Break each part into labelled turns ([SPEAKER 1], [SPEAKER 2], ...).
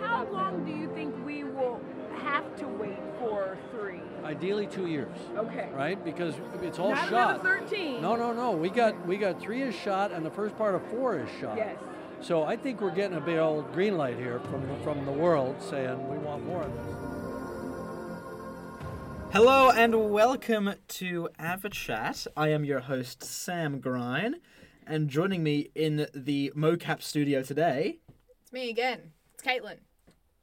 [SPEAKER 1] How long do you think we will have to wait for three?
[SPEAKER 2] Ideally, two years.
[SPEAKER 1] Okay.
[SPEAKER 2] Right, because it's all
[SPEAKER 1] Not
[SPEAKER 2] shot.
[SPEAKER 1] another 13.
[SPEAKER 2] No, no, no. We got we got three is shot, and the first part of four is shot.
[SPEAKER 1] Yes.
[SPEAKER 2] So I think we're getting a big old green light here from the, from the world saying we want more of this.
[SPEAKER 3] Hello and welcome to Avachat. I am your host, Sam Grine, and joining me in the mocap studio today.
[SPEAKER 4] It's me again. It's Caitlin.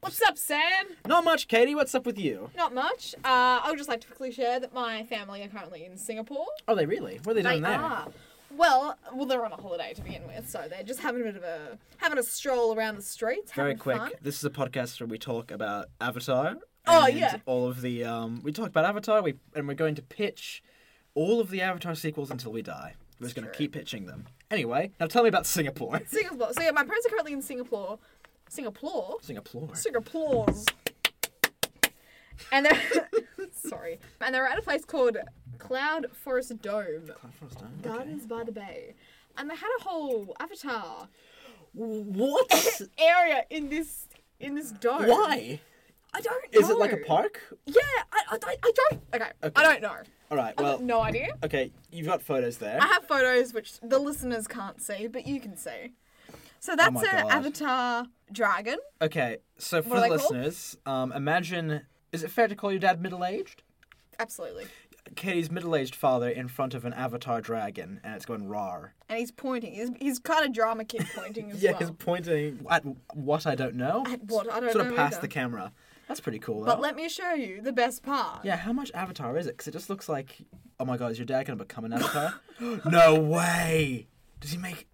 [SPEAKER 4] What's up, Sam?
[SPEAKER 3] Not much, Katie, what's up with you?
[SPEAKER 4] Not much. Uh, I would just like to quickly share that my family are currently in Singapore.
[SPEAKER 3] Are Oh, they really? What are they,
[SPEAKER 4] They
[SPEAKER 3] doing there?
[SPEAKER 4] are. Well, well, they're on a holiday to begin with, so they're just having a bit of a having a stroll around the streets.
[SPEAKER 3] Very
[SPEAKER 4] having
[SPEAKER 3] quick.
[SPEAKER 4] Fun.
[SPEAKER 3] This is a podcast where we talk about Avatar.
[SPEAKER 4] Oh,
[SPEAKER 3] and
[SPEAKER 4] yeah.
[SPEAKER 3] All of the um, we talk about Avatar. We and we're going to pitch all of the Avatar sequels until we die. We're just going to
[SPEAKER 4] true.
[SPEAKER 3] keep pitching them. Anyway, now tell me about Singapore.
[SPEAKER 4] Singapore. So yeah, my parents are currently in Singapore. Singapore.
[SPEAKER 3] Singapore.
[SPEAKER 4] Singapore's. And they're sorry. And they're at a place called Cloud Forest Dome.
[SPEAKER 3] Okay.
[SPEAKER 4] Gardens by the Bay. And they had a whole avatar
[SPEAKER 3] What?
[SPEAKER 4] area in this in this dome.
[SPEAKER 3] Why?
[SPEAKER 4] I don't know.
[SPEAKER 3] Is it like a park?
[SPEAKER 4] Yeah, I, I, don't- I don't. Okay,
[SPEAKER 3] Okay.
[SPEAKER 4] I don't know. Ah.
[SPEAKER 3] All right.
[SPEAKER 4] I've
[SPEAKER 3] Well,
[SPEAKER 4] got no idea.
[SPEAKER 3] okay. You've got photos there.
[SPEAKER 4] I have photos which the listeners can't see, but you can see. So that's
[SPEAKER 3] Oh my
[SPEAKER 4] an
[SPEAKER 3] God.
[SPEAKER 4] avatar dragon.
[SPEAKER 3] Okay. So for the
[SPEAKER 4] are they called?
[SPEAKER 3] listeners, um, imagine. Is it fair to call your dad middle-aged?
[SPEAKER 4] Absolutely.
[SPEAKER 3] Katie's middle-aged father in front of an avatar dragon, and it's going rar.
[SPEAKER 4] And he's pointing. He's, he's kind of drama kid pointing as
[SPEAKER 3] Yeah,
[SPEAKER 4] well.
[SPEAKER 3] he's pointing at what I don't know.
[SPEAKER 4] At what I don't
[SPEAKER 3] sort of
[SPEAKER 4] know
[SPEAKER 3] past
[SPEAKER 4] either.
[SPEAKER 3] the camera. That's pretty cool. Though.
[SPEAKER 4] But let me show you the best part.
[SPEAKER 3] yeah, how much Avatar is it? Because it just looks like, oh my god, is your dad gonna become an Avatar? no way. Does he make?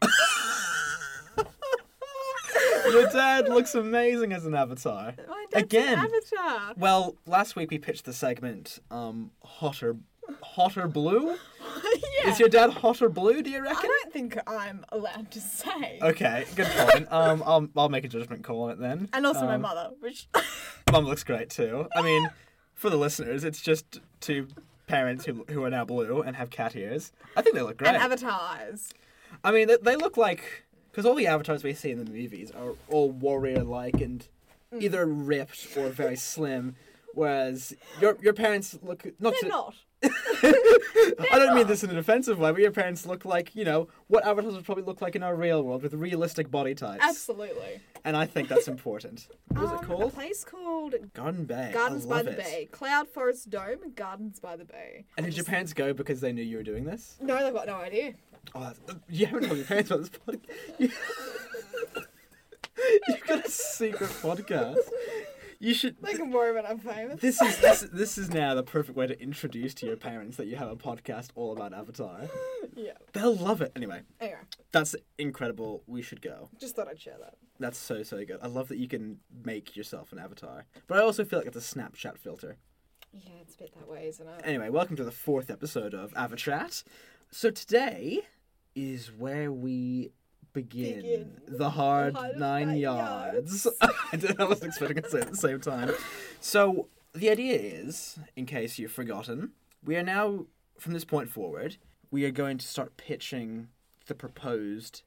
[SPEAKER 3] your dad looks amazing as an Avatar.
[SPEAKER 4] My dad's an
[SPEAKER 3] Again.
[SPEAKER 4] avatar.
[SPEAKER 3] Well, last week we pitched the segment, um, hotter, hotter blue.
[SPEAKER 4] yeah.
[SPEAKER 3] Is your dad hotter blue? Do you
[SPEAKER 4] I
[SPEAKER 3] reckon?
[SPEAKER 4] don't think I'm allowed to say.
[SPEAKER 3] Okay, good point. um, I'll, I'll make a judgment call on it then.
[SPEAKER 4] And also my
[SPEAKER 3] Um,
[SPEAKER 4] mother, which
[SPEAKER 3] Mum looks great too. I mean, for the listeners, it's just two parents who, who are now blue and have cat ears. I think they look great.
[SPEAKER 4] and avatars.
[SPEAKER 3] I mean, they, they look like because all the avatars we see in the movies are all warrior-like and
[SPEAKER 4] Mm.
[SPEAKER 3] either ripped or very slim. Whereas your your parents look not. to-
[SPEAKER 4] They're not.
[SPEAKER 3] I don't mean this in an offensive way, but your parents look like you know what avatars would probably look like in our real world with realistic body types.
[SPEAKER 4] Absolutely.
[SPEAKER 3] And I think that's important. What is
[SPEAKER 4] Um,
[SPEAKER 3] it
[SPEAKER 4] A
[SPEAKER 3] called?
[SPEAKER 4] place called
[SPEAKER 3] Garden Bay. I
[SPEAKER 4] Gardens by
[SPEAKER 3] love
[SPEAKER 4] the
[SPEAKER 3] it.
[SPEAKER 4] Bay. Cloud Forest Dome, Gardens by the Bay.
[SPEAKER 3] And did your parents go because they knew you were doing this?
[SPEAKER 4] No, they've got no idea.
[SPEAKER 3] Oh, that's, uh, you haven't told your parents about this podcast. You, have got a secret podcast. You should.
[SPEAKER 4] They can worry when I'm famous.
[SPEAKER 3] This is this, this is now the perfect way to introduce to your parents that you have a podcast all about Avatar.
[SPEAKER 4] Yeah.
[SPEAKER 3] They'll love it. Anyway,
[SPEAKER 4] Anyway,
[SPEAKER 3] that's incredible. We should go.
[SPEAKER 4] just thought I'd share that.
[SPEAKER 3] That's so so good. I love that you can make yourself an avatar. But I also feel like it's a Snapchat filter.
[SPEAKER 4] Yeah, it's a bit that way, isn't it?
[SPEAKER 3] Anyway, welcome to the fourth episode of Avachat. So today is where we begin,
[SPEAKER 4] Begin.
[SPEAKER 3] the hard
[SPEAKER 4] The hard
[SPEAKER 3] nine,
[SPEAKER 4] nine
[SPEAKER 3] yards. I didn't- I wasn't expecting it to say it at the same time. So the idea is, in case you've forgotten, we are now from this point forward, we are going to start pitching the proposed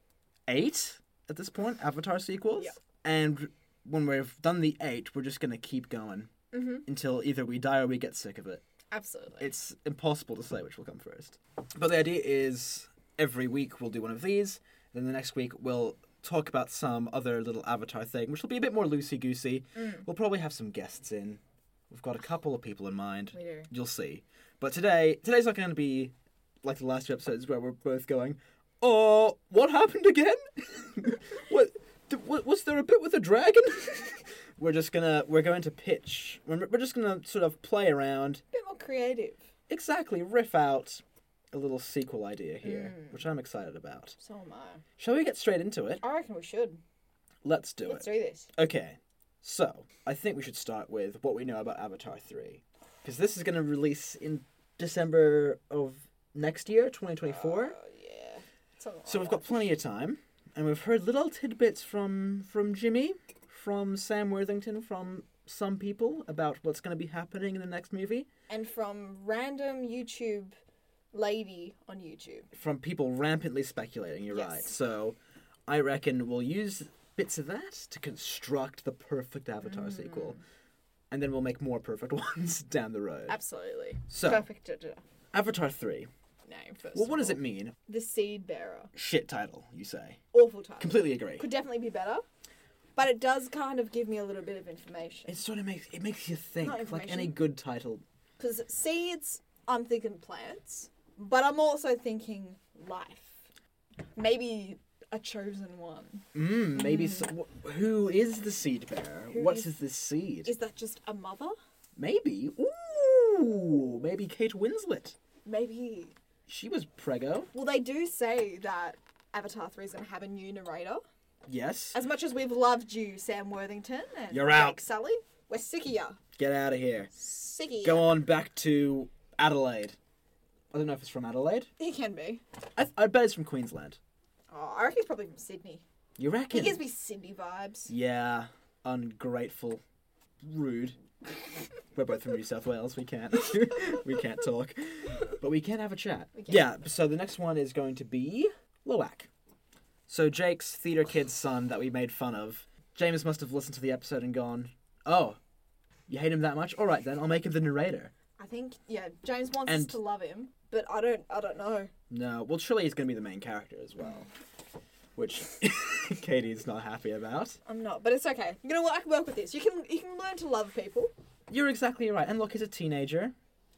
[SPEAKER 3] eight at this point Avatar sequels,
[SPEAKER 4] Yeah.
[SPEAKER 3] and when we've done the eight, we're just going to keep going. Until either we die or we get sick of it
[SPEAKER 4] Absolutely.
[SPEAKER 3] it's impossible to say which will come first. But the idea is every week we'll do one of these, then the next week we'll talk about some other little avatar thing, which will be a bit more loosey goosey.
[SPEAKER 4] Mm.
[SPEAKER 3] We'll probably have some guests in. We've got a couple of people in mind.
[SPEAKER 4] We do.
[SPEAKER 3] You'll see. But today, today's not going to be like the last two episodes where we're both going, "Oh, what happened again? what, th- wa- was there a bit with a dragon?" we're just gonna we're going to pitch. We're, we're just gonna sort of play around
[SPEAKER 4] A bit more creative.
[SPEAKER 3] exactly riff out a little sequel idea here,
[SPEAKER 4] Hmm.
[SPEAKER 3] which I'm excited about.
[SPEAKER 4] So am I.
[SPEAKER 3] Shall we get straight into it?
[SPEAKER 4] I reckon we should.
[SPEAKER 3] Let's do
[SPEAKER 4] Let's
[SPEAKER 3] it.
[SPEAKER 4] do this.
[SPEAKER 3] Okay, so I think we should start with what we know about Avatar 3. Because this is going to release in December of next year, 2024.
[SPEAKER 4] Oh, yeah. Something
[SPEAKER 3] so
[SPEAKER 4] like
[SPEAKER 3] we've got plenty of time, and we've heard little tidbits from from Jimmy, from Sam Worthington, from some people about what's going to be happening in the next movie.
[SPEAKER 4] that. And from random YouTube lady on YouTube.
[SPEAKER 3] from people rampantly speculating. You're right.
[SPEAKER 4] Yes.
[SPEAKER 3] So I reckon we'll use bits of that to construct the perfect Avatar
[SPEAKER 4] Mm.
[SPEAKER 3] sequel. And then we'll make more perfect ones down the road.
[SPEAKER 4] Absolutely.
[SPEAKER 3] So-
[SPEAKER 4] Perfect. da- da- da.
[SPEAKER 3] Avatar 3.
[SPEAKER 4] Name first.
[SPEAKER 3] Well,
[SPEAKER 4] of
[SPEAKER 3] what does
[SPEAKER 4] all.
[SPEAKER 3] it mean?
[SPEAKER 4] The Seed Bearer.
[SPEAKER 3] Shit title, you say.
[SPEAKER 4] Awful title.
[SPEAKER 3] Completely agree.
[SPEAKER 4] Could definitely be better, but it does kind of give me a little bit of information.
[SPEAKER 3] It sort of makes it makes you think,
[SPEAKER 4] Not
[SPEAKER 3] like any
[SPEAKER 4] information.
[SPEAKER 3] good title.
[SPEAKER 4] Because seeds, I'm thinking plants, but I'm also thinking life. Maybe a chosen one.
[SPEAKER 3] Mm, maybe so, wh- who is the seed bearer?
[SPEAKER 4] Who
[SPEAKER 3] what
[SPEAKER 4] is-
[SPEAKER 3] is this seed?
[SPEAKER 4] Is that just a mother?
[SPEAKER 3] Maybe. Ooh, maybe Kate Winslet.
[SPEAKER 4] Maybe.
[SPEAKER 3] She was preggo.
[SPEAKER 4] Well, they do say that Avatar 3 is going to have a new narrator.
[SPEAKER 3] Yes.
[SPEAKER 4] As much as we've loved you, Sam Worthington and
[SPEAKER 3] You're
[SPEAKER 4] Jake
[SPEAKER 3] out.
[SPEAKER 4] Sully, we're sick of you.
[SPEAKER 3] Get out of here.
[SPEAKER 4] Sick of you.
[SPEAKER 3] Go on back to Adelaide. I don't know if it's from Adelaide.
[SPEAKER 4] He can be.
[SPEAKER 3] I, I bet it's from Queensland.
[SPEAKER 4] Oh, I reckon he's probably from Sydney.
[SPEAKER 3] You
[SPEAKER 4] He
[SPEAKER 3] reckon?
[SPEAKER 4] gives me Sydney vibes.
[SPEAKER 3] Yeah. Ungrateful. Rude. We're both from New South Wales. We can't. we can't talk, but we can have a chat.
[SPEAKER 4] can.
[SPEAKER 3] Yeah. So the next one is going to be Loak. So Jake's theater kid's son that we made fun of. James must have listened to the episode and gone, "Oh, you hate him that much? All right then, I'll make him the narrator."
[SPEAKER 4] I think yeah, James wants
[SPEAKER 3] And-
[SPEAKER 4] us to love him, but I don't I don't know.
[SPEAKER 3] No. Well, surely he's going to be the main character as well, which Katie's not happy about.
[SPEAKER 4] I'm not, but it's okay. You know what? I can work with this. You can you can learn to love people,
[SPEAKER 3] You're exactly right. And look, he's a teenager.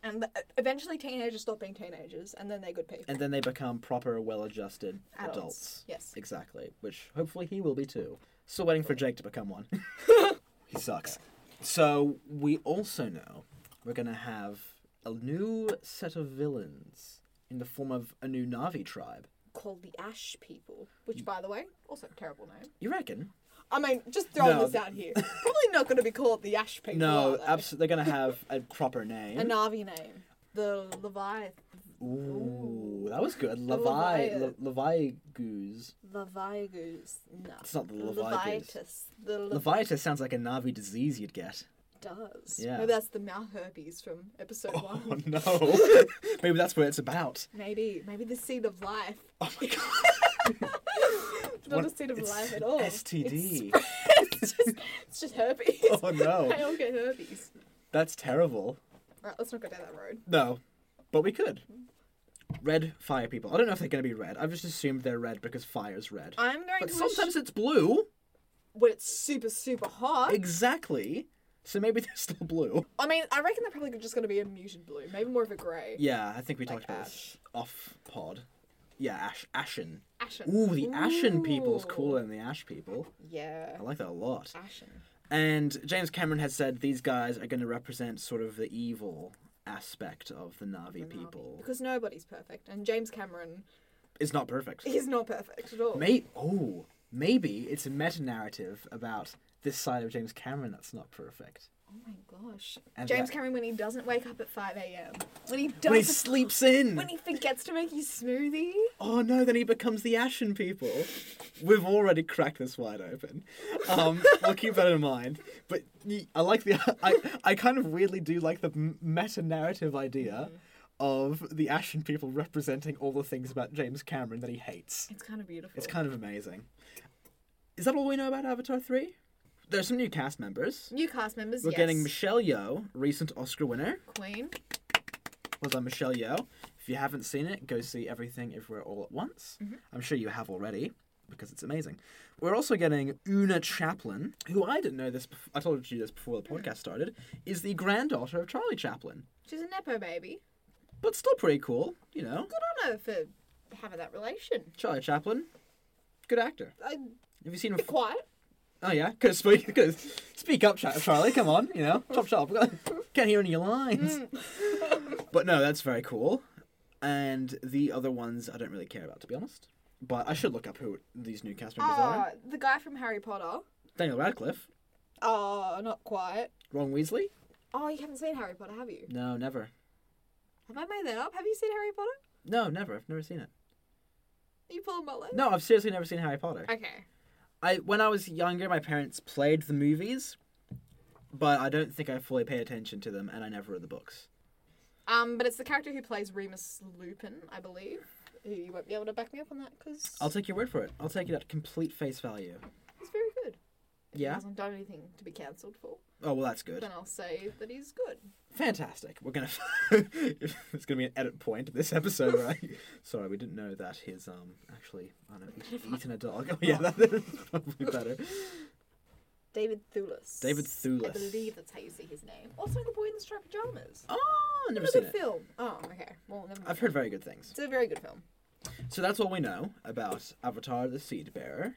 [SPEAKER 4] and th- eventually teenagers stop being teenagers, and then they're good people.
[SPEAKER 3] and then they become proper, well-adjusted adults.
[SPEAKER 4] Adults. Yes.
[SPEAKER 3] exactly. Which hopefully he will be too. Still waiting for Jake to become one. he sucks. So we also know we're gonna have a new set of villains in the form of a new Navi tribe.
[SPEAKER 4] Called the Ash people, which by the way, also a terrible name.
[SPEAKER 3] You reckon?
[SPEAKER 4] I mean, just throwing
[SPEAKER 3] No,
[SPEAKER 4] this out here. Probably not going to be called the Ash people.
[SPEAKER 3] No,
[SPEAKER 4] are they?
[SPEAKER 3] absolutely. They're gonna have a proper name.
[SPEAKER 4] A Navi name, the Levi,
[SPEAKER 3] Ooh, that was good. Levi,
[SPEAKER 4] Leviathan.
[SPEAKER 3] Le- Levi goose.
[SPEAKER 4] Levigus. No,
[SPEAKER 3] It's not the Levigus.
[SPEAKER 4] Levitus. The Le-
[SPEAKER 3] Leviathan sounds like a Navi disease you'd get.
[SPEAKER 4] does.
[SPEAKER 3] Yeah.
[SPEAKER 4] Maybe that's the mouth herpes from episode one.
[SPEAKER 3] Oh no! Maybe that's what it's about.
[SPEAKER 4] Maybe, maybe the seed of life.
[SPEAKER 3] Oh my god!
[SPEAKER 4] Not
[SPEAKER 3] What-
[SPEAKER 4] a seed of
[SPEAKER 3] it's
[SPEAKER 4] life at all.
[SPEAKER 3] STD.
[SPEAKER 4] It's, it's just, it's just herpes.
[SPEAKER 3] Oh no,
[SPEAKER 4] I all get herpes.
[SPEAKER 3] that's terrible.
[SPEAKER 4] Right, let's not go down that road.
[SPEAKER 3] No, but we could.
[SPEAKER 4] Hmm.
[SPEAKER 3] Red fire people. I don't know if they're going to be red. I've just assumed they're red because fire's red.
[SPEAKER 4] I'm going
[SPEAKER 3] but
[SPEAKER 4] to
[SPEAKER 3] sometimes it's blue.
[SPEAKER 4] when it's super super hot.
[SPEAKER 3] Exactly. So maybe they're still blue.
[SPEAKER 4] I mean, I reckon they're probably just going to be a muted blue, maybe more of a grey.
[SPEAKER 3] Yeah, I think we talked about this
[SPEAKER 4] ash.
[SPEAKER 3] off pod. Yeah, ash, ashen.
[SPEAKER 4] Ashen.
[SPEAKER 3] Ooh, the ashen people's
[SPEAKER 4] Ooh.
[SPEAKER 3] cooler than the ash people.
[SPEAKER 4] Yeah.
[SPEAKER 3] I like that a lot.
[SPEAKER 4] Ashen.
[SPEAKER 3] And James Cameron has said these guys are going to represent sort of the evil aspect of the Navi people.
[SPEAKER 4] Because nobody's perfect, and James Cameron
[SPEAKER 3] It's not perfect.
[SPEAKER 4] is not perfect at all.
[SPEAKER 3] May- oh, maybe it's a meta narrative about this side of James Cameron that's not perfect.
[SPEAKER 4] Oh my gosh.
[SPEAKER 3] And
[SPEAKER 4] James
[SPEAKER 3] that-
[SPEAKER 4] Cameron when he doesn't wake up at 5 a.m. When he
[SPEAKER 3] When he
[SPEAKER 4] does
[SPEAKER 3] sleeps in!
[SPEAKER 4] when he forgets to make his smoothie.
[SPEAKER 3] Oh no, then he becomes the Ashen people. We've already cracked this wide open. Um, I'll keep that in mind. But y- I like the. I, I kind of weirdly do like the m- meta narrative idea of the Ashen people representing all the things about James Cameron that he hates.
[SPEAKER 4] It's kind of beautiful.
[SPEAKER 3] It's kind of amazing. Is that all we know about Avatar 3? There's some new cast members.
[SPEAKER 4] New cast members.
[SPEAKER 3] We're
[SPEAKER 4] yes.
[SPEAKER 3] getting Michelle Yeoh, recent Oscar winner.
[SPEAKER 4] Queen.
[SPEAKER 3] Was on Michelle Yeoh. If you haven't seen it, go see Everything Everywhere All at Once. I'm sure you have already because it's amazing. We're also getting Una Chaplin, who I didn't know this. Bef- I told you this before the podcast started. Is the granddaughter of Charlie Chaplin,
[SPEAKER 4] She's a nepo baby.
[SPEAKER 3] but still pretty cool. You know,
[SPEAKER 4] Good on her for having that relation.
[SPEAKER 3] Charlie Chaplin, good actor.
[SPEAKER 4] I
[SPEAKER 3] Have you seen him?
[SPEAKER 4] be quiet.
[SPEAKER 3] Oh yeah, could speak, could speak up, Cha- Charlie. Come on, you know, chop chop. Can't hear any of your lines. but no, that's very cool. And the other ones, I don't really care about, to be honest. But I should look up who these new cast members
[SPEAKER 4] Ah,
[SPEAKER 3] are.
[SPEAKER 4] the guy from Harry Potter.
[SPEAKER 3] Daniel Radcliffe,
[SPEAKER 4] Oh, not quiet.
[SPEAKER 3] Ron Weasley.
[SPEAKER 4] Oh, you haven't seen Harry Potter, have you?
[SPEAKER 3] No, never.
[SPEAKER 4] Have I made that up? Have you seen Harry Potter?
[SPEAKER 3] No, never. I've never seen it.
[SPEAKER 4] Are you pulling my leg?
[SPEAKER 3] No, I've seriously never seen Harry Potter.
[SPEAKER 4] Okay.
[SPEAKER 3] I when I was younger, my parents played the movies, but I don't think I fully paid attention to them, and I never read the books.
[SPEAKER 4] Um, but it's the character who plays Remus Lupin, I believe. You won't be able to back me up on that because
[SPEAKER 3] I'll take your word for it. I'll take it at complete face value.
[SPEAKER 4] he's very if
[SPEAKER 3] Yeah.
[SPEAKER 4] he hasn't done anything to be cancelled for,
[SPEAKER 3] Oh well, that's good.
[SPEAKER 4] then I'll say that he's good.
[SPEAKER 3] Fantastic. We're gonna. it's gonna be an edit point this episode, right? Sorry, we didn't know that his um actually I don't know he's eaten a dog. Oh yeah, that is probably better.
[SPEAKER 4] David Thewlis.
[SPEAKER 3] David Thewlis.
[SPEAKER 4] I believe that's how you say his name. Also, the boy in the striped pajamas.
[SPEAKER 3] Oh, never
[SPEAKER 4] What a
[SPEAKER 3] seen
[SPEAKER 4] good
[SPEAKER 3] it.
[SPEAKER 4] film. Oh, okay. Well, never mind.
[SPEAKER 3] I've heard very good things.
[SPEAKER 4] It's a very good film.
[SPEAKER 3] So that's all we know about Avatar: The Seed Bearer.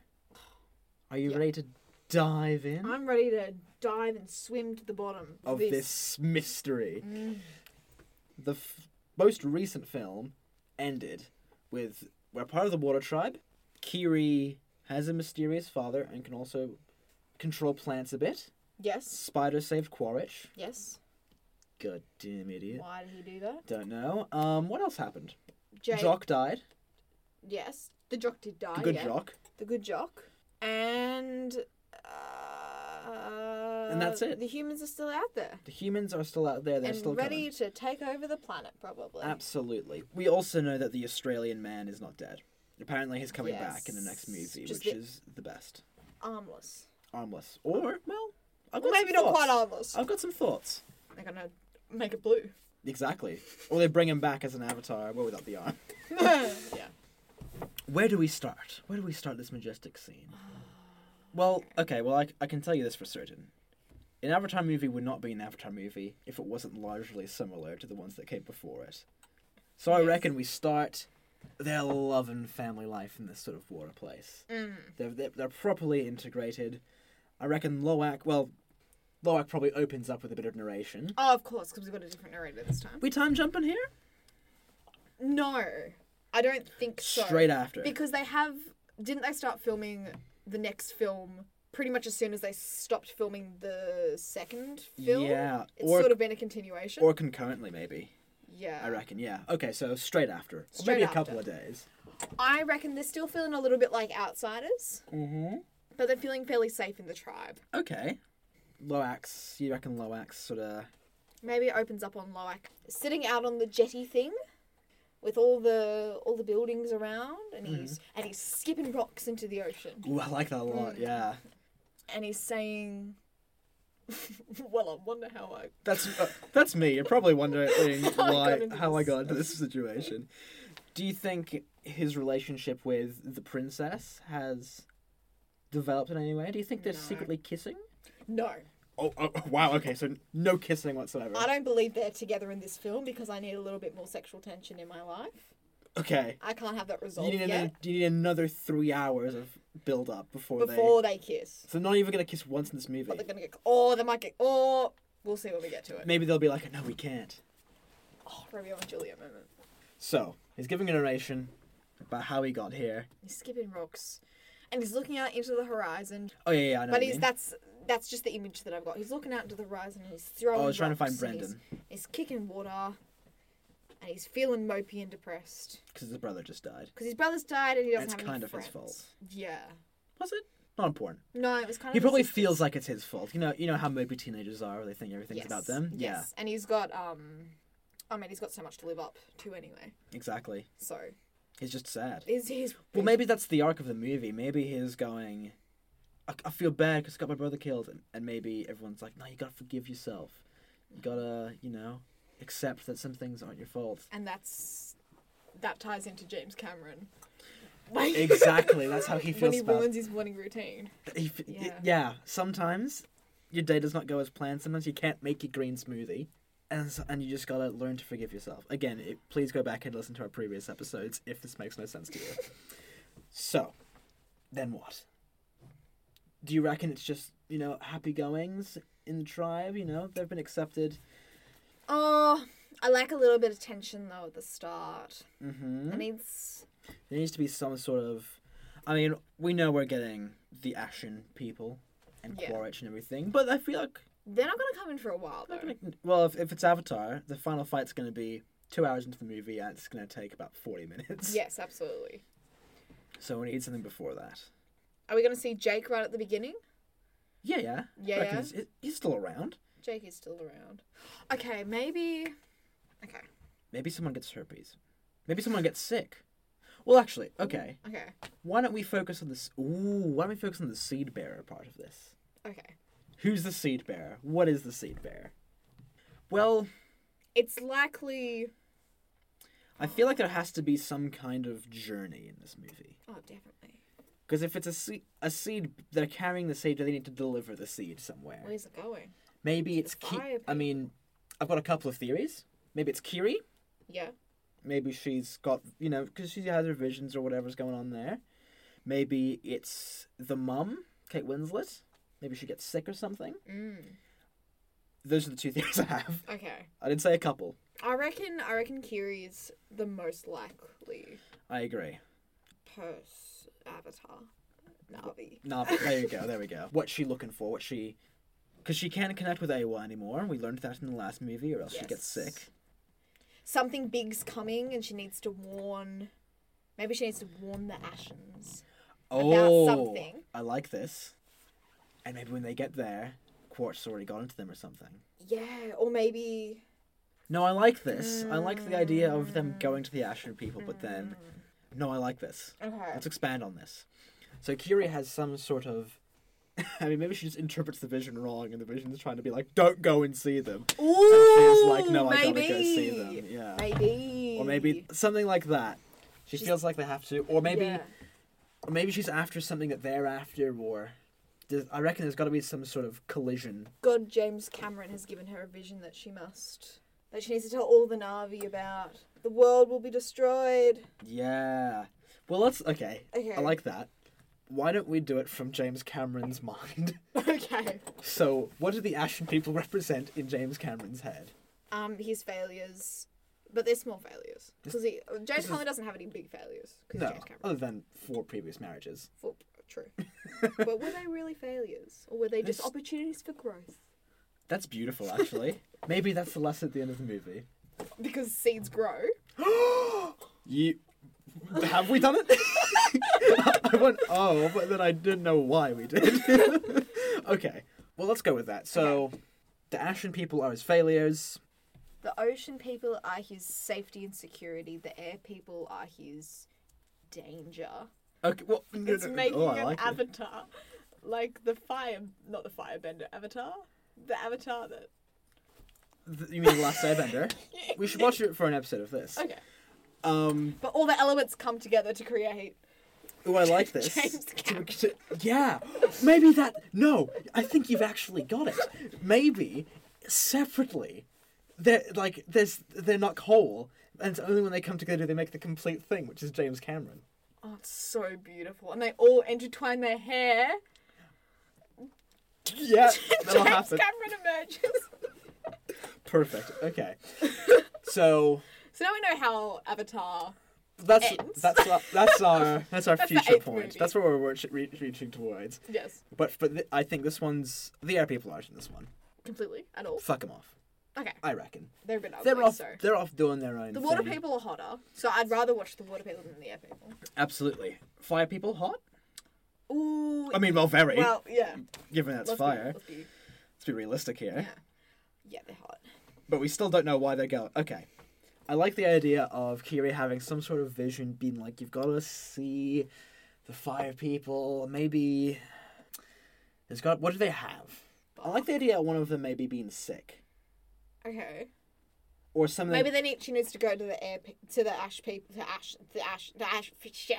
[SPEAKER 3] Are you
[SPEAKER 4] Yeah.
[SPEAKER 3] ready to dive in
[SPEAKER 4] I'm ready to dive and swim to the bottom
[SPEAKER 3] of this, mystery?
[SPEAKER 4] Mm.
[SPEAKER 3] The f- most recent film ended with we're part of the Water Tribe. Kiri has a mysterious father and can also control plants a bit.
[SPEAKER 4] Yes.
[SPEAKER 3] Spider saved Quaritch.
[SPEAKER 4] Yes.
[SPEAKER 3] Goddamn idiot.
[SPEAKER 4] Why did he do that?
[SPEAKER 3] Don't know. Um, what else happened?
[SPEAKER 4] Jake.
[SPEAKER 3] Jock died.
[SPEAKER 4] Yes. The jock did die.
[SPEAKER 3] The good
[SPEAKER 4] Ah, yeah.
[SPEAKER 3] Jock.
[SPEAKER 4] The good jock. And. Uh,
[SPEAKER 3] that's it.
[SPEAKER 4] The humans are still out there.
[SPEAKER 3] The humans are still out there. They're
[SPEAKER 4] and
[SPEAKER 3] still coming.
[SPEAKER 4] ready to take over the planet, probably.
[SPEAKER 3] Absolutely. We also know that the Australian man is not dead. Apparently, he's coming back in the next
[SPEAKER 4] Yes.
[SPEAKER 3] movie,
[SPEAKER 4] Just
[SPEAKER 3] which
[SPEAKER 4] the-
[SPEAKER 3] is the best.
[SPEAKER 4] Armless.
[SPEAKER 3] Armless. Or, well, I've got
[SPEAKER 4] Well, maybe
[SPEAKER 3] some Oh.
[SPEAKER 4] not quite
[SPEAKER 3] thoughts.
[SPEAKER 4] armless.
[SPEAKER 3] I've got some thoughts.
[SPEAKER 4] They're gonna make it blue.
[SPEAKER 3] Exactly. Or they bring him back as an avatar, well, without the arm.
[SPEAKER 4] yeah.
[SPEAKER 3] Where do we start? Where do we start this majestic scene? Well, okay, well, I, I can tell you this for certain. An Avatar movie would not be an Avatar movie if it wasn't largely similar to the ones that came before it. So I reckon we start. They're loving family life in this sort of water place.
[SPEAKER 4] Mm.
[SPEAKER 3] They're, they're, they're properly integrated. I reckon Loak, well, Loak probably opens up with a bit of narration.
[SPEAKER 4] Oh, of course, because we've got a different narrator this time.
[SPEAKER 3] We time jumping here?
[SPEAKER 4] No, I don't think so.
[SPEAKER 3] Straight after.
[SPEAKER 4] Because they have. Didn't they start filming the next film pretty much as soon as they stopped filming the second film?
[SPEAKER 3] Yeah,
[SPEAKER 4] It's
[SPEAKER 3] or-
[SPEAKER 4] sort of been a continuation.
[SPEAKER 3] Or concurrently, maybe.
[SPEAKER 4] yeah.
[SPEAKER 3] I reckon, yeah. Okay, so straight after. Or
[SPEAKER 4] Straight
[SPEAKER 3] maybe a
[SPEAKER 4] after.
[SPEAKER 3] couple of days.
[SPEAKER 4] I reckon they're still feeling a little bit like outsiders,
[SPEAKER 3] Mm-hmm.
[SPEAKER 4] but they're feeling fairly safe in the tribe.
[SPEAKER 3] Okay. Loax, you reckon Loax sort of.
[SPEAKER 4] Maybe it opens up on Loak sitting out on the jetty thing with all the all the buildings around and he's
[SPEAKER 3] Mm-hmm.
[SPEAKER 4] and he's skipping rocks into the ocean
[SPEAKER 3] Ooh, I like that a lot,
[SPEAKER 4] Mm.
[SPEAKER 3] yeah.
[SPEAKER 4] and he's saying well I wonder how I
[SPEAKER 3] That's uh, that's me. You're probably wondering
[SPEAKER 4] I got
[SPEAKER 3] why
[SPEAKER 4] into
[SPEAKER 3] how I
[SPEAKER 4] this.
[SPEAKER 3] got into this situation. Do you think his relationship with the princess has developed in any way? Do you think they're
[SPEAKER 4] No.
[SPEAKER 3] secretly kissing?
[SPEAKER 4] no
[SPEAKER 3] Oh, oh, oh, wow, okay, so no kissing whatsoever.
[SPEAKER 4] I don't believe they're together in this film because I need a little bit more sexual tension in my life
[SPEAKER 3] Okay.
[SPEAKER 4] I can't have that
[SPEAKER 3] You
[SPEAKER 4] resolved
[SPEAKER 3] need, another,
[SPEAKER 4] yet
[SPEAKER 3] you need another three hours of build up before,
[SPEAKER 4] before they kiss
[SPEAKER 3] they. So, not even gonna kiss once in this movie.
[SPEAKER 4] but they're gonna get or they might get or we'll see when we get to it
[SPEAKER 3] Maybe they'll be like, no, we can't.
[SPEAKER 4] oh Romeo and Juliet moment
[SPEAKER 3] So he's giving a narration about how he got here.
[SPEAKER 4] he's skipping rocks and he's looking out into the horizon
[SPEAKER 3] Oh yeah, yeah, I know.
[SPEAKER 4] But
[SPEAKER 3] what you
[SPEAKER 4] he's
[SPEAKER 3] mean.
[SPEAKER 4] that's that's just the image that I've got. He's looking out into the horizon and he's throwing.
[SPEAKER 3] Oh, I was trying to
[SPEAKER 4] rocks
[SPEAKER 3] find
[SPEAKER 4] and
[SPEAKER 3] Brendan
[SPEAKER 4] He's, he's kicking water, and he's feeling mopey and depressed
[SPEAKER 3] because his brother just died.
[SPEAKER 4] because his brother's died and he doesn't
[SPEAKER 3] That's
[SPEAKER 4] have
[SPEAKER 3] kind
[SPEAKER 4] any
[SPEAKER 3] of
[SPEAKER 4] friends.
[SPEAKER 3] his fault.
[SPEAKER 4] Yeah.
[SPEAKER 3] Was it? Not important.
[SPEAKER 4] No, it was kind of.
[SPEAKER 3] He
[SPEAKER 4] his
[SPEAKER 3] probably
[SPEAKER 4] sister's-
[SPEAKER 3] feels like it's his fault. You know, you know how mopey teenagers are. They think everything's
[SPEAKER 4] Yes,
[SPEAKER 3] about them.
[SPEAKER 4] Yes, and he's got um, I mean he's got so much to live up to anyway.
[SPEAKER 3] Yeah, exactly.
[SPEAKER 4] So
[SPEAKER 3] He's just sad.
[SPEAKER 4] is he's
[SPEAKER 3] Well, maybe that's the arc of the movie. Maybe he's going. I, I feel bad because I got my brother killed, and, and maybe everyone's like, "No, you gotta forgive yourself. You gotta, you know, accept that some things aren't your fault."
[SPEAKER 4] and that's that ties into James Cameron. Like,
[SPEAKER 3] Exactly. that's how he
[SPEAKER 4] when
[SPEAKER 3] feels
[SPEAKER 4] he
[SPEAKER 3] about
[SPEAKER 4] ruins his morning routine.
[SPEAKER 3] If, yeah.
[SPEAKER 4] Yeah.
[SPEAKER 3] yeah, sometimes your day does not go as planned. Sometimes you can't make your green smoothie. And, s- and you just gotta learn to forgive yourself. Again, it, please go back and listen to our previous episodes if this makes no sense to you. so, then what? Do you reckon it's just, you know, happy goings in the tribe? You know, they've been accepted.
[SPEAKER 4] Oh, I like a little bit of tension though at the start.
[SPEAKER 3] Mm-hmm.
[SPEAKER 4] I need s-
[SPEAKER 3] There needs to be some sort of. I mean, we know we're getting the Ashen people and
[SPEAKER 4] Yeah.
[SPEAKER 3] Quaritch and everything, but I feel like
[SPEAKER 4] they're not gonna come in for a while
[SPEAKER 3] Not
[SPEAKER 4] though.
[SPEAKER 3] gonna- Well, if, if it's Avatar, the final fight's going to be two hours into the movie, and it's going to take about forty minutes.
[SPEAKER 4] Yes, absolutely.
[SPEAKER 3] So we need something before that.
[SPEAKER 4] Are we gonna see Jake right at the beginning?
[SPEAKER 3] Yeah, yeah.
[SPEAKER 4] Yeah,
[SPEAKER 3] I reckon
[SPEAKER 4] yeah.
[SPEAKER 3] He's, he- he's still around.
[SPEAKER 4] Jake is still around. Okay, maybe. Okay.
[SPEAKER 3] Maybe someone gets herpes. Maybe someone gets sick. Well, actually, okay.
[SPEAKER 4] Okay.
[SPEAKER 3] Why don't we focus on this? Ooh, why don't we focus on the seed bearer part of this?
[SPEAKER 4] Okay.
[SPEAKER 3] Who's the seed bearer? What is the seed bearer? Well,
[SPEAKER 4] It's likely.
[SPEAKER 3] I feel like there has to be some kind of journey in this movie.
[SPEAKER 4] Oh, definitely.
[SPEAKER 3] Because if it's a seed, a seed, they're carrying the seed, they need to deliver the seed somewhere.
[SPEAKER 4] Where's it going?
[SPEAKER 3] Maybe it's Ki-
[SPEAKER 4] fire
[SPEAKER 3] I
[SPEAKER 4] pit.
[SPEAKER 3] mean, I've got a couple of theories. Maybe it's Kiri.
[SPEAKER 4] Yeah.
[SPEAKER 3] Maybe she's got you know because she has her visions or whatever's going on there. Maybe it's the mum, Kate Winslet. Maybe she gets sick or something.
[SPEAKER 4] Mm.
[SPEAKER 3] Those are the two theories I have.
[SPEAKER 4] Okay.
[SPEAKER 3] I did say a couple.
[SPEAKER 4] I reckon. I reckon Kiri is the most likely
[SPEAKER 3] I agree.
[SPEAKER 4] post Avatar. Navi.
[SPEAKER 3] No, but there you go. There we go. What's she looking for? What she? Because she can't connect with Awa anymore. We learned that in the last movie, or else she gets
[SPEAKER 4] Yes.
[SPEAKER 3] sick.
[SPEAKER 4] Something big's coming, and she needs to warn. Maybe she needs to warn the Ashens.
[SPEAKER 3] oh,
[SPEAKER 4] something.
[SPEAKER 3] I like this. And maybe when they get there, Quartz already got into them or something.
[SPEAKER 4] Yeah, or maybe
[SPEAKER 3] No, I like this. I like the idea of them going to the Ashen people, but then, no, I like this.
[SPEAKER 4] Mm. okay.
[SPEAKER 3] Let's expand on this. So Kiri has some sort of. I mean, maybe she just interprets the vision wrong, and the vision is trying to be like, "Don't go and see them."
[SPEAKER 4] Ooh,
[SPEAKER 3] She's like, "No, I
[SPEAKER 4] maybe.
[SPEAKER 3] gotta go see them." Yeah.
[SPEAKER 4] Maybe.
[SPEAKER 3] Or maybe something like that. She
[SPEAKER 4] She's-
[SPEAKER 3] feels like they have to, or maybe,
[SPEAKER 4] Yeah.
[SPEAKER 3] or maybe she's after something that they're after, or. There's, I reckon there's got to be some sort of collision
[SPEAKER 4] God, James Cameron has given her a vision that she must, that she needs to tell all the Navi about. The world will be destroyed.
[SPEAKER 3] Yeah. Well, let's. Okay.
[SPEAKER 4] Okay.
[SPEAKER 3] I like that. Why don't we do it from James Cameron's mind?
[SPEAKER 4] okay.
[SPEAKER 3] so, what do the Ashen people represent in James Cameron's head?
[SPEAKER 4] Um, his failures, but they're small failures because he uh, James Cameron doesn't have any big failures. 'cause
[SPEAKER 3] No,
[SPEAKER 4] James Cameron.
[SPEAKER 3] other than four previous marriages.
[SPEAKER 4] For, true. but were they really failures, or were they just
[SPEAKER 3] This-
[SPEAKER 4] opportunities for growth?
[SPEAKER 3] That's beautiful, actually. Maybe that's the lesson at the end of the movie.
[SPEAKER 4] Because seeds grow.
[SPEAKER 3] You. Have we done it? I went, oh, but then I didn't know why we did. okay. Well, let's go with that. So, the Ashen people are his failures.
[SPEAKER 4] The ocean people are his safety and security. The air people are his danger.
[SPEAKER 3] Okay, well, no,
[SPEAKER 4] It's
[SPEAKER 3] no, no.
[SPEAKER 4] making
[SPEAKER 3] oh, I
[SPEAKER 4] an
[SPEAKER 3] like it.
[SPEAKER 4] avatar, like the fire, not the firebender avatar, the avatar that.
[SPEAKER 3] Th- You mean The Last Airbender? we should watch it for an episode of this.
[SPEAKER 4] Okay,
[SPEAKER 3] Um,
[SPEAKER 4] but all the elements come together to create.
[SPEAKER 3] oh, I like this.
[SPEAKER 4] James Cameron.
[SPEAKER 3] yeah, maybe that. No, I think you've actually got it. Maybe separately, they're like there's they're not whole, and it's only when they come together they make the complete thing, which is James Cameron.
[SPEAKER 4] Oh, it's so beautiful, and they all intertwine their hair.
[SPEAKER 3] Yeah, that'll
[SPEAKER 4] James
[SPEAKER 3] happen.
[SPEAKER 4] Cameron emerges.
[SPEAKER 3] Perfect. Okay, so
[SPEAKER 4] so now we know how Avatar.
[SPEAKER 3] that's
[SPEAKER 4] Ends.
[SPEAKER 3] that's our, that's our that's our
[SPEAKER 4] the
[SPEAKER 3] future
[SPEAKER 4] eighth
[SPEAKER 3] point.
[SPEAKER 4] movie.
[SPEAKER 3] That's where we're reach- re- reaching towards.
[SPEAKER 4] Yes,
[SPEAKER 3] But but th- I think this one's the air people are in this one.
[SPEAKER 4] completely at all.
[SPEAKER 3] Fuck them off.
[SPEAKER 4] Okay,
[SPEAKER 3] I reckon
[SPEAKER 4] they're a bit ugly.
[SPEAKER 3] they're off.
[SPEAKER 4] So
[SPEAKER 3] They're off doing their own.
[SPEAKER 4] the water
[SPEAKER 3] thing.
[SPEAKER 4] people are hotter, so I'd rather watch the water people than the air people.
[SPEAKER 3] Absolutely. Fire people hot.
[SPEAKER 4] Ooh.
[SPEAKER 3] I mean, well, very.
[SPEAKER 4] well, yeah.
[SPEAKER 3] given that's
[SPEAKER 4] let's be-
[SPEAKER 3] fire.
[SPEAKER 4] let's be-
[SPEAKER 3] let's be realistic here.
[SPEAKER 4] yeah. Yeah, they're hot.
[SPEAKER 3] But we still don't know why they're going. Okay. I like the idea of Kiri having some sort of vision, being like, "You've got to see the fire people. Maybe there's got. What do they have? I like the idea of one of them maybe being sick
[SPEAKER 4] Okay.
[SPEAKER 3] or something.
[SPEAKER 4] Maybe then each needs to go to the air pe- to the ash people to ash the ash the ash.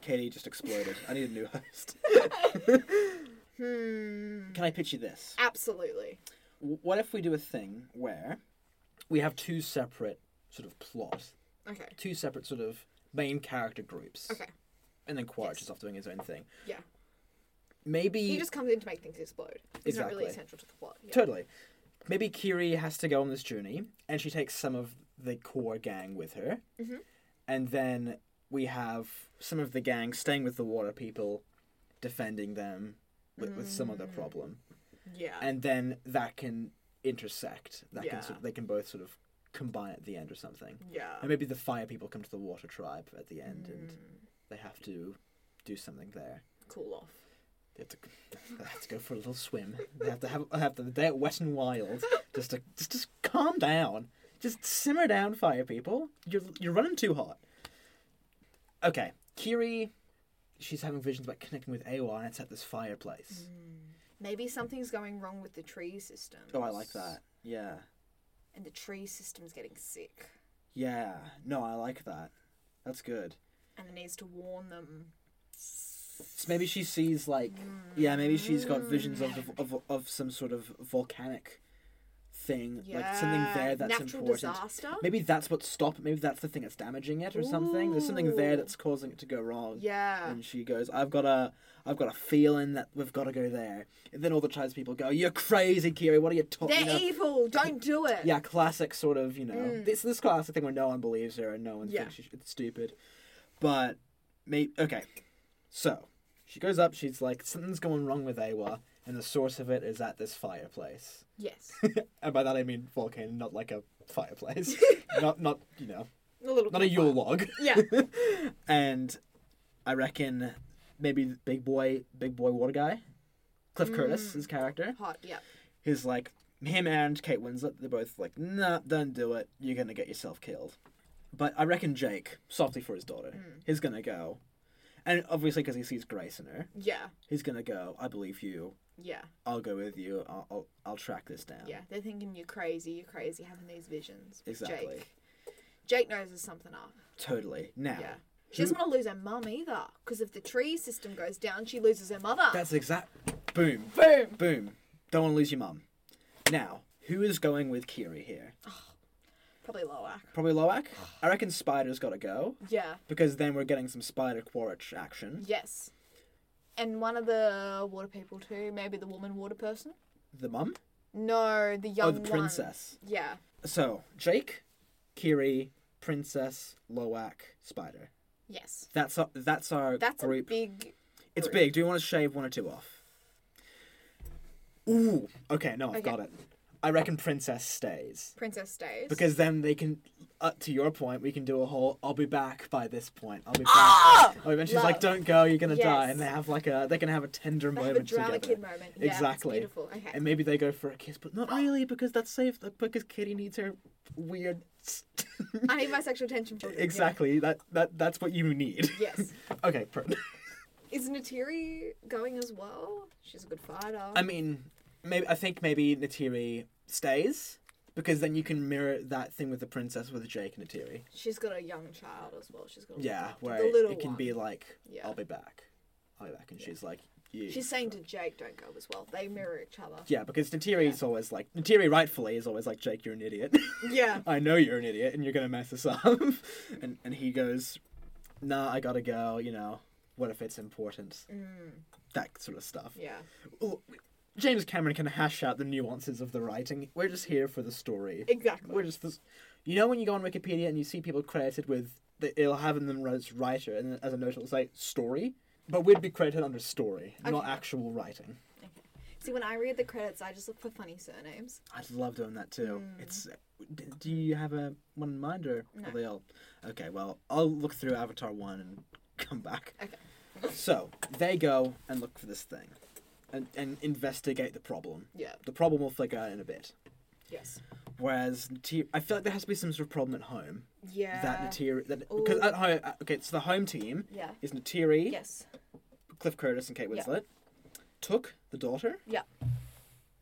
[SPEAKER 3] Katie just exploded. I need a new host.
[SPEAKER 4] Hmm.
[SPEAKER 3] Can I pitch you this?
[SPEAKER 4] Absolutely.
[SPEAKER 3] w- what if we do a thing where we have two separate sort of plots,
[SPEAKER 4] Okay.
[SPEAKER 3] two separate sort of main character groups,
[SPEAKER 4] Okay.
[SPEAKER 3] and then Quaritch is off doing his own thing.
[SPEAKER 4] Yeah.
[SPEAKER 3] Maybe
[SPEAKER 4] He just comes in to make things explode. He's not really
[SPEAKER 3] Exactly.
[SPEAKER 4] essential to the plot. Yeah.
[SPEAKER 3] totally. Maybe Kiri has to go on this journey, and she takes some of the core gang with her,
[SPEAKER 4] Mhm.
[SPEAKER 3] and then we have some of the gang staying with the water people, defending them with, with some other
[SPEAKER 4] Mm.
[SPEAKER 3] problem.
[SPEAKER 4] Yeah.
[SPEAKER 3] and then that can intersect. That
[SPEAKER 4] Yeah.
[SPEAKER 3] can sort of, they can both sort of combine at the end or something.
[SPEAKER 4] yeah.
[SPEAKER 3] And maybe the fire people come to the water tribe at the end, and they have to do something there.
[SPEAKER 4] Cool off.
[SPEAKER 3] They have to, they have to go for a little swim. They have to have have the day at Wet and Wild just to just, just calm down, just simmer down, fire people. You're you're running too hot. Okay, Kiri, she's having visions about connecting with Awa, and it's at this fireplace.
[SPEAKER 4] Maybe something's going wrong with the tree system.
[SPEAKER 3] Oh, I like that. Yeah.
[SPEAKER 4] And the tree system's getting sick,
[SPEAKER 3] Yeah. No, I like that. That's good.
[SPEAKER 4] and it needs to warn them.
[SPEAKER 3] So maybe she sees like yeah, maybe she's
[SPEAKER 4] Mm.
[SPEAKER 3] got visions of the- of of some sort of volcanic thing,
[SPEAKER 4] Yeah.
[SPEAKER 3] like something there that's
[SPEAKER 4] Natural
[SPEAKER 3] important.
[SPEAKER 4] disaster.
[SPEAKER 3] Maybe that's what's stopped. Maybe that's the thing that's damaging it, or something. There's something there
[SPEAKER 4] Ooh.
[SPEAKER 3] that's causing it to go wrong.
[SPEAKER 4] Yeah.
[SPEAKER 3] And she goes, "I've got a, I've got a feeling that we've got to go there." And then all the tribespeople go, "You're crazy, Kiri. What are you talking?"
[SPEAKER 4] They're
[SPEAKER 3] You know,
[SPEAKER 4] evil. Don't do it.
[SPEAKER 3] yeah, classic sort of, you know, this this classic thing where no one believes her and no one
[SPEAKER 4] Yeah.
[SPEAKER 3] thinks she's it's stupid. But maybe okay, so she goes up. She's like, something's going wrong with Awa, and the source of it is at this fireplace.
[SPEAKER 4] Yes.
[SPEAKER 3] and by that I mean volcano, not like a fireplace, not not you know,
[SPEAKER 4] A little.
[SPEAKER 3] not a Yule log.
[SPEAKER 4] Yeah.
[SPEAKER 3] And I reckon maybe the big boy, big boy water guy, Cliff Curtis, his character,
[SPEAKER 4] Hot. Yeah.
[SPEAKER 3] He's like him and Kate Winslet. They're both like, nah, don't do it. You're gonna get yourself killed. But I reckon Jake, softly for his daughter,
[SPEAKER 4] Hmm.
[SPEAKER 3] he's gonna go, and obviously because he sees Grace in her,
[SPEAKER 4] Yeah.
[SPEAKER 3] he's gonna go. I believe you.
[SPEAKER 4] Yeah.
[SPEAKER 3] I'll go with you. I'll I'll, I'll track this down.
[SPEAKER 4] Yeah. They're thinking you're crazy. You're crazy having these visions. But
[SPEAKER 3] Exactly.
[SPEAKER 4] Jake. Jake knows there's something up.
[SPEAKER 3] Totally. Now.
[SPEAKER 4] Yeah. She doesn't want to lose her mum either, because if the tree system goes down, she loses her mother.
[SPEAKER 3] That's exact. Boom.
[SPEAKER 4] Boom.
[SPEAKER 3] Boom. Don't want to lose your mum. Now, who is going with Kiri here?
[SPEAKER 4] Probably Loak.
[SPEAKER 3] Probably Loak. I reckon Spider's got to go
[SPEAKER 4] Yeah.
[SPEAKER 3] because then we're getting some Spider Quaritch action.
[SPEAKER 4] Yes. And one of the water people too, maybe the woman water person.
[SPEAKER 3] The mum.
[SPEAKER 4] No, the young
[SPEAKER 3] Oh, the
[SPEAKER 4] one.
[SPEAKER 3] princess.
[SPEAKER 4] Yeah.
[SPEAKER 3] So Jake, Kiri, Princess, Loak, Spider.
[SPEAKER 4] Yes.
[SPEAKER 3] That's our, that's our
[SPEAKER 4] That's
[SPEAKER 3] group.
[SPEAKER 4] a big.
[SPEAKER 3] it's
[SPEAKER 4] group.
[SPEAKER 3] big. Do you want to shave one or two off? Ooh. Okay. No, I've
[SPEAKER 4] Okay.
[SPEAKER 3] got it. I reckon Princess stays
[SPEAKER 4] Princess stays.
[SPEAKER 3] because then they can. Uh, to your point, we can do a whole. I'll be back by this point. I'll be back. Oh, and she's like,
[SPEAKER 4] Ah! Love.
[SPEAKER 3] "Don't go. You're gonna die."
[SPEAKER 4] Yes.
[SPEAKER 3] And they have like a. They can have a tender
[SPEAKER 4] They have
[SPEAKER 3] moment
[SPEAKER 4] a drama
[SPEAKER 3] together.
[SPEAKER 4] kid moment. Yeah, it's
[SPEAKER 3] Exactly.
[SPEAKER 4] beautiful. Okay.
[SPEAKER 3] And maybe they go for a kiss, but not really because that's safe. Like, because Kitty needs her weird.
[SPEAKER 4] I need my sexual tension. Children. yeah.
[SPEAKER 3] exactly. That that that's what you need.
[SPEAKER 4] Yes.
[SPEAKER 3] okay. Per-
[SPEAKER 4] Is Natiri going as well? She's a good fighter.
[SPEAKER 3] I mean, maybe I think maybe Natiri stays because then you can mirror that thing with the princess with Jake and Natiri.
[SPEAKER 4] She's got a young child as well. She's got a
[SPEAKER 3] Yeah,
[SPEAKER 4] little,
[SPEAKER 3] where
[SPEAKER 4] the
[SPEAKER 3] it,
[SPEAKER 4] little
[SPEAKER 3] it can
[SPEAKER 4] one.
[SPEAKER 3] be like,
[SPEAKER 4] Yeah.
[SPEAKER 3] "I'll be back, I'll be back," and she's like, "You."
[SPEAKER 4] She's saying to Jake, "Don't go as well." They mirror each other.
[SPEAKER 3] Yeah, because Natiri's always like Natiri rightfully is always like Jake, you're an idiot.
[SPEAKER 4] Yeah.
[SPEAKER 3] I know you're an idiot and you're gonna mess this up. and and he goes, Nah, I gotta go. You know, what if it's important? That sort of stuff.
[SPEAKER 4] Mm. Yeah.
[SPEAKER 3] Ooh, James Cameron can hash out the nuances of the writing. We're just here for the story.
[SPEAKER 4] Exactly.
[SPEAKER 3] We're just this. You know when you go on Wikipedia and you see people credited with the, it'll have in them as writer and as a note it'll say story, but we'd be credited under story, not
[SPEAKER 4] Okay.
[SPEAKER 3] actual writing.
[SPEAKER 4] See, when I read the credits, I just look for funny surnames.
[SPEAKER 3] I love doing that too. It's. d- Do you have a one in mind, or
[SPEAKER 4] Hmm. No.
[SPEAKER 3] are they all? Okay, well, I'll look through Avatar one and come back.
[SPEAKER 4] Okay.
[SPEAKER 3] So they go and look for this thing, and and investigate the problem.
[SPEAKER 4] Yeah.
[SPEAKER 3] The problem will figure out in a bit.
[SPEAKER 4] Yes.
[SPEAKER 3] Whereas Nati- I feel like there has to be some sort of problem at home
[SPEAKER 4] Yeah.
[SPEAKER 3] that Natiri that because
[SPEAKER 4] Ooh.
[SPEAKER 3] at home uh, okay, so the home team
[SPEAKER 4] Yeah.
[SPEAKER 3] is Natiri,
[SPEAKER 4] Yes.
[SPEAKER 3] Cliff Curtis, and Kate
[SPEAKER 4] Yeah.
[SPEAKER 3] Winslet. Took the daughter.
[SPEAKER 4] Yeah.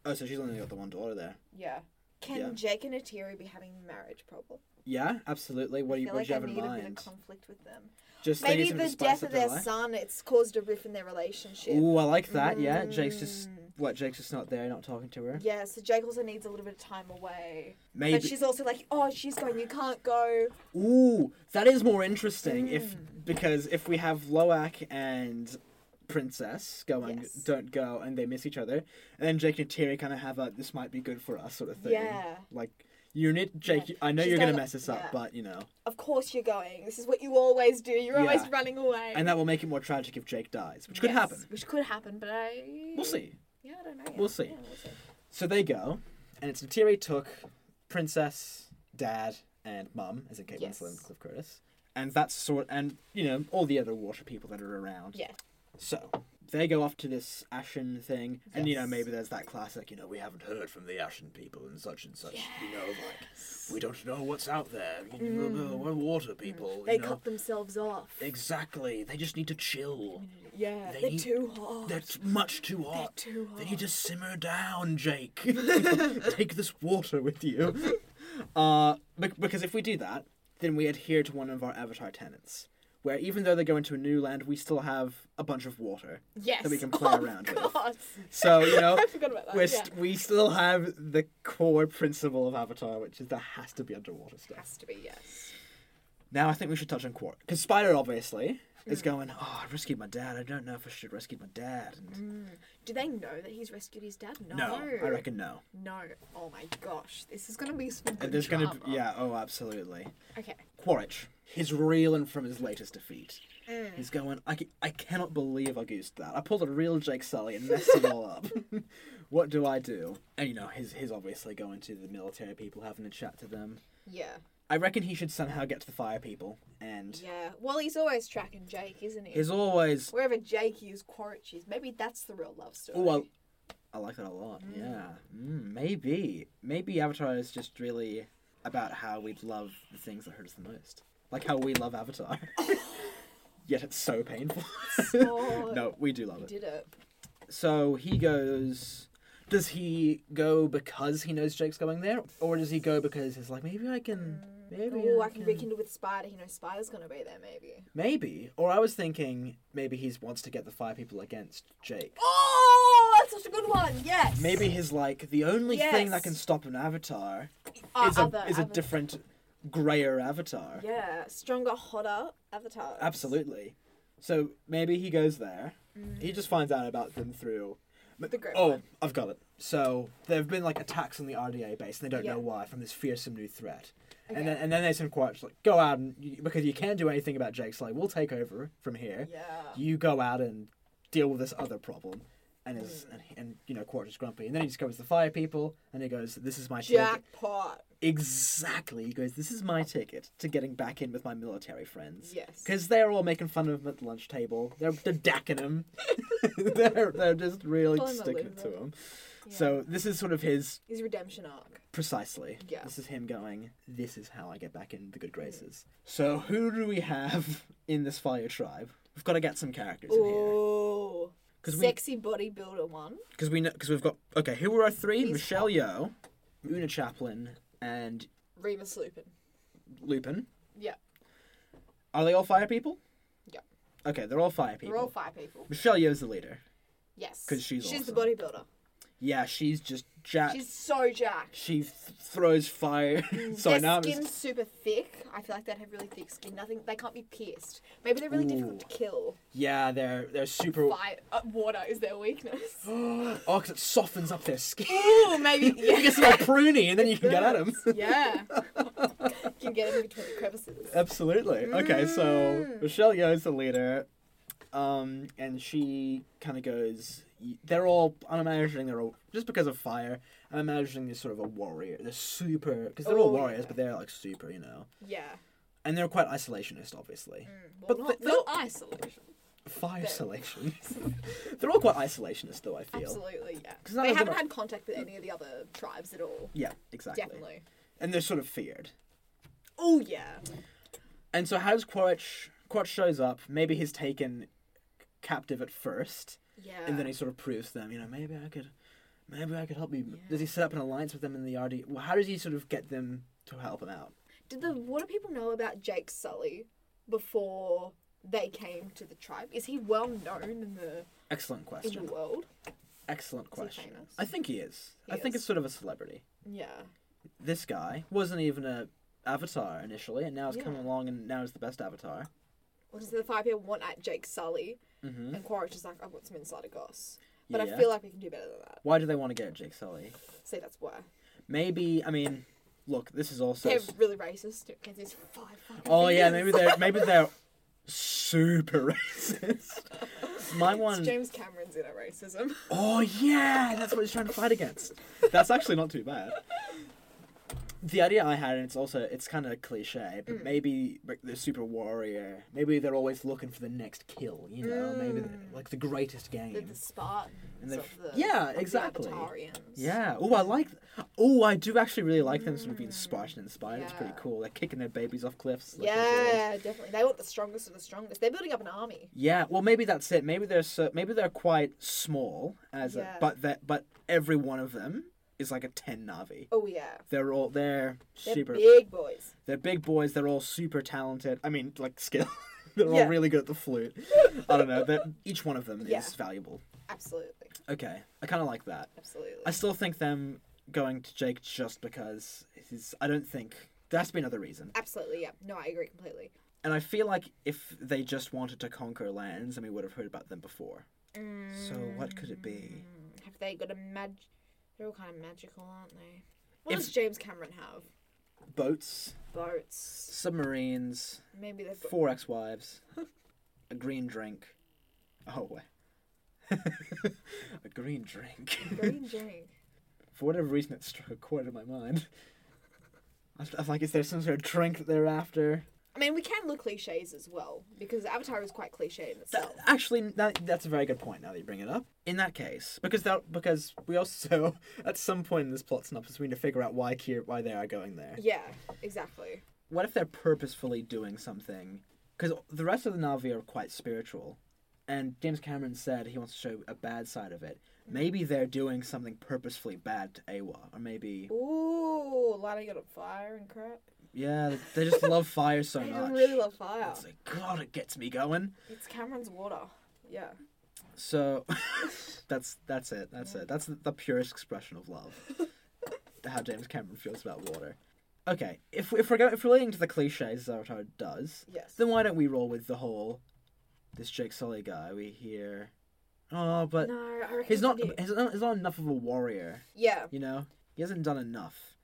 [SPEAKER 3] Oh, so she's only got the one daughter there.
[SPEAKER 4] Yeah. Can
[SPEAKER 3] Yeah.
[SPEAKER 4] Jake and Atiri be having marriage problems?
[SPEAKER 3] Yeah, absolutely. What do
[SPEAKER 4] I
[SPEAKER 3] you,
[SPEAKER 4] feel
[SPEAKER 3] what
[SPEAKER 4] like
[SPEAKER 3] do you
[SPEAKER 4] I
[SPEAKER 3] have in
[SPEAKER 4] need a bit of
[SPEAKER 3] mind?
[SPEAKER 4] conflict with them.
[SPEAKER 3] Just they need
[SPEAKER 4] Maybe
[SPEAKER 3] something to
[SPEAKER 4] the
[SPEAKER 3] spice
[SPEAKER 4] death of
[SPEAKER 3] up their
[SPEAKER 4] their
[SPEAKER 3] life.
[SPEAKER 4] son, it's caused a rift in their relationship.
[SPEAKER 3] Ooh, I like that. Yeah, Jake's just what? Jake's just not there, not talking to her.
[SPEAKER 4] Mm. Yeah, so Jake also needs a little bit of time away.
[SPEAKER 3] Maybe.
[SPEAKER 4] But she's also like, oh, she's going, you can't go.
[SPEAKER 3] Ooh, that is more interesting. If
[SPEAKER 4] Mm.
[SPEAKER 3] because if we have Loak and Princess going,
[SPEAKER 4] Yes.
[SPEAKER 3] don't go, and they miss each other, and then Jake and Terry kind of have a this might be good for us sort of thing.
[SPEAKER 4] Yeah.
[SPEAKER 3] Like you need Jake.
[SPEAKER 4] Yeah.
[SPEAKER 3] I know
[SPEAKER 4] She's
[SPEAKER 3] you're gonna
[SPEAKER 4] going,
[SPEAKER 3] mess this up,
[SPEAKER 4] yeah.
[SPEAKER 3] but you know,
[SPEAKER 4] Of course you're going. This is what you always do. You're always
[SPEAKER 3] Yeah.
[SPEAKER 4] running away.
[SPEAKER 3] and that will make it more tragic if Jake dies, which could
[SPEAKER 4] Yes,
[SPEAKER 3] happen.
[SPEAKER 4] Which could happen, but I.
[SPEAKER 3] We'll see.
[SPEAKER 4] Yeah, I don't know. yet.
[SPEAKER 3] We'll see.
[SPEAKER 4] Yeah, we'll see.
[SPEAKER 3] So they go, and it's Natiri took Princess, Dad, and Mum, as in Kate
[SPEAKER 4] Yes.
[SPEAKER 3] Winslet and Cliff Curtis, and that sort, and you know all the other water people that are around.
[SPEAKER 4] Yeah.
[SPEAKER 3] So they go off to this ashen thing, and you know maybe there's that classic, you know, we haven't heard from the ashen people and such and such. You know, like we don't know what's out there. You know, We're water people.
[SPEAKER 4] Mm. They
[SPEAKER 3] you know,
[SPEAKER 4] cut themselves off.
[SPEAKER 3] exactly. They just need to chill.
[SPEAKER 4] yeah,
[SPEAKER 3] they
[SPEAKER 4] they are
[SPEAKER 3] need-
[SPEAKER 4] too hot.
[SPEAKER 3] They're t- much too hot.
[SPEAKER 4] too
[SPEAKER 3] They need to simmer down, Jake. Take this water with you. Uh, bec- because if we do that, then we adhere to one of our avatar tenets, where even though they go into a new land, we still have a bunch of water
[SPEAKER 4] yes. Oh,
[SPEAKER 3] that we can play
[SPEAKER 4] of
[SPEAKER 3] around with.
[SPEAKER 4] course.
[SPEAKER 3] So you know,
[SPEAKER 4] I forgot about that.
[SPEAKER 3] we're
[SPEAKER 4] yeah.
[SPEAKER 3] st- we still have the core principle of Avatar, which is there has to be underwater stuff.
[SPEAKER 4] Has to be yes.
[SPEAKER 3] Now I think we should touch on Quark. Because Spider obviously is
[SPEAKER 4] Mm.
[SPEAKER 3] going, oh, I rescued my dad. I don't know if I should rescue my dad. And
[SPEAKER 4] Do they know that he's rescued his dad? No.
[SPEAKER 3] no, I reckon no.
[SPEAKER 4] No. Oh my gosh, this is gonna be some good
[SPEAKER 3] And there's going to
[SPEAKER 4] drama.
[SPEAKER 3] be, yeah, oh, absolutely.
[SPEAKER 4] Okay.
[SPEAKER 3] Quaritch, he's reeling from his latest defeat. He's going, I, ca- I cannot believe I goosed that. I pulled a real Jake Sully and messed it all up. what do I do? And you know, he's, he's obviously going to the military people, having a chat to them.
[SPEAKER 4] Yeah.
[SPEAKER 3] I reckon he should somehow get to the fire people, and
[SPEAKER 4] Yeah. Well, he's always tracking Jake, isn't he?
[SPEAKER 3] he's always.
[SPEAKER 4] Wherever Jake is, Quaritch is. Maybe that's the real love story.
[SPEAKER 3] Oh, I, I like that a lot. Yeah, mm, maybe, maybe Avatar is just really about how we love the things that hurt us the most, like how we love Avatar. Yet it's so painful.
[SPEAKER 4] So-
[SPEAKER 3] no, we do love
[SPEAKER 4] He
[SPEAKER 3] it.
[SPEAKER 4] did it.
[SPEAKER 3] So he goes. Does he go because he knows Jake's going there, or does he go because he's like, maybe I can, maybe
[SPEAKER 4] Oh, I can rekindle with Spider. You know, Spider's gonna be there maybe.
[SPEAKER 3] Maybe. Or I was thinking maybe he wants to get the five people against Jake.
[SPEAKER 4] Oh, that's such a good one. Yes.
[SPEAKER 3] Maybe he's like, the only thing that
[SPEAKER 4] Yes.
[SPEAKER 3] can stop an avatar
[SPEAKER 4] Uh,
[SPEAKER 3] is, a,
[SPEAKER 4] other-
[SPEAKER 3] is a
[SPEAKER 4] other-
[SPEAKER 3] different, grayer avatar.
[SPEAKER 4] Yeah, stronger, hotter avatar.
[SPEAKER 3] Absolutely. So maybe he goes there. He just finds out about them through.
[SPEAKER 4] The Great
[SPEAKER 3] oh,
[SPEAKER 4] One.
[SPEAKER 3] I've got it. So there have been like attacks on the RDA base, and they don't
[SPEAKER 4] Yeah.
[SPEAKER 3] know why from this fearsome new threat.
[SPEAKER 4] Okay.
[SPEAKER 3] And then and then they send Quaritch like, go out and you, because you can't do anything about Jake's like, we'll take over from here.
[SPEAKER 4] Yeah.
[SPEAKER 3] you go out and deal with this other problem. And is
[SPEAKER 4] Mm.
[SPEAKER 3] and, and you know Quaritch is grumpy, and then he just goes to the fire people, and he goes, "This is my ticket."
[SPEAKER 4] Jackpot.
[SPEAKER 3] Exactly, he goes, "This is my ticket to getting back in with my military friends."
[SPEAKER 4] Yes.
[SPEAKER 3] because they're all making fun of him at the lunch table. They're, they're decking him. they're they're just really
[SPEAKER 4] Pulling the
[SPEAKER 3] sticking
[SPEAKER 4] lid
[SPEAKER 3] it to
[SPEAKER 4] up.
[SPEAKER 3] him. So this is sort of his
[SPEAKER 4] His redemption arc.
[SPEAKER 3] precisely.
[SPEAKER 4] Yeah.
[SPEAKER 3] This is him going. This is how I get back in the good graces. So who do we have in this fire tribe? We've got to get some characters in here.
[SPEAKER 4] Oh.
[SPEAKER 3] 'Cause we-
[SPEAKER 4] Sexy bodybuilder one.
[SPEAKER 3] Because we know, because we've got okay. Who were our three?
[SPEAKER 4] He's
[SPEAKER 3] Michelle Yeoh, Una Chaplin, and
[SPEAKER 4] Remus Lupin.
[SPEAKER 3] Lupin.
[SPEAKER 4] Yeah.
[SPEAKER 3] Are they all fire people?
[SPEAKER 4] Yeah.
[SPEAKER 3] Okay, they're all fire people.
[SPEAKER 4] We're all five people.
[SPEAKER 3] Michelle Yeoh's the leader.
[SPEAKER 4] Yes.
[SPEAKER 3] 'Cause she's
[SPEAKER 4] She's the
[SPEAKER 3] awesome.
[SPEAKER 4] bodybuilder.
[SPEAKER 3] Yeah, she's just jacked.
[SPEAKER 4] She's so jacked.
[SPEAKER 3] She th- throws fire. Sorry, now
[SPEAKER 4] Their
[SPEAKER 3] I'm just-
[SPEAKER 4] skin's super thick. I feel like they'd have really thick skin. Nothing. They can't be pierced. Maybe they're really difficult to
[SPEAKER 3] Ooh.
[SPEAKER 4] kill.
[SPEAKER 3] yeah, they're they're super.
[SPEAKER 4] Fire, uh, water is their weakness.
[SPEAKER 3] Oh, because it softens up their skin.
[SPEAKER 4] Ooh, maybe.
[SPEAKER 3] you
[SPEAKER 4] Yeah.
[SPEAKER 3] get some like pruny, and then you can get at them.
[SPEAKER 4] yeah. you can get in between the crevices.
[SPEAKER 3] Uh, Absolutely. Okay, so
[SPEAKER 4] Mm.
[SPEAKER 3] Michelle Yeoh's the leader, um, and she kind of goes. They're all. I'm imagining they're all just because of fire. I'm imagining they're sort of a warrior. They're super because they're all
[SPEAKER 4] Oh, yeah.
[SPEAKER 3] warriors, but they're like super, you know.
[SPEAKER 4] Yeah.
[SPEAKER 3] And they're quite isolationist, obviously.
[SPEAKER 4] Mm. Well,
[SPEAKER 3] But
[SPEAKER 4] not,
[SPEAKER 3] the-
[SPEAKER 4] not isolation.
[SPEAKER 3] Fire isolation. they're all quite isolationist, though. I feel.
[SPEAKER 4] Absolutely, yeah.
[SPEAKER 3] 'Cause none
[SPEAKER 4] They
[SPEAKER 3] of them
[SPEAKER 4] haven't
[SPEAKER 3] are-
[SPEAKER 4] had contact with any of the other tribes at all.
[SPEAKER 3] Yeah, exactly.
[SPEAKER 4] Definitely.
[SPEAKER 3] And they're sort of feared.
[SPEAKER 4] Oh yeah.
[SPEAKER 3] And so, how does Quaritch? Quaritch shows up. Maybe he's taken captive at first.
[SPEAKER 4] Yeah.
[SPEAKER 3] and then he sort of proves to them, you know, maybe I could, maybe I could help you. Does he set up an alliance with them in the RD? Well, how does he sort of get them to help him out?
[SPEAKER 4] Did the water people know about Jake Sully before they came to the tribe? Is he well known in the
[SPEAKER 3] Excellent
[SPEAKER 4] in
[SPEAKER 3] question.
[SPEAKER 4] the world?
[SPEAKER 3] Excellent question.
[SPEAKER 4] famous?
[SPEAKER 3] I think he is.
[SPEAKER 4] He
[SPEAKER 3] I think
[SPEAKER 4] is.
[SPEAKER 3] it's sort of a celebrity.
[SPEAKER 4] Yeah.
[SPEAKER 3] This guy wasn't even a avatar initially, and now he's coming
[SPEAKER 4] Yeah.
[SPEAKER 3] along, and now he's the best avatar.
[SPEAKER 4] Well, so the five people want at Jake Sully,
[SPEAKER 3] Mm-hmm.
[SPEAKER 4] and Quaritch is like, I want some insider goss. But
[SPEAKER 3] Yeah.
[SPEAKER 4] I feel like we can do better than that.
[SPEAKER 3] Why do they want to get Jake Sully?
[SPEAKER 4] See, that's why
[SPEAKER 3] Maybe I mean, look, this is also.
[SPEAKER 4] they're
[SPEAKER 3] s-
[SPEAKER 4] really racist. Because there's five. fucking
[SPEAKER 3] Oh yeah, maybe
[SPEAKER 4] fingers.
[SPEAKER 3] they're maybe they're super racist. My
[SPEAKER 4] It's
[SPEAKER 3] one.
[SPEAKER 4] James Cameron's inner racism.
[SPEAKER 3] Oh yeah, that's what he's trying to fight against. That's actually not too bad. the idea I had, and it's also it's kind of cliche,
[SPEAKER 4] Mm.
[SPEAKER 3] but maybe like the super warrior, maybe they're always looking for the next kill. You know, maybe the, like the greatest game.
[SPEAKER 4] The, Mm. the Spartans
[SPEAKER 3] And they've-
[SPEAKER 4] of the
[SPEAKER 3] yeah,
[SPEAKER 4] of the
[SPEAKER 3] exactly.
[SPEAKER 4] Avatarians.
[SPEAKER 3] yeah. Oh, I like. Oh, I do actually really like them sort of being Spartan inspired. It's pretty
[SPEAKER 4] yeah.
[SPEAKER 3] cool. They're kicking their babies off cliffs. like they did.
[SPEAKER 4] Yeah, definitely. They want the strongest of the strongest. They're building up an army.
[SPEAKER 3] Yeah, well, maybe that's it. Maybe they're so, maybe they're quite small as,
[SPEAKER 4] Yeah.
[SPEAKER 3] a, but that but every one of them is like a ten navi.
[SPEAKER 4] Oh yeah,
[SPEAKER 3] They're all they're,
[SPEAKER 4] they're
[SPEAKER 3] super.
[SPEAKER 4] big boys.
[SPEAKER 3] They're big boys. They're all super talented. I mean, like skill. they're
[SPEAKER 4] Yeah.
[SPEAKER 3] all really good at the flute. I don't know. That each one of them
[SPEAKER 4] Yeah.
[SPEAKER 3] is valuable.
[SPEAKER 4] Absolutely,
[SPEAKER 3] Okay, I kind of like that.
[SPEAKER 4] absolutely.
[SPEAKER 3] I still think them going to Jake just because his. I don't think there has to be another reason.
[SPEAKER 4] Absolutely, yeah. No, I agree completely.
[SPEAKER 3] And I feel like if they just wanted to conquer lands, then we would have heard about them before. So what could it be?
[SPEAKER 4] Mm, Have they got a mag? They're all kind of magical, aren't they? What
[SPEAKER 3] If-
[SPEAKER 4] does James Cameron have?
[SPEAKER 3] Boats,
[SPEAKER 4] Boats.
[SPEAKER 3] submarines,
[SPEAKER 4] Maybe they've got.
[SPEAKER 3] four ex-wives, a green drink. Oh wait, a green drink.
[SPEAKER 4] Green Jane.
[SPEAKER 3] For whatever reason, it struck a chord in my mind. I was- I was like, is there some sort of drink that they're after?
[SPEAKER 4] I mean, we can look cliches as well because Avatar is quite cliche in
[SPEAKER 3] That,
[SPEAKER 4] itself.
[SPEAKER 3] actually, that, that's a very good point. Now that you bring it up, in that case, because that because we also at some point in this plot synopsis we need to figure out why Kier, why they are going there.
[SPEAKER 4] yeah, exactly.
[SPEAKER 3] What if they're purposefully doing something? Because the rest of the Navi are quite spiritual, and James Cameron said he wants to show a bad side of it. Maybe they're doing something purposefully bad to Awa, or maybe
[SPEAKER 4] Ooh, lighting it on fire and crap.
[SPEAKER 3] yeah, they just love fire so
[SPEAKER 4] I
[SPEAKER 3] much.
[SPEAKER 4] really love fire.
[SPEAKER 3] It's like God, it gets me going.
[SPEAKER 4] It's Cameron's water. Yeah.
[SPEAKER 3] So that's that's it. That's it. That's the, the purest expression of love. how James Cameron feels about water. Okay, if if we're go, if relating to the cliches Avatar does,
[SPEAKER 4] Yes.
[SPEAKER 3] then why don't we roll with the whole this Jake Sully guy we hear? Oh, but
[SPEAKER 4] no, I reckon
[SPEAKER 3] he's
[SPEAKER 4] we
[SPEAKER 3] not
[SPEAKER 4] could do-
[SPEAKER 3] he's not he's not enough of a warrior.
[SPEAKER 4] Yeah,
[SPEAKER 3] You know, he hasn't done enough.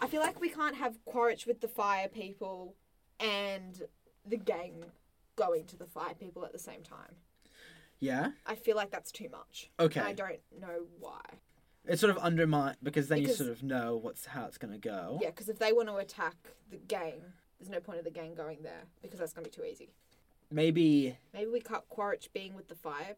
[SPEAKER 4] I feel like we can't have Quaritch with the fire people and the gang going to the fire people at the same time.
[SPEAKER 3] Yeah,
[SPEAKER 4] I feel like that's too much.
[SPEAKER 3] Okay.
[SPEAKER 4] And I don't know why.
[SPEAKER 3] it's sort of undermined because then
[SPEAKER 4] Because-
[SPEAKER 3] you sort of know what's how it's gonna go.
[SPEAKER 4] Yeah, because if they want to attack the gang, there's no point of the gang going there because that's gonna be too easy.
[SPEAKER 3] Maybe
[SPEAKER 4] Maybe we cut Quaritch being with the fire.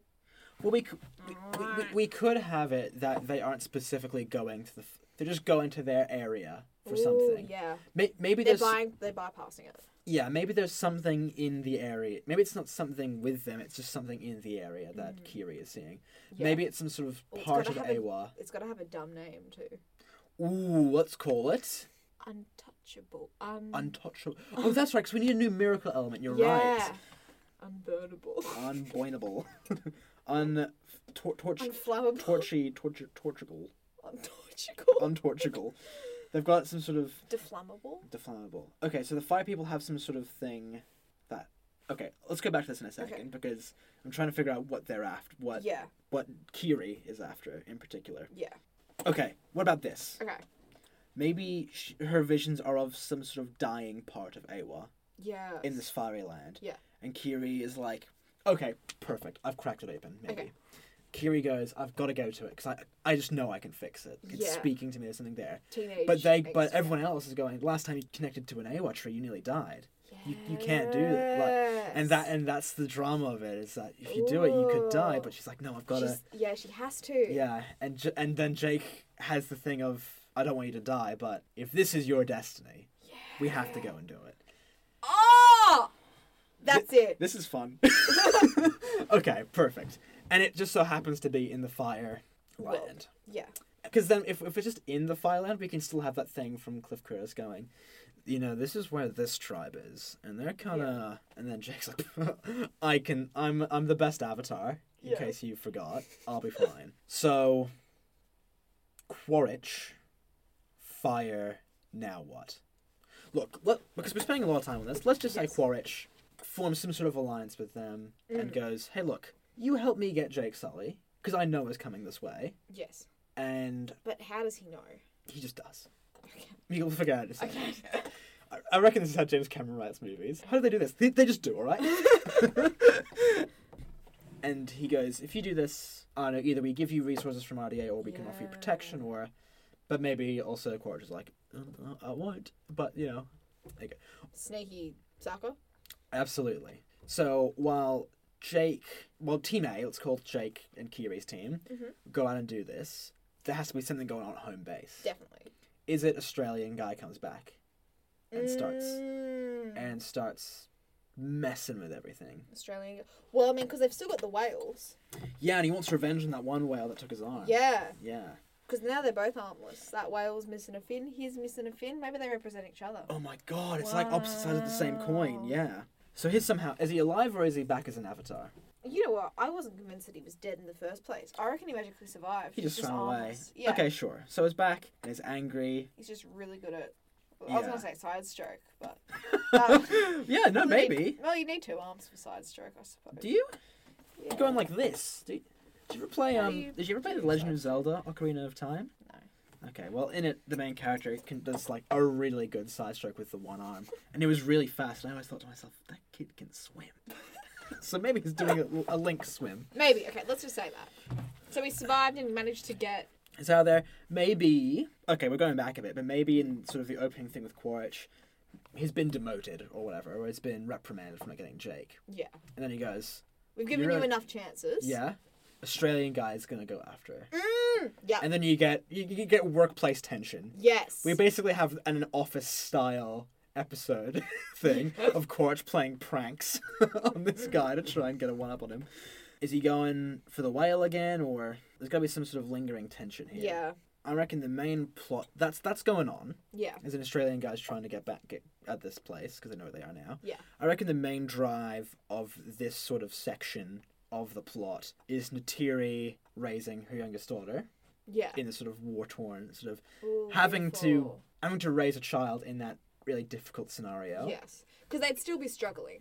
[SPEAKER 3] Well, we, c-
[SPEAKER 4] Oh,
[SPEAKER 3] we, we, we, we could have it that they aren't specifically going to the. F- they're just going to their area for
[SPEAKER 4] Ooh,
[SPEAKER 3] something.
[SPEAKER 4] Yeah.
[SPEAKER 3] May- maybe
[SPEAKER 4] They're
[SPEAKER 3] there's
[SPEAKER 4] buying. They're bypassing it.
[SPEAKER 3] yeah. Maybe there's something in the area. Maybe it's not something with them. It's just something in the area that Kiri is seeing.
[SPEAKER 4] Mm. Yeah.
[SPEAKER 3] Maybe it's some sort of
[SPEAKER 4] Well, it's
[SPEAKER 3] part of
[SPEAKER 4] gotta have a-
[SPEAKER 3] Awa.
[SPEAKER 4] It's gotta have a dumb name too.
[SPEAKER 3] Ooh, let's call it
[SPEAKER 4] Untouchable. Un-
[SPEAKER 3] untouchable. Oh, that's right. Because we need a new miracle element. You're right.
[SPEAKER 4] Unburnable.
[SPEAKER 3] Unboinable. Un tor- torch
[SPEAKER 4] Unflammable.
[SPEAKER 3] torchy torture torchical
[SPEAKER 4] Untorchical.
[SPEAKER 3] untorchical. They've got some sort of
[SPEAKER 4] Deflammable.
[SPEAKER 3] Deflammable. Okay, so the fire people have some sort of thing that. Okay, let's go back to this in a second because I'm trying to figure out what they're after. What
[SPEAKER 4] Yeah.
[SPEAKER 3] what Kiri is after in particular.
[SPEAKER 4] Yeah.
[SPEAKER 3] Okay, what about this?
[SPEAKER 4] Okay.
[SPEAKER 3] Maybe sh- her visions are of some sort of dying part of Awa
[SPEAKER 4] Yeah.
[SPEAKER 3] in this fiery land.
[SPEAKER 4] Yeah.
[SPEAKER 3] And Kiri is like, okay, perfect. I've cracked it open. Maybe.
[SPEAKER 4] Okay.
[SPEAKER 3] Kiri goes, I've got to go to it because I I just know I can fix it. It's
[SPEAKER 4] Yeah.
[SPEAKER 3] speaking to me. There's something there.
[SPEAKER 4] Teenage.
[SPEAKER 3] But they,
[SPEAKER 4] angst.
[SPEAKER 3] but everyone else is going. Last time you connected to an Awa tree, you nearly died. You, you can't do that. Like, and that
[SPEAKER 4] Yes.
[SPEAKER 3] and that's the drama of it is that if you do it, you could die. But
[SPEAKER 4] Ooh.
[SPEAKER 3] she's like, no, I've gotta.
[SPEAKER 4] She's- yeah, she has to.
[SPEAKER 3] Yeah, and J- and then Jake has the thing of I don't want you to die, but if this is your destiny, we have to go and do it.
[SPEAKER 4] Oh, that's it.
[SPEAKER 3] This is fun. okay, perfect. And it just so happens to be in the fire
[SPEAKER 4] Well,
[SPEAKER 3] land.
[SPEAKER 4] Yeah.
[SPEAKER 3] Because then, if, if it's just in the Fireland, we can still have that thing from Cliff Curtis going, you know, this is where this tribe is, and they're kind of. And then Jake's like, I can, I'm, I'm the best avatar. In
[SPEAKER 4] Yeah.
[SPEAKER 3] case you forgot, I'll be fine. so, Quaritch, fire. Now what? Look, let, because we're spending a lot of time on this, let's just
[SPEAKER 4] Yes. Mm.
[SPEAKER 3] say Quaritch forms some sort of alliance with them and goes, hey, look, you help me get Jake Sully because I know it's coming this way.
[SPEAKER 4] Yes.
[SPEAKER 3] And
[SPEAKER 4] But how does he know?
[SPEAKER 3] he just does. You'll figure out. in a second. I- I reckon this is how James Cameron writes movies. How do they do this? They, they just do, all right? and he goes, if you do this, I don't know, either we give you resources from RDA or we can offer you protection or But maybe also Quaritch is like, "Uh, I won't. But, you know, okay.
[SPEAKER 4] Snaky Saka.
[SPEAKER 3] Absolutely. So while Jake, well, Team A, let's call Jake and Kiri's team, go out and do this, there has to be something going on at home base.
[SPEAKER 4] Definitely.
[SPEAKER 3] Is it Australian guy comes back and starts
[SPEAKER 4] Mm,
[SPEAKER 3] and starts messing with everything?
[SPEAKER 4] Australian. Well, I mean, because they've still got the whales.
[SPEAKER 3] Yeah, and he wants revenge on that one whale that took his arm.
[SPEAKER 4] Yeah.
[SPEAKER 3] Yeah.
[SPEAKER 4] Because now they're both harmless. That whale's missing a fin. He's missing a fin. Maybe they represent each other.
[SPEAKER 3] Oh my god, it's like opposite sides of the same coin. Yeah. So he's somehow is he alive or is he back as an avatar?
[SPEAKER 4] You know what? I wasn't convinced that he was dead in the first place. I reckon he magically survived.
[SPEAKER 3] He just
[SPEAKER 4] He's
[SPEAKER 3] ran away.
[SPEAKER 4] harmless. Yeah.
[SPEAKER 3] Okay, sure. So he's back and he's angry.
[SPEAKER 4] He's just really good at. well, I was
[SPEAKER 3] Yeah.
[SPEAKER 4] gonna say side stroke, but um,
[SPEAKER 3] yeah, no,
[SPEAKER 4] you
[SPEAKER 3] maybe.
[SPEAKER 4] Need, well, you need two arms for side stroke, I suppose.
[SPEAKER 3] Do you?
[SPEAKER 4] Yeah.
[SPEAKER 3] Going like this. Do you, did you ever play
[SPEAKER 4] How do
[SPEAKER 3] um?
[SPEAKER 4] you
[SPEAKER 3] Did you ever play
[SPEAKER 4] do
[SPEAKER 3] The Legend of
[SPEAKER 4] that?
[SPEAKER 3] Zelda: Ocarina of Time?
[SPEAKER 4] No.
[SPEAKER 3] Okay, well, in it, the main character can, does like a really good side stroke with the one arm, and it was really fast. And I always thought to myself, that kid can swim. so maybe he's doing a, a link swim.
[SPEAKER 4] Maybe. Okay, let's just say that. So he survived and managed to get.
[SPEAKER 3] It's out there. Maybe okay, we're going back a bit, but maybe in sort of the opening thing with Quaritch, he's been demoted or whatever, or he's been reprimanded for not getting Jake,
[SPEAKER 4] Yeah.
[SPEAKER 3] and then he goes,
[SPEAKER 4] We've given
[SPEAKER 3] You're
[SPEAKER 4] you
[SPEAKER 3] right.
[SPEAKER 4] enough chances.
[SPEAKER 3] yeah, Australian guy is gonna go after. her.
[SPEAKER 4] Yeah.
[SPEAKER 3] and then you get you, you get workplace tension.
[SPEAKER 4] yes.
[SPEAKER 3] We basically have an office style episode thing of Quaritch playing pranks on this guy to try and get a one up on him. Is he going for the whale again, or there's got to be some sort of lingering tension here?
[SPEAKER 4] yeah.
[SPEAKER 3] I reckon the main plot that's that's going on
[SPEAKER 4] Yeah.
[SPEAKER 3] is an Australian guy's trying to get back get, at this place because I know where they are now.
[SPEAKER 4] Yeah.
[SPEAKER 3] I reckon the main drive of this sort of section of the plot is Natiri raising her youngest daughter
[SPEAKER 4] Yeah.
[SPEAKER 3] in this sort of war torn sort of
[SPEAKER 4] Ooh,
[SPEAKER 3] having to
[SPEAKER 4] beautiful.
[SPEAKER 3] having to raise a child in that really difficult scenario.
[SPEAKER 4] Yes. Because they'd still be struggling.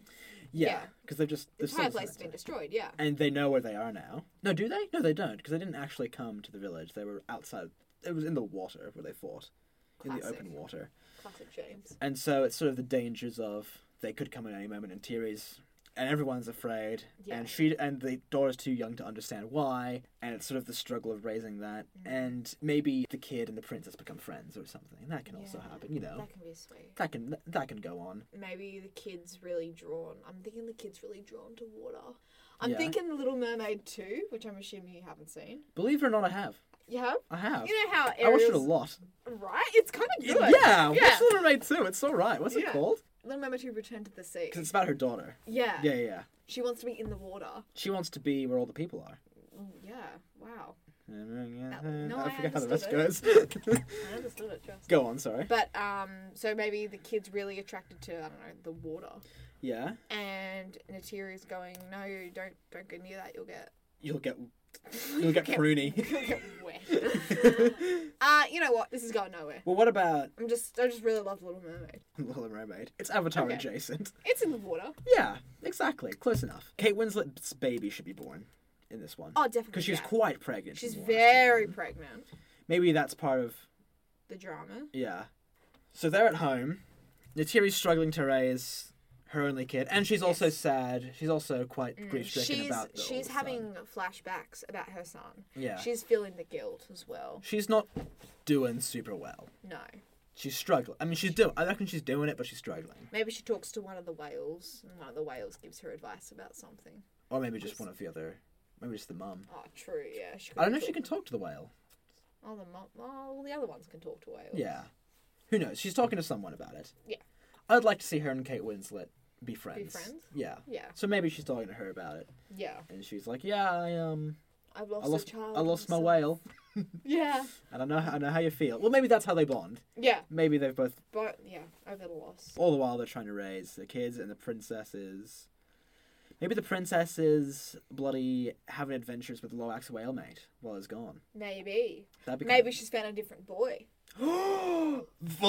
[SPEAKER 3] Yeah,
[SPEAKER 4] yeah.
[SPEAKER 3] because they've just
[SPEAKER 4] The
[SPEAKER 3] they've
[SPEAKER 4] entire
[SPEAKER 3] still-
[SPEAKER 4] place has been destroyed. Yeah.
[SPEAKER 3] and they know where they are now. No, do they? No, they don't, because they didn't actually come to the village. They were outside. It was in the water where they fought, in the
[SPEAKER 4] Classic.
[SPEAKER 3] open water.
[SPEAKER 4] Classic James.
[SPEAKER 3] And so it's sort of the dangers of they could come at any moment in Tiri's and everyone's afraid
[SPEAKER 4] Yeah.
[SPEAKER 3] and she and the daughter's too young to understand why and it's sort of the struggle of raising that and maybe the kid and the princess become friends or something and that can also
[SPEAKER 4] Yeah,
[SPEAKER 3] happen you know
[SPEAKER 4] That can be sweet.
[SPEAKER 3] that can that can go on
[SPEAKER 4] Maybe the kid's really drawn. I'm thinking the kid's really drawn to water. I'm
[SPEAKER 3] Yeah.
[SPEAKER 4] thinking The Little Mermaid 2, which I'm assuming you haven't seen.
[SPEAKER 3] Believe it or not, I have.
[SPEAKER 4] You have?
[SPEAKER 3] I have.
[SPEAKER 4] You know how
[SPEAKER 3] I watched it a
[SPEAKER 4] Ariel's...
[SPEAKER 3] lot.
[SPEAKER 4] Right? It's kind of good.
[SPEAKER 3] Yeah,
[SPEAKER 4] Yeah.
[SPEAKER 3] watch Little Mermaid too. It's all right. What's
[SPEAKER 4] Yeah.
[SPEAKER 3] it called?
[SPEAKER 4] Little Mermaid 2 Return to the Sea.
[SPEAKER 3] Because it's about her daughter.
[SPEAKER 4] Yeah.
[SPEAKER 3] Yeah, yeah, yeah.
[SPEAKER 4] She wants to be in the water.
[SPEAKER 3] She wants to be where all the people are.
[SPEAKER 4] Mm, Yeah. Wow. Oh, no,
[SPEAKER 3] No,
[SPEAKER 4] I
[SPEAKER 3] I forget how the rest
[SPEAKER 4] understood
[SPEAKER 3] goes.
[SPEAKER 4] I understood it just.
[SPEAKER 3] Go on, sorry.
[SPEAKER 4] But um, so maybe the kid's really attracted to I don't know the water,
[SPEAKER 3] Yeah,
[SPEAKER 4] and Natiri's going, no, don't don't go near that. You'll get
[SPEAKER 3] you'll get you'll get pruny.
[SPEAKER 4] you'll get wet. uh, you know what? This is going nowhere.
[SPEAKER 3] well, what about
[SPEAKER 4] I'm just I just really love Little Mermaid.
[SPEAKER 3] Little Mermaid? It's Avatar
[SPEAKER 4] Okay.
[SPEAKER 3] adjacent.
[SPEAKER 4] It's in the water.
[SPEAKER 3] Yeah, exactly. Close enough. Kate Winslet's baby should be born in this one.
[SPEAKER 4] Oh, definitely.
[SPEAKER 3] Because she's
[SPEAKER 4] yeah.
[SPEAKER 3] quite pregnant.
[SPEAKER 4] She's
[SPEAKER 3] in the last
[SPEAKER 4] very
[SPEAKER 3] one.
[SPEAKER 4] pregnant.
[SPEAKER 3] Maybe that's part of
[SPEAKER 4] The drama.
[SPEAKER 3] Yeah. So they're at home. Natiri's struggling to raise her only kid, and she's also
[SPEAKER 4] Yes. Mm.
[SPEAKER 3] sad. She's also quite grief stricken
[SPEAKER 4] She's
[SPEAKER 3] about the
[SPEAKER 4] she's
[SPEAKER 3] old
[SPEAKER 4] having
[SPEAKER 3] son.
[SPEAKER 4] flashbacks about her son.
[SPEAKER 3] Yeah.
[SPEAKER 4] She's feeling the guilt as well.
[SPEAKER 3] She's not doing super well.
[SPEAKER 4] No.
[SPEAKER 3] She's struggling. I mean, she's doing. I reckon she's doing it, but she's struggling.
[SPEAKER 4] Maybe she talks to one of the whales, and one of the whales gives her advice about something.
[SPEAKER 3] Or maybe just one of the other. Maybe just the mum.
[SPEAKER 4] Oh, true. Yeah. She
[SPEAKER 3] I don't know if
[SPEAKER 4] couldn't
[SPEAKER 3] she can talk to the whale.
[SPEAKER 4] Oh, the mom. Oh, the other ones can talk to whales.
[SPEAKER 3] Yeah. Who knows? She's talking to someone about it.
[SPEAKER 4] Yeah.
[SPEAKER 3] I'd like to see her and Kate Winslet be friends.
[SPEAKER 4] friends?
[SPEAKER 3] Yeah.
[SPEAKER 4] Yeah.
[SPEAKER 3] So maybe she's talking to her about it,
[SPEAKER 4] Yeah.
[SPEAKER 3] and she's like, "Yeah, I um,
[SPEAKER 4] I've lost,
[SPEAKER 3] I lost,
[SPEAKER 4] a child.
[SPEAKER 3] I lost my
[SPEAKER 4] myself.
[SPEAKER 3] whale."
[SPEAKER 4] Yeah.
[SPEAKER 3] I don't know. I know how you feel. Well, maybe that's how they bond.
[SPEAKER 4] Yeah.
[SPEAKER 3] Maybe they've both.
[SPEAKER 4] But, yeah, I've had a loss.
[SPEAKER 3] All the while, they're trying to raise the kids and the princesses. Maybe the princesses bloody having adventures with Loax whale mate while he's gone.
[SPEAKER 4] Maybe.
[SPEAKER 3] That'd be
[SPEAKER 4] Maybe she's found a different boy.
[SPEAKER 3] well,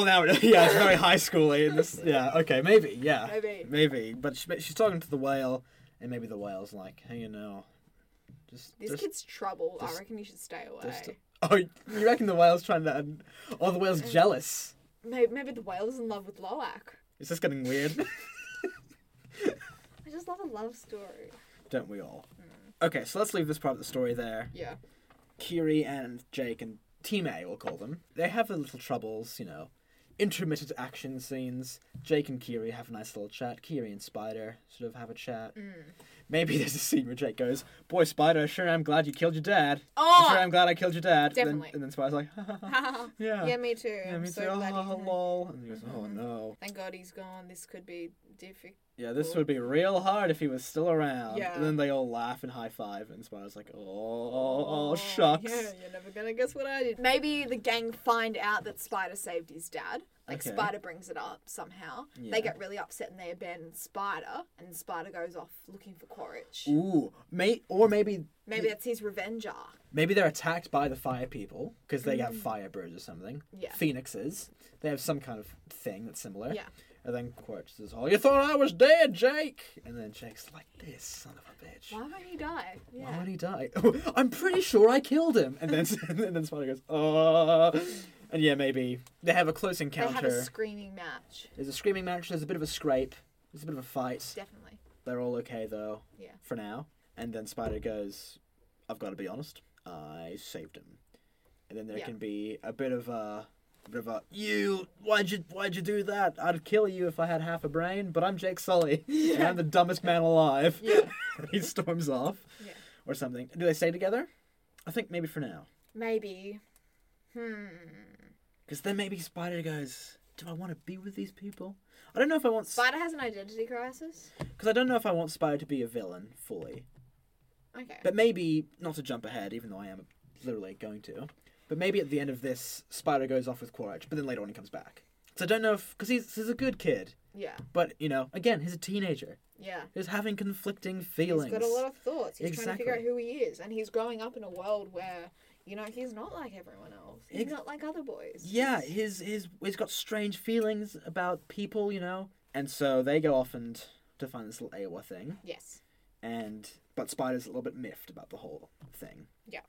[SPEAKER 3] now it- yeah, it's very high schooly in this. Yeah, okay, maybe, yeah,
[SPEAKER 4] Maybe.
[SPEAKER 3] maybe. But she, she's talking to the whale, and maybe the whale's like, "Hey, you know, just
[SPEAKER 4] This
[SPEAKER 3] just,
[SPEAKER 4] kid's trouble. I
[SPEAKER 3] there's-
[SPEAKER 4] reckon you should stay away.
[SPEAKER 3] just." Oh, you reckon the whale's trying to? Oh, the
[SPEAKER 4] Mm.
[SPEAKER 3] whale's jealous.
[SPEAKER 4] Maybe, maybe the whale's in love with Loak.
[SPEAKER 3] Is this getting weird?
[SPEAKER 4] I just love a love story.
[SPEAKER 3] Don't
[SPEAKER 4] Mm.
[SPEAKER 3] we all? Okay, so let's leave this part of the story there.
[SPEAKER 4] Yeah.
[SPEAKER 3] Kiri and Jake and Team A, we'll call them. They have their little troubles, you know, intermittent action scenes. Jake and Kiri have a nice little chat. Kiri and Spider sort of have a chat.
[SPEAKER 4] Mm.
[SPEAKER 3] Maybe there's a scene where Jake goes, "Boy, Spider, sure am glad you killed your dad.
[SPEAKER 4] Oh!
[SPEAKER 3] sure I'm glad I killed your dad." And then-
[SPEAKER 4] Definitely.
[SPEAKER 3] And then, Spider's like, "Ha, ha, ha. "Yeah,
[SPEAKER 4] yeah, me too.
[SPEAKER 3] yeah,
[SPEAKER 4] I'm
[SPEAKER 3] me
[SPEAKER 4] so
[SPEAKER 3] too.
[SPEAKER 4] glad Mm-hmm.
[SPEAKER 3] Ha,
[SPEAKER 4] he's
[SPEAKER 3] ha,
[SPEAKER 4] in it.
[SPEAKER 3] lol." And he goes, "Oh no."
[SPEAKER 4] Thank God he's gone. This could be difficult.
[SPEAKER 3] Yeah, this would be real hard if he was still around.
[SPEAKER 4] Yeah.
[SPEAKER 3] And then they all laugh and high five, and Spider's like, "Oh, oh, oh,
[SPEAKER 4] Yeah,
[SPEAKER 3] shucks."
[SPEAKER 4] you're never gonna guess what I did. Maybe the gang find out that Spider saved his dad. Like
[SPEAKER 3] Okay.
[SPEAKER 4] Spider brings it up somehow.
[SPEAKER 3] Yeah.
[SPEAKER 4] They get really upset and they abandon Spider, and Spider goes off looking for Quaritch.
[SPEAKER 3] Ooh, may or maybe
[SPEAKER 4] Maybe that's his revenge arc.
[SPEAKER 3] Maybe they're attacked by the fire people because they have firebirds or something.
[SPEAKER 4] Mm. Yeah.
[SPEAKER 3] Phoenixes. They have some kind of thing that's similar.
[SPEAKER 4] Yeah.
[SPEAKER 3] And then Quaritch says, "Oh, you thought I was dead, Jake?" And then Jake's like, "This son of a bitch.
[SPEAKER 4] Why won't he die? Yeah.
[SPEAKER 3] Why would he die? Oh, I'm pretty sure I killed him." And then and then Spider goes, "Uh." And yeah, maybe they have a close
[SPEAKER 4] they
[SPEAKER 3] encounter.
[SPEAKER 4] have a screaming match.
[SPEAKER 3] there's a screaming match. There's a bit of a scrape. There's a bit of a fight.
[SPEAKER 4] Definitely.
[SPEAKER 3] They're all okay though
[SPEAKER 4] Yeah.
[SPEAKER 3] for now. And then Spider goes, I've got to be honest, I saved him. And then there
[SPEAKER 4] Yeah.
[SPEAKER 3] can be a bit of a, a bit of a, you, why'd you, why'd you do that? I'd kill you if I had half a brain, but I'm Jake Sully, and I'm the dumbest man alive.
[SPEAKER 4] Yeah.
[SPEAKER 3] he storms off,
[SPEAKER 4] Yeah.
[SPEAKER 3] or something. Do they stay together? I think maybe for now,
[SPEAKER 4] Maybe. Hmm.
[SPEAKER 3] because then maybe Spider goes, do I want to be with these people? I don't know if I want,
[SPEAKER 4] Spider has an identity crisis.
[SPEAKER 3] because I don't know if I want Spider to be a villain fully.
[SPEAKER 4] Okay.
[SPEAKER 3] But maybe not to jump ahead, even though I am literally going to. But maybe at the end of this, Spider goes off with Quaritch, but then later on he comes back. So I don't know if because he's he's a good kid,
[SPEAKER 4] yeah.
[SPEAKER 3] but you know, again, he's a teenager.
[SPEAKER 4] Yeah.
[SPEAKER 3] He's having conflicting feelings.
[SPEAKER 4] He's got a lot of thoughts. He's trying to figure out
[SPEAKER 3] Exactly.
[SPEAKER 4] who he is, and he's growing up in a world where you know he's not like everyone else. He's
[SPEAKER 3] Ex-
[SPEAKER 4] not like other boys.
[SPEAKER 3] yeah, his his he's got strange feelings about people, you know. And so they go off and to find this little Awa thing,
[SPEAKER 4] Yes.
[SPEAKER 3] and but Spider's a little bit miffed about the whole thing.
[SPEAKER 4] Yeah.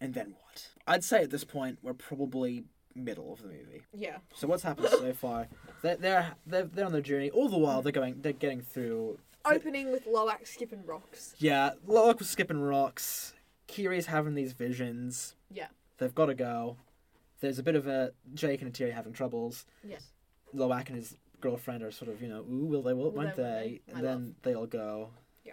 [SPEAKER 3] And then what? I'd say at this point we're probably middle of the movie.
[SPEAKER 4] Yeah.
[SPEAKER 3] So what's happened so far? They're they're they're, they're on their journey. All the while they're going they're getting through.
[SPEAKER 4] Opening with Loak skipping rocks.
[SPEAKER 3] Yeah, Locke was skipping rocks. Kiri's having these visions.
[SPEAKER 4] Yeah.
[SPEAKER 3] They've got to go. There's a bit of a Jake and Atiri having troubles.
[SPEAKER 4] Yes.
[SPEAKER 3] Loak and his girlfriend are sort of you know ooh will they will,
[SPEAKER 4] Will
[SPEAKER 3] won't
[SPEAKER 4] they,
[SPEAKER 3] they?
[SPEAKER 4] won't they?
[SPEAKER 3] And
[SPEAKER 4] My
[SPEAKER 3] then they all go.
[SPEAKER 4] Yeah.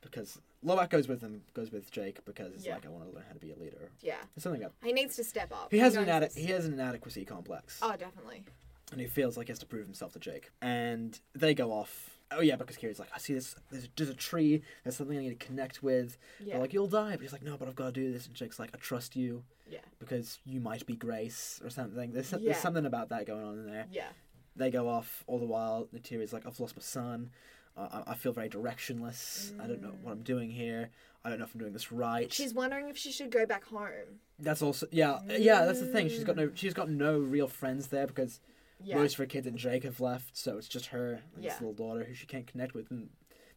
[SPEAKER 3] Because Loak goes with them goes with Jake because it's
[SPEAKER 4] Yeah.
[SPEAKER 3] like I want to learn how to be a leader.
[SPEAKER 4] Yeah.
[SPEAKER 3] It's something that
[SPEAKER 4] He needs to step up.
[SPEAKER 3] he has an
[SPEAKER 4] knows
[SPEAKER 3] inadequ-
[SPEAKER 4] this.
[SPEAKER 3] he has an inadequacy complex.
[SPEAKER 4] Oh, definitely.
[SPEAKER 3] and he feels like he has to prove himself to Jake. And they go off. Oh yeah, because Kiri's like, I see this. There's, there's a tree. There's something I need to connect with.
[SPEAKER 4] Yeah.
[SPEAKER 3] They're like, you'll die. But he's like, no, but I've got to do this. And Jake's like, I trust you
[SPEAKER 4] Yeah.
[SPEAKER 3] because you might be Grace or something. There's, some-
[SPEAKER 4] Yeah.
[SPEAKER 3] there's something about that going on in there.
[SPEAKER 4] Yeah.
[SPEAKER 3] They go off all the while. Natiri's like, I've lost my son. Uh, I, I feel very directionless. I don't know
[SPEAKER 4] Mm.
[SPEAKER 3] what I'm doing here. I don't know if I'm doing this right.
[SPEAKER 4] She's wondering if she should go back home.
[SPEAKER 3] That's also yeah yeah. That's the thing. She's got no she's got no real friends there because
[SPEAKER 4] Yeah.
[SPEAKER 3] most of her kids and Jake have left, so it's just her and
[SPEAKER 4] Yeah.
[SPEAKER 3] this little daughter who she can't connect with in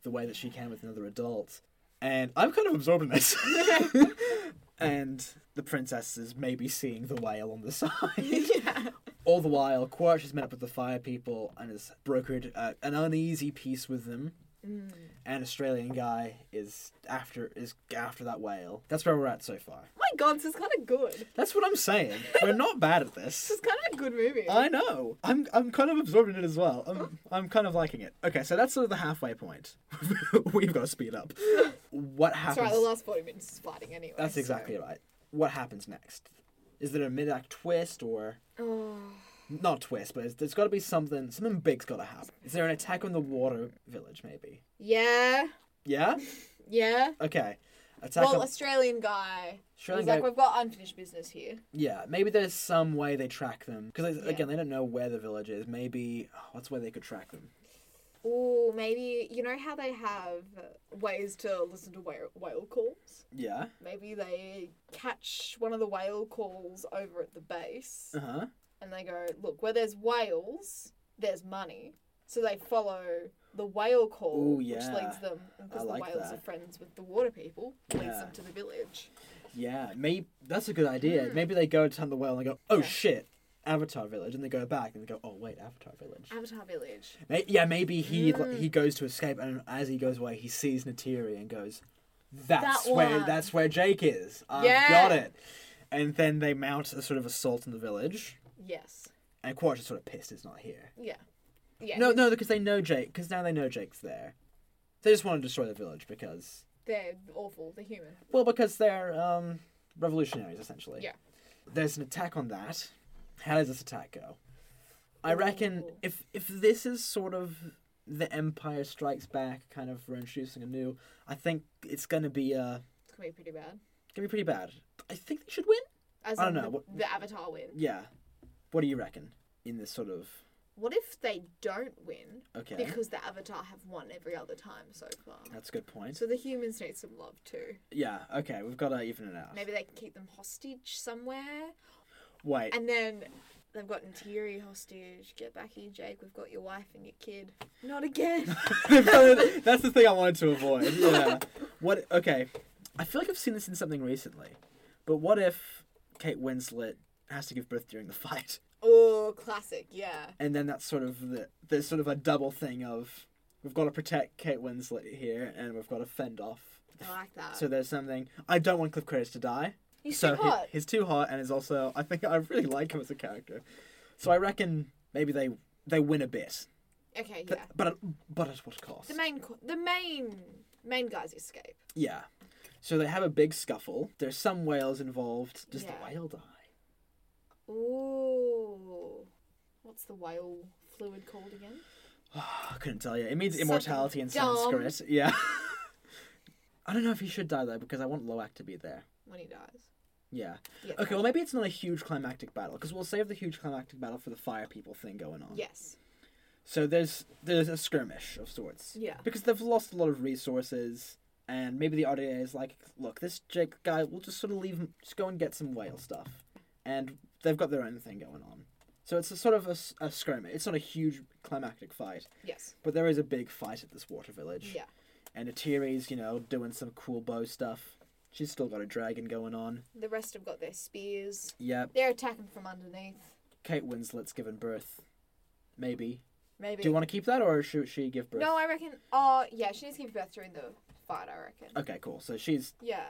[SPEAKER 3] the way that she can with another adult. And I'm kind of absorbing this. and the princess is maybe seeing the whale on the side.
[SPEAKER 4] yeah.
[SPEAKER 3] All the while, Quaritch has met up with the Fire People and has brokered uh, an uneasy peace with them.
[SPEAKER 4] Mm.
[SPEAKER 3] An Australian guy is after is after that whale. That's where we're at so far.
[SPEAKER 4] My God, this is kind of good. This
[SPEAKER 3] That's what I'm saying. we're not bad at this.
[SPEAKER 4] is kind of a good movie.
[SPEAKER 3] I know. I'm I'm kind of absorbing it as well. I'm I'm kind of liking it. Okay, so that's sort of the halfway point. We've got to speed up. What happens?
[SPEAKER 4] Sorry, the last forty minutes is fighting anyway.
[SPEAKER 3] that's
[SPEAKER 4] so-
[SPEAKER 3] exactly right. What happens next? Is there a mid-act twist or
[SPEAKER 4] Oh,
[SPEAKER 3] not twist? But there's got to be something. Something big's got to happen. Is there an attack on the water village? Maybe.
[SPEAKER 4] yeah.
[SPEAKER 3] Yeah.
[SPEAKER 4] Yeah.
[SPEAKER 3] Okay. Attack
[SPEAKER 4] Well,
[SPEAKER 3] on.
[SPEAKER 4] Australian guy.
[SPEAKER 3] Australian
[SPEAKER 4] He's like,
[SPEAKER 3] guy-
[SPEAKER 4] we've got unfinished business here.
[SPEAKER 3] Yeah, maybe there's some way they track them because
[SPEAKER 4] Yeah.
[SPEAKER 3] again they don't know where the village is. Maybe oh, what's where they could track them?
[SPEAKER 4] Ooh, maybe you know how they have ways to listen to whale, whale calls.
[SPEAKER 3] Yeah.
[SPEAKER 4] Maybe they catch one of the whale calls over at the base,
[SPEAKER 3] Uh huh.
[SPEAKER 4] and they go, "Look, where there's whales, there's money." So they follow the whale call,
[SPEAKER 3] Ooh, yeah.
[SPEAKER 4] which leads them because
[SPEAKER 3] like
[SPEAKER 4] the whales
[SPEAKER 3] that.
[SPEAKER 4] are friends with the water people, leads
[SPEAKER 3] Yeah.
[SPEAKER 4] them to the village.
[SPEAKER 3] Yeah, maybe that's a good idea. Maybe they go to hunt the whale and they go, "Oh
[SPEAKER 4] Mm. Yeah.
[SPEAKER 3] shit, Avatar Village," and they go back and they go, "Oh wait, Avatar Village."
[SPEAKER 4] Avatar Village.
[SPEAKER 3] May- yeah, maybe he
[SPEAKER 4] mm.
[SPEAKER 3] he goes to escape, and as he goes away, he sees Natiri and goes, "That's
[SPEAKER 4] That
[SPEAKER 3] where
[SPEAKER 4] one."
[SPEAKER 3] that's where Jake is. I've
[SPEAKER 4] Yeah.
[SPEAKER 3] got it." and then they mount a sort of assault on the village.
[SPEAKER 4] Yes.
[SPEAKER 3] And Quaritch is sort of pissed it's not here.
[SPEAKER 4] Yeah. Yeah.
[SPEAKER 3] No, no, because they know Jake. Because now they know Jake's there. They just want to destroy the village because,
[SPEAKER 4] They're awful. They're human.
[SPEAKER 3] well, because they're um, revolutionaries essentially.
[SPEAKER 4] Yeah.
[SPEAKER 3] There's an attack on that. How does this attack go? I reckon if if this is sort of the Empire Strikes Back kind of reintroducing a new, I think it's gonna be uh
[SPEAKER 4] It's gonna be pretty bad.
[SPEAKER 3] gonna be pretty bad. I think they should win.
[SPEAKER 4] As
[SPEAKER 3] I
[SPEAKER 4] in
[SPEAKER 3] don't know,
[SPEAKER 4] The,
[SPEAKER 3] what-
[SPEAKER 4] the Avatar win.
[SPEAKER 3] Yeah. What do you reckon in this sort of
[SPEAKER 4] What if they don't win?
[SPEAKER 3] okay?
[SPEAKER 4] Because the Avatar have won every other time so far.
[SPEAKER 3] That's a good point.
[SPEAKER 4] So the humans need some love too.
[SPEAKER 3] Yeah. Okay, we've got to even it out.
[SPEAKER 4] Maybe they can keep them hostage somewhere.
[SPEAKER 3] Wait.
[SPEAKER 4] And then they've got Ntiri hostage. Get back here, Jake. We've got your wife and your kid. Not again.
[SPEAKER 3] That's the thing I wanted to avoid. Yeah. What? Okay. I feel like I've seen this in something recently, but what if Kate Winslet has to give birth during the fight,
[SPEAKER 4] oh, classic. Yeah.
[SPEAKER 3] and then that's sort of the there's sort of a double thing of we've got to protect Kate Winslet here, and we've got to fend off.
[SPEAKER 4] I like that.
[SPEAKER 3] So there's something I don't want Cliff Curtis to die.
[SPEAKER 4] He's
[SPEAKER 3] so
[SPEAKER 4] so hot.
[SPEAKER 3] He, he's too hot, and is also I think I really like him as a character. So I reckon maybe they they win a bit,
[SPEAKER 4] okay.
[SPEAKER 3] but
[SPEAKER 4] Yeah.
[SPEAKER 3] but at, but at what cost?
[SPEAKER 4] The main co- the main main guys escape.
[SPEAKER 3] Yeah. So they have a big scuffle. There's some whales involved. Does
[SPEAKER 4] Yeah.
[SPEAKER 3] the whale die?
[SPEAKER 4] Ooh. What's the whale fluid called again?
[SPEAKER 3] I couldn't tell you. It means
[SPEAKER 4] Something
[SPEAKER 3] immortality in
[SPEAKER 4] dumb.
[SPEAKER 3] Sanskrit. Yeah. I don't know if he should die though because I want Loak to be there.
[SPEAKER 4] When he dies.
[SPEAKER 3] Yeah.
[SPEAKER 4] Yeah.
[SPEAKER 3] Okay. Well, maybe it's not a huge climactic battle because we'll save the huge climactic battle for the fire people thing going on.
[SPEAKER 4] Yes.
[SPEAKER 3] So there's there's a skirmish of sorts.
[SPEAKER 4] Yeah.
[SPEAKER 3] Because they've lost a lot of resources, and maybe the RDA is like, look, this Jake guy, we'll just sort of leave him, just go and get some whale stuff, and they've got their own thing going on. So it's a sort of a, s- a skirmish. It's not a huge climactic fight,
[SPEAKER 4] Yes.
[SPEAKER 3] but there is a big fight at this water village.
[SPEAKER 4] Yeah.
[SPEAKER 3] And Atiri's, you know, doing some cool bow stuff. She's still got a dragon going on.
[SPEAKER 4] The rest have got their spears.
[SPEAKER 3] Yep.
[SPEAKER 4] They're attacking from underneath.
[SPEAKER 3] Kate Winslet's given birth. Maybe.
[SPEAKER 4] Maybe.
[SPEAKER 3] Do you want to keep that, or should she give birth?
[SPEAKER 4] No, I reckon. Oh, yeah, she needs to give birth during the fight. I reckon.
[SPEAKER 3] Okay, cool. So she's
[SPEAKER 4] Yeah,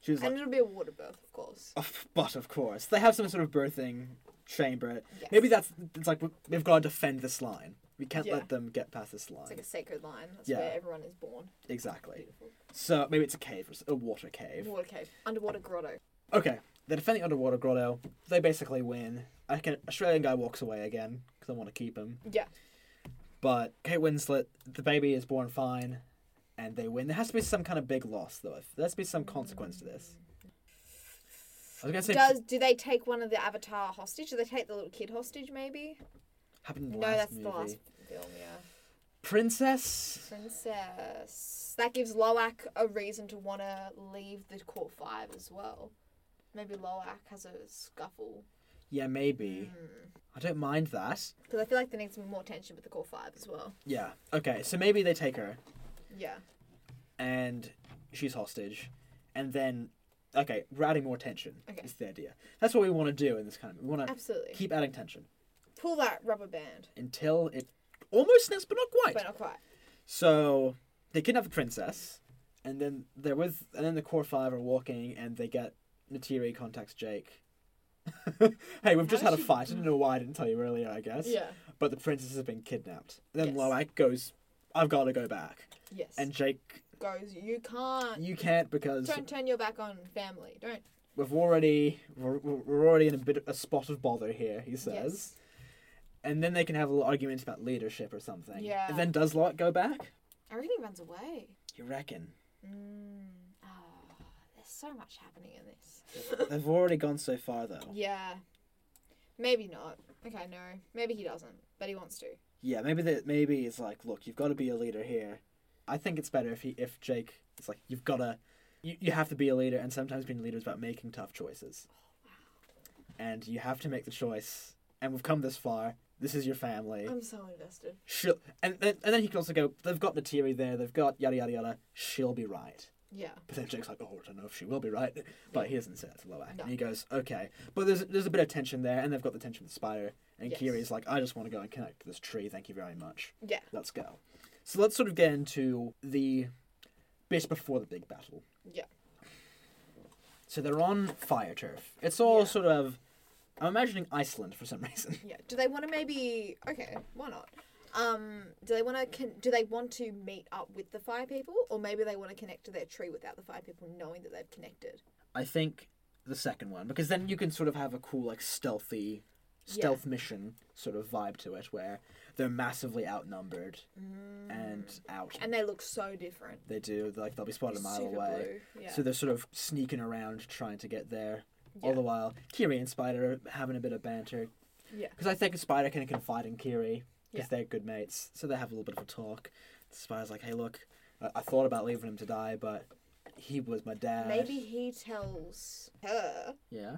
[SPEAKER 3] she's like,
[SPEAKER 4] and it'll be a water birth, of course.
[SPEAKER 3] Of- But of course, they have some sort of birthing chamber.
[SPEAKER 4] Yes.
[SPEAKER 3] Maybe that's it's like we- we've got to defend this line. We can't
[SPEAKER 4] Yeah.
[SPEAKER 3] let them get past this line.
[SPEAKER 4] It's like a sacred line. That's
[SPEAKER 3] Yeah.
[SPEAKER 4] where everyone is born.
[SPEAKER 3] exactly.
[SPEAKER 4] Beautiful.
[SPEAKER 3] So maybe it's a cave, or s- a water cave.
[SPEAKER 4] Water cave, underwater grotto.
[SPEAKER 3] Okay, they're defending underwater grotto. They basically win. I can Australian guy walks away again because I want to keep him.
[SPEAKER 4] Yeah,
[SPEAKER 3] But Kate Winslet, the baby is born fine, and they win. There has to be some kind of big loss though. There has to be some consequence to this. I was gonna say
[SPEAKER 4] does do they take one of the avatar hostage? Do they take the little kid hostage? Maybe.
[SPEAKER 3] happened in the
[SPEAKER 4] No,
[SPEAKER 3] last
[SPEAKER 4] that's
[SPEAKER 3] movie.
[SPEAKER 4] the last film. Yeah,
[SPEAKER 3] Princess.
[SPEAKER 4] princess. That gives Loak a reason to want to leave the core five as well. Maybe Loak has a scuffle
[SPEAKER 3] Yeah, maybe. I don't mind that.
[SPEAKER 4] because I feel like there needs to be more tension with the core five as well.
[SPEAKER 3] Yeah. Okay, so maybe they take her
[SPEAKER 4] Yeah.
[SPEAKER 3] and she's hostage. And then, okay, we're adding more tension
[SPEAKER 4] Okay.
[SPEAKER 3] is the idea. That's what we want to do in this kind of. We want to
[SPEAKER 4] Absolutely.
[SPEAKER 3] keep adding tension
[SPEAKER 4] Pull that rubber band,
[SPEAKER 3] until it almost snaps, but not quite.
[SPEAKER 4] but not quite.
[SPEAKER 3] So they kidnap the princess, and then they're with, and then the core five are walking, and they get Natiri contacts Jake. hey, we've just
[SPEAKER 4] did
[SPEAKER 3] had a
[SPEAKER 4] she-
[SPEAKER 3] fight. I don't know why I didn't tell you earlier. I guess.
[SPEAKER 4] Yeah.
[SPEAKER 3] But the princess has been kidnapped. Then
[SPEAKER 4] Yes.
[SPEAKER 3] Loak goes, "I've got to go back,"
[SPEAKER 4] Yes.
[SPEAKER 3] and Jake,
[SPEAKER 4] goes, you can't.
[SPEAKER 3] "You can't because
[SPEAKER 4] Don't turn your back on family. Don't.
[SPEAKER 3] we've already we're, we're already in a bit of a spot of bother here." He says.
[SPEAKER 4] Yes.
[SPEAKER 3] And then they can have a little argument about leadership or something.
[SPEAKER 4] Yeah.
[SPEAKER 3] And then does Loak go back?
[SPEAKER 4] I really runs away.
[SPEAKER 3] You reckon?
[SPEAKER 4] Mm. Ah, there's so much happening in this.
[SPEAKER 3] They've already gone so far though.
[SPEAKER 4] Yeah. Maybe not. Okay, no. Maybe he doesn't, but he wants to.
[SPEAKER 3] Yeah, maybe that maybe it's like, look, you've got to be a leader here. I think it's better if he, if Jake is like, you've got to, you, you have to be a leader, and sometimes being a leader is about making tough choices. And you have to make the choice, and we've come this far. This is your family.
[SPEAKER 4] I'm so invested.
[SPEAKER 3] She'll, and then and then he can also go. They've got Natiri there. They've got yada yada yada. She'll be right.
[SPEAKER 4] Yeah.
[SPEAKER 3] But then Jake's like, oh, I don't know if she will be right. But he doesn't say that to Loak.
[SPEAKER 4] No.
[SPEAKER 3] And he goes, okay. But there's there's a bit of tension there, and they've got the tension with the spider. And
[SPEAKER 4] Yes.
[SPEAKER 3] Kiri's like, I just want to go and connect to this tree. Thank you very much.
[SPEAKER 4] Yeah.
[SPEAKER 3] Let's go. So let's sort of get into the bit before the big battle.
[SPEAKER 4] Yeah.
[SPEAKER 3] So they're on fire turf. It's all
[SPEAKER 4] Yeah.
[SPEAKER 3] sort of. I'm imagining Iceland for some reason.
[SPEAKER 4] Yeah. Do they want to maybe? Okay, why not? Um, do they want to? Con- do they want to meet up with the fire people, or maybe they want to connect to their tree without the fire people knowing that they've connected?
[SPEAKER 3] I think the second one because then you can sort of have a cool like stealthy, stealth mission sort of vibe to it where they're massively outnumbered and out.
[SPEAKER 4] Mm. And they look so different.
[SPEAKER 3] they do like they'll be spotted a mile
[SPEAKER 4] Super
[SPEAKER 3] away.
[SPEAKER 4] blue. Yeah.
[SPEAKER 3] So they're sort of sneaking around trying to get there. All
[SPEAKER 4] Yeah.
[SPEAKER 3] the while, Kiri and Spider are having a bit of banter.
[SPEAKER 4] Yeah.
[SPEAKER 3] Because I think Spider can confide in Kiri
[SPEAKER 4] Yeah.
[SPEAKER 3] because they're good mates. So they have a little bit of a talk. Spider's like, hey, look, I, I thought about leaving him to die, but he was my dad.
[SPEAKER 4] Maybe he tells her
[SPEAKER 3] Yeah.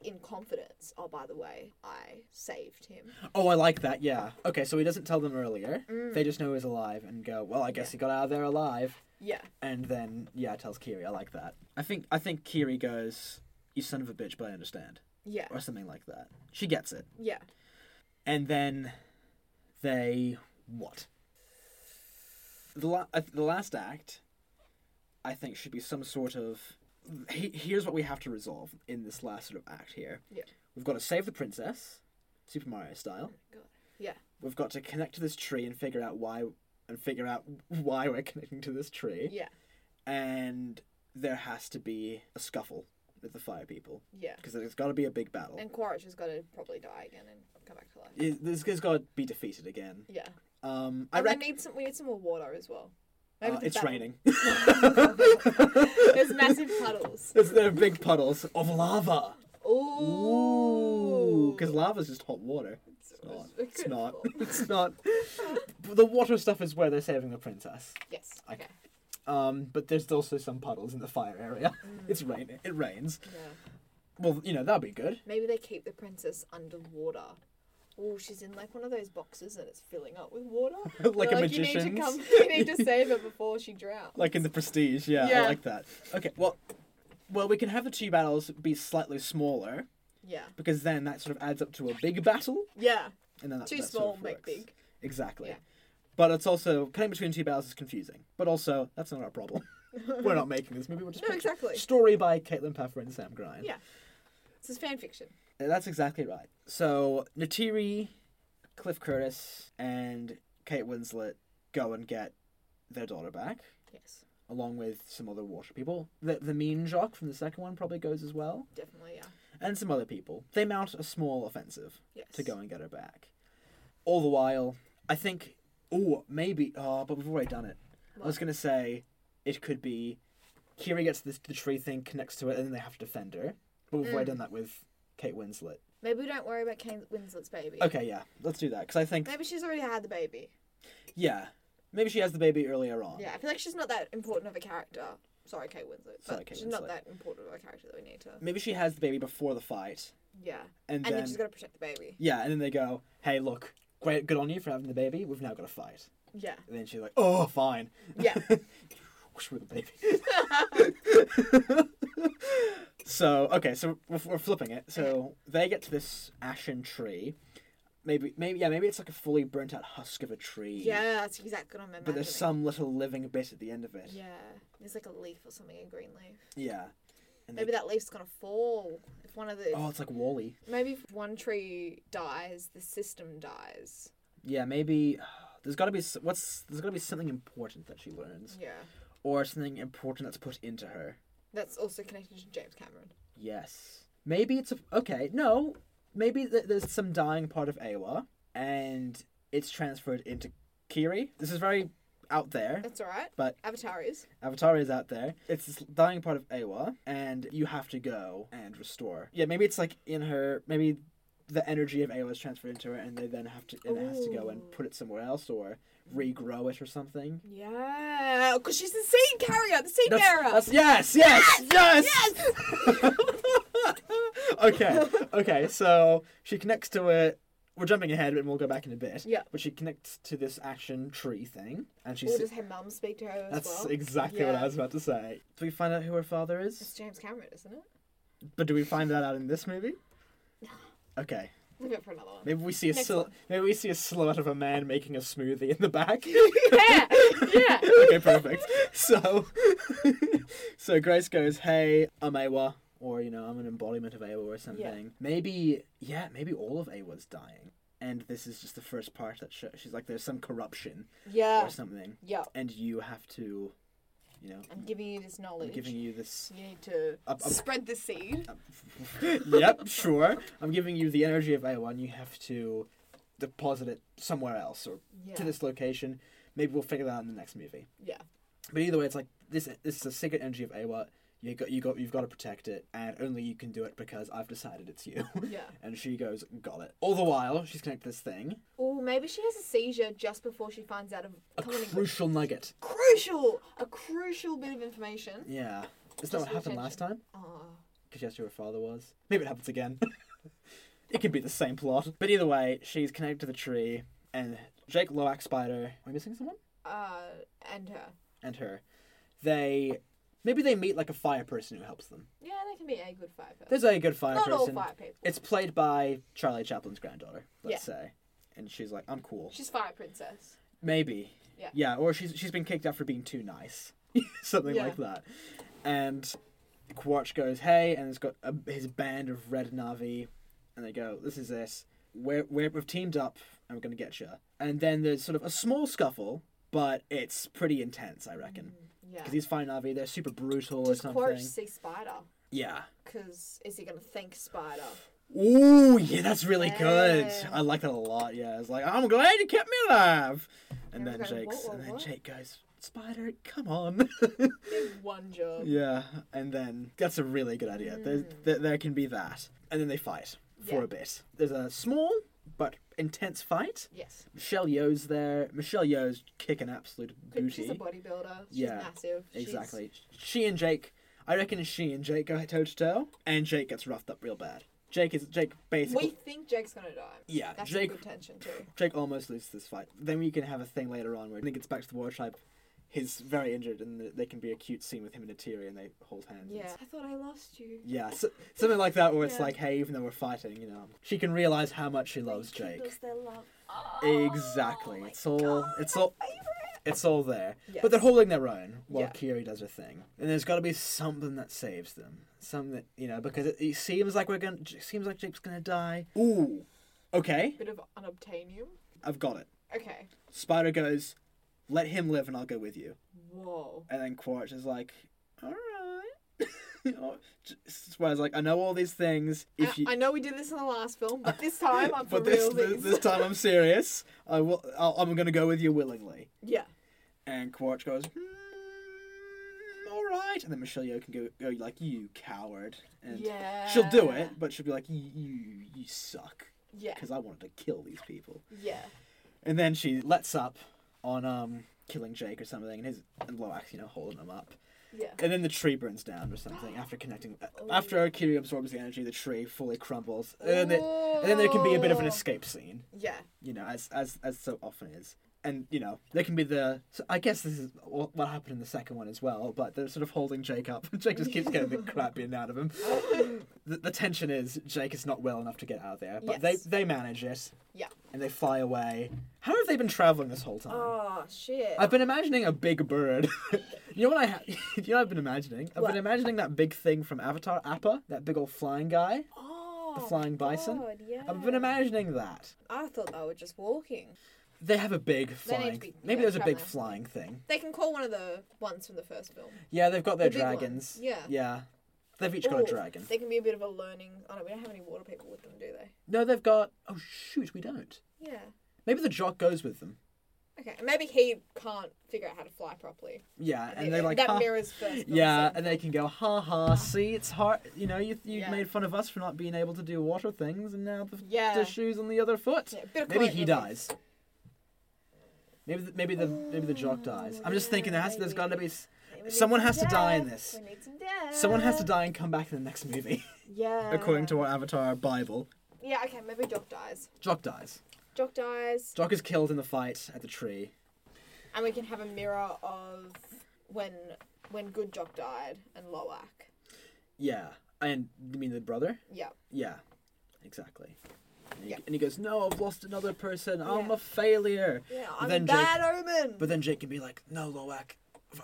[SPEAKER 4] in confidence. Oh, by the way, I saved him.
[SPEAKER 3] Oh, I like that, yeah. Okay, so he doesn't tell them earlier. They just know he's alive and go, well, I guess he got out of there alive.
[SPEAKER 4] Yeah.
[SPEAKER 3] And then, yeah, tells Kiri. I like that. I think I think Kiri goes, you son of a bitch, but I understand.
[SPEAKER 4] Yeah.
[SPEAKER 3] Or something like that. She gets it.
[SPEAKER 4] Yeah.
[SPEAKER 3] and then they what? The la- uh, the last act, I think, should be some sort of. He- here's what we have to resolve in this last sort of act here.
[SPEAKER 4] Yeah.
[SPEAKER 3] We've got to save the princess, Super Mario style.
[SPEAKER 4] God. Yeah.
[SPEAKER 3] We've got to connect to this tree and figure out why and figure out why we're connecting to this tree.
[SPEAKER 4] Yeah.
[SPEAKER 3] And there has to be a scuffle with the fire people
[SPEAKER 4] Yeah.
[SPEAKER 3] because there's got to be a big battle.
[SPEAKER 4] And Quaritch has got to probably die again and come back to life.
[SPEAKER 3] I- this has got to be defeated again.
[SPEAKER 4] Yeah.
[SPEAKER 3] Um, I
[SPEAKER 4] And
[SPEAKER 3] reckon.
[SPEAKER 4] we need some. We need some more water as well.
[SPEAKER 3] Uh,
[SPEAKER 4] the
[SPEAKER 3] it's
[SPEAKER 4] battle-
[SPEAKER 3] raining.
[SPEAKER 4] There's massive puddles.
[SPEAKER 3] It's there are big puddles of lava.
[SPEAKER 4] Ooh.
[SPEAKER 3] Because lava's just hot water. It's not. It's
[SPEAKER 4] Good
[SPEAKER 3] not.
[SPEAKER 4] lord.
[SPEAKER 3] It's not. But the water stuff is where they're saving the princess.
[SPEAKER 4] Yes. Okay.
[SPEAKER 3] Um, but there's also some puddles in the fire area.
[SPEAKER 4] Mm.
[SPEAKER 3] It's raining. It rains.
[SPEAKER 4] Yeah.
[SPEAKER 3] Well, you know that'd be good.
[SPEAKER 4] Maybe they keep the princess underwater. Oh, she's in like one of those boxes and it's filling up with water. They're
[SPEAKER 3] Like a
[SPEAKER 4] You need
[SPEAKER 3] magician's.
[SPEAKER 4] to come. You need to save her before she drowns.
[SPEAKER 3] Like in the Prestige. Yeah, I
[SPEAKER 4] Yeah.
[SPEAKER 3] like that. Okay. Well, well, we can have the two battles be slightly smaller
[SPEAKER 4] Yeah.
[SPEAKER 3] because then that sort of adds up to a big battle,
[SPEAKER 4] Yeah.
[SPEAKER 3] and then that,
[SPEAKER 4] Too
[SPEAKER 3] that
[SPEAKER 4] small,
[SPEAKER 3] sort of
[SPEAKER 4] make
[SPEAKER 3] works.
[SPEAKER 4] big.
[SPEAKER 3] Exactly.
[SPEAKER 4] Yeah.
[SPEAKER 3] But it's also cutting between two battles is confusing. But also, that's not our problem. we're not making this movie. We're just
[SPEAKER 4] No,
[SPEAKER 3] pitching-
[SPEAKER 4] exactly.
[SPEAKER 3] Story by Caitlin Peffer and Sam Grine.
[SPEAKER 4] Yeah. This is fan fiction.
[SPEAKER 3] Uh, that's exactly right. So Natiri, Cliff Curtis, and Kate Winslet go and get their daughter back,
[SPEAKER 4] Yes.
[SPEAKER 3] along with some other water people. The the mean Jacques from the second one probably goes as well,
[SPEAKER 4] Definitely. Yeah.
[SPEAKER 3] and some other people. They mount a small offensive
[SPEAKER 4] Yes.
[SPEAKER 3] to go and get her back. All the while, I think, oh, maybe, oh, but we've already done it. I was going to say it could be Kiri gets this, the tree thing, connects to it, and then they have to defend her. But we've
[SPEAKER 4] Mm.
[SPEAKER 3] already done that with Kate Winslet.
[SPEAKER 4] Maybe we don't worry about Kate Winslet's baby.
[SPEAKER 3] Okay, yeah, let's do that. Because I think,
[SPEAKER 4] Maybe she's already had the baby.
[SPEAKER 3] yeah, maybe she has the baby earlier on.
[SPEAKER 4] Yeah, I feel like she's not that important of a character. Sorry, Kate Winslet. But
[SPEAKER 3] Sorry, Kate
[SPEAKER 4] she's not
[SPEAKER 3] Winslet.
[SPEAKER 4] that important of a character that we need to.
[SPEAKER 3] Maybe she has the baby before the fight,
[SPEAKER 4] Yeah.
[SPEAKER 3] and,
[SPEAKER 4] And
[SPEAKER 3] then,
[SPEAKER 4] then she's got to protect the baby.
[SPEAKER 3] yeah, and then they go, hey, look, great, good on you for having the baby. We've now got to fight.
[SPEAKER 4] Yeah.
[SPEAKER 3] And then she's like, oh, fine.
[SPEAKER 4] Yeah.
[SPEAKER 3] Wish we were the baby. so okay, so we're, we're flipping it. So they get to this ashen tree. Maybe, maybe, yeah, maybe it's like a fully burnt out husk of a tree.
[SPEAKER 4] yeah, that's exactly what I'm imagining.
[SPEAKER 3] But there's some little living bit at the end of it.
[SPEAKER 4] Yeah. There's like a leaf or something, a green leaf.
[SPEAKER 3] Yeah. And they,
[SPEAKER 4] Maybe that leaf's gonna fall. If one of the
[SPEAKER 3] oh, it's like Wally.
[SPEAKER 4] maybe if one tree dies, the system dies.
[SPEAKER 3] Yeah, maybe. There's got to be s- what's there's got to be something important that she learns,
[SPEAKER 4] Yeah.
[SPEAKER 3] or something important that's put into her.
[SPEAKER 4] That's also connected to James Cameron.
[SPEAKER 3] Yes. Maybe it's a okay. No, maybe th- there's some dying part of Awa, and it's transferred into Kiri. This is very out there,
[SPEAKER 4] That's alright.
[SPEAKER 3] but
[SPEAKER 4] Avatar is.
[SPEAKER 3] Avatar is out there. It's this dying part of Awa, and you have to go and restore. Yeah, maybe it's like in her. Maybe the energy of Awa is transferred into her, and they then have to and it has to go and put it somewhere else or regrow it or something.
[SPEAKER 4] Yeah. Because she's the seed carrier, the seed
[SPEAKER 3] That's,
[SPEAKER 4] bearer.
[SPEAKER 3] that's yes, yes, yes.
[SPEAKER 4] yes!
[SPEAKER 3] okay, okay. So she connects to it. We're jumping ahead, and we'll go back in a bit.
[SPEAKER 4] Yeah.
[SPEAKER 3] But she connects to this action tree thing, and she's
[SPEAKER 4] Or does her mum speak to her as
[SPEAKER 3] that's
[SPEAKER 4] well?
[SPEAKER 3] exactly what I
[SPEAKER 4] Yeah.
[SPEAKER 3] was about to say. Do we find out who her father is?
[SPEAKER 4] It's James Cameron, isn't it?
[SPEAKER 3] But do we find that out in this movie? Okay.
[SPEAKER 4] Leave it for another one.
[SPEAKER 3] Maybe we see a
[SPEAKER 4] Next
[SPEAKER 3] sil- maybe we see a silhouette of a man making a smoothie in the back.
[SPEAKER 4] yeah, yeah.
[SPEAKER 3] okay, perfect. So, so Grace goes, "Hey, I'm Awa, or you know, I'm an embodiment of Awa or something. Maybe, yeah, maybe all of Awa's dying, and this is just the first part that sh- she's like, there's some corruption
[SPEAKER 4] Yeah.
[SPEAKER 3] or something,
[SPEAKER 4] Yeah.
[SPEAKER 3] and you have to, you know,
[SPEAKER 4] I'm giving you this knowledge.
[SPEAKER 3] I'm giving you this.
[SPEAKER 4] You need to
[SPEAKER 3] Up- up-
[SPEAKER 4] spread the seed.
[SPEAKER 3] yep, sure. I'm giving you the energy of Awa, and you have to deposit it somewhere else or
[SPEAKER 4] Yeah.
[SPEAKER 3] to this location. Maybe we'll figure that out in the next movie.
[SPEAKER 4] Yeah.
[SPEAKER 3] But either way, it's like this. This is the sacred energy of Awa. You got, you got, you've got to protect it, and only you can do it because I've decided it's you.
[SPEAKER 4] Yeah.
[SPEAKER 3] and she goes, "Got it." All the while, she's connected to this thing,
[SPEAKER 4] Or maybe she has a seizure just before she finds out of
[SPEAKER 3] a
[SPEAKER 4] Cullen English.
[SPEAKER 3] crucial nugget.
[SPEAKER 4] crucial, a crucial bit of information.
[SPEAKER 3] Yeah, isn't that what
[SPEAKER 4] Just
[SPEAKER 3] happened last
[SPEAKER 4] attention.
[SPEAKER 3] time?
[SPEAKER 4] Oh,
[SPEAKER 3] Because she asked who her father was. Maybe it happens again. it could be the same plot. But either way, she's connected to the tree, and Jake Loack Spider. Am I missing someone?
[SPEAKER 4] uh, and her.
[SPEAKER 3] And her. They maybe they meet like a fire person who helps them.
[SPEAKER 4] Yeah, they can be a good fire person.
[SPEAKER 3] There's a good fire
[SPEAKER 4] Not all
[SPEAKER 3] person.
[SPEAKER 4] fire people.
[SPEAKER 3] It's played by Charlie Chaplin's granddaughter, let's
[SPEAKER 4] Yeah.
[SPEAKER 3] say. And she's like, I'm cool.
[SPEAKER 4] She's fire princess.
[SPEAKER 3] Maybe.
[SPEAKER 4] Yeah.
[SPEAKER 3] Yeah, or she's she's been kicked out for being too nice. Something
[SPEAKER 4] Yeah.
[SPEAKER 3] like that. And Quarch goes, hey, and it's got a, his band of red Navi. And they go, this is this. We're, we're, we've teamed up and we're going to get you. And then there's sort of a small scuffle, but it's pretty intense, I reckon.
[SPEAKER 4] Mm, Yeah.
[SPEAKER 3] Because these fire Navi, they're super brutal
[SPEAKER 4] Does
[SPEAKER 3] or something.
[SPEAKER 4] Quaritch see Spider?
[SPEAKER 3] Yeah.
[SPEAKER 4] Because is he gonna thank Spider?
[SPEAKER 3] Ooh, yeah, that's really good.
[SPEAKER 4] Yeah.
[SPEAKER 3] I like that a lot. Yeah, it's like I'm glad you kept me alive. And
[SPEAKER 4] Yeah,
[SPEAKER 3] then
[SPEAKER 4] I was like,
[SPEAKER 3] Jake's,
[SPEAKER 4] "What, what,
[SPEAKER 3] and then
[SPEAKER 4] what?"
[SPEAKER 3] Jake goes, "Spider, come on."
[SPEAKER 4] One job.
[SPEAKER 3] yeah, and then that's a really good idea. There's, there, there can be that, and then they fight for
[SPEAKER 4] Hmm. Yeah.
[SPEAKER 3] a bit. There's a small but intense fight.
[SPEAKER 4] Yes.
[SPEAKER 3] Michelle Yeoh's there. Michelle Yeoh's kicking absolute
[SPEAKER 4] 'Cause
[SPEAKER 3] booty.
[SPEAKER 4] She's a bodybuilder. She's
[SPEAKER 3] Yeah,
[SPEAKER 4] massive. She's-
[SPEAKER 3] Exactly. She and Jake, I reckon she and Jake go toe to toe, and Jake gets roughed up real bad. Jake is Jake basically.
[SPEAKER 4] We think Jake's gonna die.
[SPEAKER 3] Yeah,
[SPEAKER 4] That's
[SPEAKER 3] Jake-
[SPEAKER 4] a good tension too.
[SPEAKER 3] Jake almost loses this fight. Then we can have a thing later on where he gets back to the war tribe. He's very injured, and th- there can be a cute scene with him and Atiri, and they hold hands.
[SPEAKER 4] Yeah. I thought I lost you.
[SPEAKER 3] Yeah, so, something like that, where it's
[SPEAKER 4] Yeah.
[SPEAKER 3] like, hey, even though we're fighting, you know, she can realize how much she loves Jake.
[SPEAKER 4] Rekindles their love.
[SPEAKER 3] Exactly. It's all. It's all. It's all there. But
[SPEAKER 4] Yes.
[SPEAKER 3] they're holding their own while
[SPEAKER 4] Yeah.
[SPEAKER 3] Kiri does her thing. And there's got to be something that saves them. Something that you know, because it, it seems like we're gonna. It seems like Jake's gonna die. Ooh. Okay,
[SPEAKER 4] Bit of unobtainium.
[SPEAKER 3] I've got it.
[SPEAKER 4] Okay.
[SPEAKER 3] Spider goes, "Let him live, and I'll go with you."
[SPEAKER 4] Whoa.
[SPEAKER 3] And then Quaritch is like, "All right." Spider's like, "I know all these things. If
[SPEAKER 4] I,
[SPEAKER 3] you,
[SPEAKER 4] I know we did this in the last film, but this time I'm for
[SPEAKER 3] but this,
[SPEAKER 4] real.
[SPEAKER 3] this this time I'm serious. I will. I'll, I'm gonna go with you willingly."
[SPEAKER 4] yeah.
[SPEAKER 3] And Quaritch goes, "Mm, "All right." And then Michelle Yeoh can go, go like, "You coward!" And
[SPEAKER 4] Yeah.
[SPEAKER 3] she'll do it, but she'll be like, "You, you, you suck,"
[SPEAKER 4] Yeah.
[SPEAKER 3] because I wanted to kill these people.
[SPEAKER 4] Yeah.
[SPEAKER 3] And then she lets up on um killing Jake or something, and his and Loax, you know, holding him up.
[SPEAKER 4] Yeah.
[SPEAKER 3] And then the tree burns down or something after connecting. After Akiri absorbs the energy, the tree fully crumbles, and then, there- and then there can be a bit of an
[SPEAKER 4] Ooh.
[SPEAKER 3] escape scene,
[SPEAKER 4] Yeah.
[SPEAKER 3] you know, as as as so often is. And you know, there can be the. So I guess this is what what happened in the second one as well, but they're sort of holding Jake up. Jake just keeps getting the crap beaten out of him. The, the tension is Jake is not well enough to get out of there, but
[SPEAKER 4] Yes.
[SPEAKER 3] they they manage it
[SPEAKER 4] Yeah.
[SPEAKER 3] and they fly away. How have they been traveling this whole time?
[SPEAKER 4] Oh shit.
[SPEAKER 3] I've been imagining a big bird. you know what I ha- you know what I've been imagining? I've
[SPEAKER 4] What?
[SPEAKER 3] been imagining that big thing from Avatar, Appa, that big old flying guy,
[SPEAKER 4] oh.
[SPEAKER 3] the flying bison.
[SPEAKER 4] God, yeah.
[SPEAKER 3] I've been imagining that.
[SPEAKER 4] I thought they were just walking.
[SPEAKER 3] They have a big
[SPEAKER 4] They need to
[SPEAKER 3] flying.
[SPEAKER 4] be-
[SPEAKER 3] maybe
[SPEAKER 4] yeah,
[SPEAKER 3] there's a big flying
[SPEAKER 4] traveling.
[SPEAKER 3] thing.
[SPEAKER 4] They can call one of the ones from the first film.
[SPEAKER 3] Yeah, they've got their
[SPEAKER 4] The big ones,
[SPEAKER 3] dragons.
[SPEAKER 4] yeah.
[SPEAKER 3] Yeah. They've each got a
[SPEAKER 4] Ooh,
[SPEAKER 3] dragon.
[SPEAKER 4] They can be a bit of a learning. Oh no, we don't have any water people with them, do they?
[SPEAKER 3] No, they've got. Oh shoot, we don't.
[SPEAKER 4] Yeah.
[SPEAKER 3] Maybe the jock goes with them.
[SPEAKER 4] Okay. And maybe he can't figure out how to fly properly.
[SPEAKER 3] Yeah, and they're like
[SPEAKER 4] Uh, that
[SPEAKER 3] "Ha."
[SPEAKER 4] mirrors first. film,
[SPEAKER 3] Yeah, uh,
[SPEAKER 4] so-
[SPEAKER 3] and they can go, ha ha. See, it's hard. You know, you you
[SPEAKER 4] Yeah.
[SPEAKER 3] made fun of us for not being able to do water things, and now the,
[SPEAKER 4] Yeah.
[SPEAKER 3] the shoes on the other foot.
[SPEAKER 4] Yeah, bit of
[SPEAKER 3] maybe
[SPEAKER 4] comic
[SPEAKER 3] he
[SPEAKER 4] relief.
[SPEAKER 3] dies. Maybe the, maybe the maybe the jock dies. I'm just thinking there has there's got to be s-
[SPEAKER 4] We need
[SPEAKER 3] someone
[SPEAKER 4] some
[SPEAKER 3] has to die in
[SPEAKER 4] death.
[SPEAKER 3] this.
[SPEAKER 4] We need some death.
[SPEAKER 3] someone has to die and come back in the next movie,
[SPEAKER 4] Yeah.
[SPEAKER 3] according to our Avatar Bible.
[SPEAKER 4] Yeah. Okay. Maybe Jock dies.
[SPEAKER 3] Jock dies.
[SPEAKER 4] Jock dies,
[SPEAKER 3] Jock is killed in the fight at the tree.
[SPEAKER 4] and we can have a mirror of when when Good Jock died and Loak.
[SPEAKER 3] Yeah, and you mean the brother?
[SPEAKER 4] Yeah.
[SPEAKER 3] Yeah, exactly. And he,
[SPEAKER 4] Yeah.
[SPEAKER 3] and he goes, "No, I've lost another person. I'm
[SPEAKER 4] Yeah.
[SPEAKER 3] a failure."
[SPEAKER 4] Yeah, I'm
[SPEAKER 3] then
[SPEAKER 4] a
[SPEAKER 3] Jake-
[SPEAKER 4] bad omen.
[SPEAKER 3] But then Jake can be like, "No, Loak,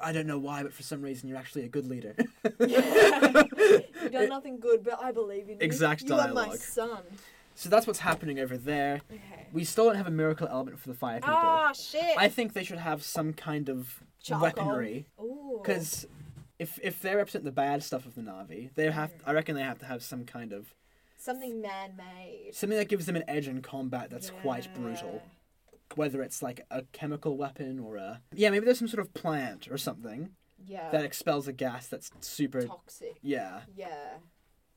[SPEAKER 3] I don't know why, but for some reason you're actually a good leader."
[SPEAKER 4] You've done nothing good, but I believe in you.
[SPEAKER 3] Exact
[SPEAKER 4] you are my
[SPEAKER 3] dialogue.
[SPEAKER 4] son.
[SPEAKER 3] so that's what's happening over there.
[SPEAKER 4] Okay.
[SPEAKER 3] We still don't have a miracle element for the fire people.
[SPEAKER 4] Ah, shit.
[SPEAKER 3] I think they should have some kind of
[SPEAKER 4] Charcoal.
[SPEAKER 3] weaponry
[SPEAKER 4] Ooh.
[SPEAKER 3] because if if they represent the bad stuff of the Navi, they have. I reckon they have to have some kind of
[SPEAKER 4] something man-made.
[SPEAKER 3] something that gives them an edge in combat that's quite brutal.
[SPEAKER 4] Yeah.
[SPEAKER 3] Whether it's like a chemical weapon or a yeah, maybe there's some sort of plant or something
[SPEAKER 4] Yeah.
[SPEAKER 3] that expels a gas that's super.
[SPEAKER 4] toxic.
[SPEAKER 3] Yeah,
[SPEAKER 4] Yeah.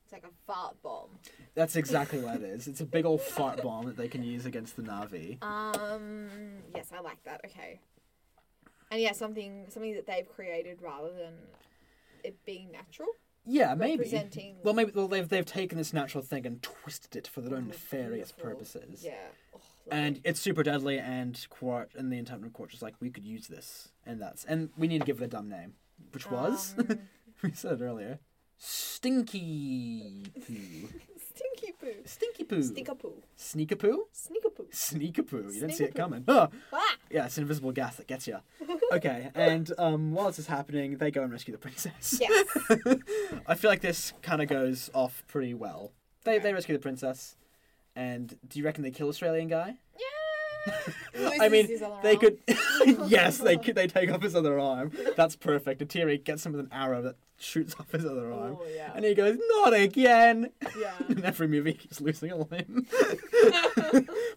[SPEAKER 4] It's like a fart bomb.
[SPEAKER 3] that's exactly what it is. It's a big old fart bomb that they can use against the Navi.
[SPEAKER 4] Um. Yes, I like that. Okay. And yeah, something something that they've created rather than it being natural.
[SPEAKER 3] Yeah, maybe.
[SPEAKER 4] Representing.
[SPEAKER 3] Well, maybe well, they've they've taken this natural thing and twisted it for their own
[SPEAKER 4] Oh,
[SPEAKER 3] nefarious
[SPEAKER 4] beautiful.
[SPEAKER 3] purposes.
[SPEAKER 4] Yeah. Oh,
[SPEAKER 3] and it's super deadly and quart and the entire court is like we could use this and that's and we need to give it a dumb name which was
[SPEAKER 4] Um,
[SPEAKER 3] we said it earlier stinky poo
[SPEAKER 4] stinky poo.
[SPEAKER 3] stinky poo
[SPEAKER 4] Stinker poo.
[SPEAKER 3] sneaker poo
[SPEAKER 4] Sneaker poo.
[SPEAKER 3] sneaker poo you didn't see it
[SPEAKER 4] Sneaker poo.
[SPEAKER 3] coming Ah!
[SPEAKER 4] Ah!
[SPEAKER 3] yeah it's an invisible gas that gets you okay and um, while this is happening they go and rescue the princess
[SPEAKER 4] Yes.
[SPEAKER 3] i feel like this kind of goes off pretty well they, they rescue the princess and do you reckon they kill australian guy
[SPEAKER 4] yeah.
[SPEAKER 3] I mean,
[SPEAKER 4] Loses his other
[SPEAKER 3] they
[SPEAKER 4] arm.
[SPEAKER 3] could. yes, they could. They take off his other arm. That's perfect. And Tyrion gets him with an arrow that shoots off his other arm,
[SPEAKER 4] Oh yeah.
[SPEAKER 3] and he goes, "Not again!"
[SPEAKER 4] yeah.
[SPEAKER 3] In every movie, he keeps losing a limb.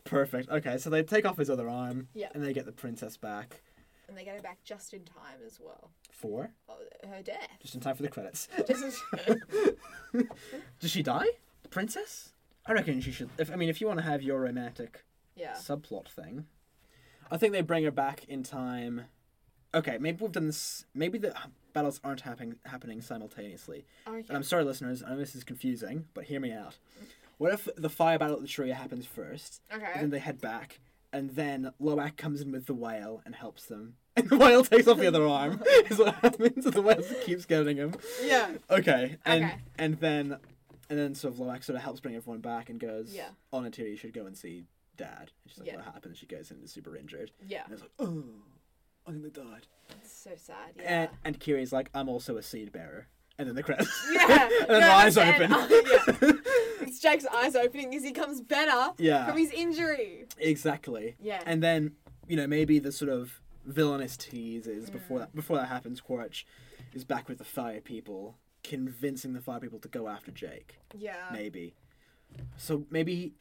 [SPEAKER 3] perfect. Okay, so they take off his other arm,
[SPEAKER 4] Yeah.
[SPEAKER 3] and they get the princess back
[SPEAKER 4] And they get it back just in time as well.
[SPEAKER 3] for
[SPEAKER 4] Oh, her death.
[SPEAKER 3] just in time for the credits.
[SPEAKER 4] Just as-
[SPEAKER 3] Does she die? The princess? I reckon she should. If I mean, if you want to have your romantic
[SPEAKER 4] yeah.
[SPEAKER 3] subplot thing. I think they bring her back in time. Okay, maybe we've done this. Maybe the battles aren't happening happening simultaneously. And
[SPEAKER 4] Okay.
[SPEAKER 3] I'm sorry, listeners. I know this is confusing, but hear me out. What if the fire battle at the tree happens first, and
[SPEAKER 4] Okay.
[SPEAKER 3] then they head back, and then Loak comes in with the whale and helps them, and the whale takes off the other arm. Is what happens. And the whale just keeps getting him.
[SPEAKER 4] Yeah.
[SPEAKER 3] Okay. And
[SPEAKER 4] Okay.
[SPEAKER 3] and then and then sort of Loak sort of helps bring everyone back and goes,
[SPEAKER 4] Yeah.
[SPEAKER 3] "Oh, Natiri, you should go and see Dad." And she's like,
[SPEAKER 4] Yeah.
[SPEAKER 3] "What happened?" She goes in and is super injured.
[SPEAKER 4] Yeah.
[SPEAKER 3] And it's like, "Oh, I think they died."
[SPEAKER 4] It's so sad. Yeah.
[SPEAKER 3] And and Kiri's like, "I'm also a seed bearer." And then the credits.
[SPEAKER 4] Yeah.
[SPEAKER 3] and then her eyes
[SPEAKER 4] that's
[SPEAKER 3] open.
[SPEAKER 4] it. Oh, yeah. It's Jake's eyes opening as he comes better
[SPEAKER 3] Yeah.
[SPEAKER 4] from his injury.
[SPEAKER 3] exactly.
[SPEAKER 4] Yeah.
[SPEAKER 3] And then you know maybe the sort of villainous tease is
[SPEAKER 4] Mm.
[SPEAKER 3] before that before that happens, Quaritch is back with the fire people, convincing the fire people to go after Jake.
[SPEAKER 4] yeah.
[SPEAKER 3] Maybe. So maybe,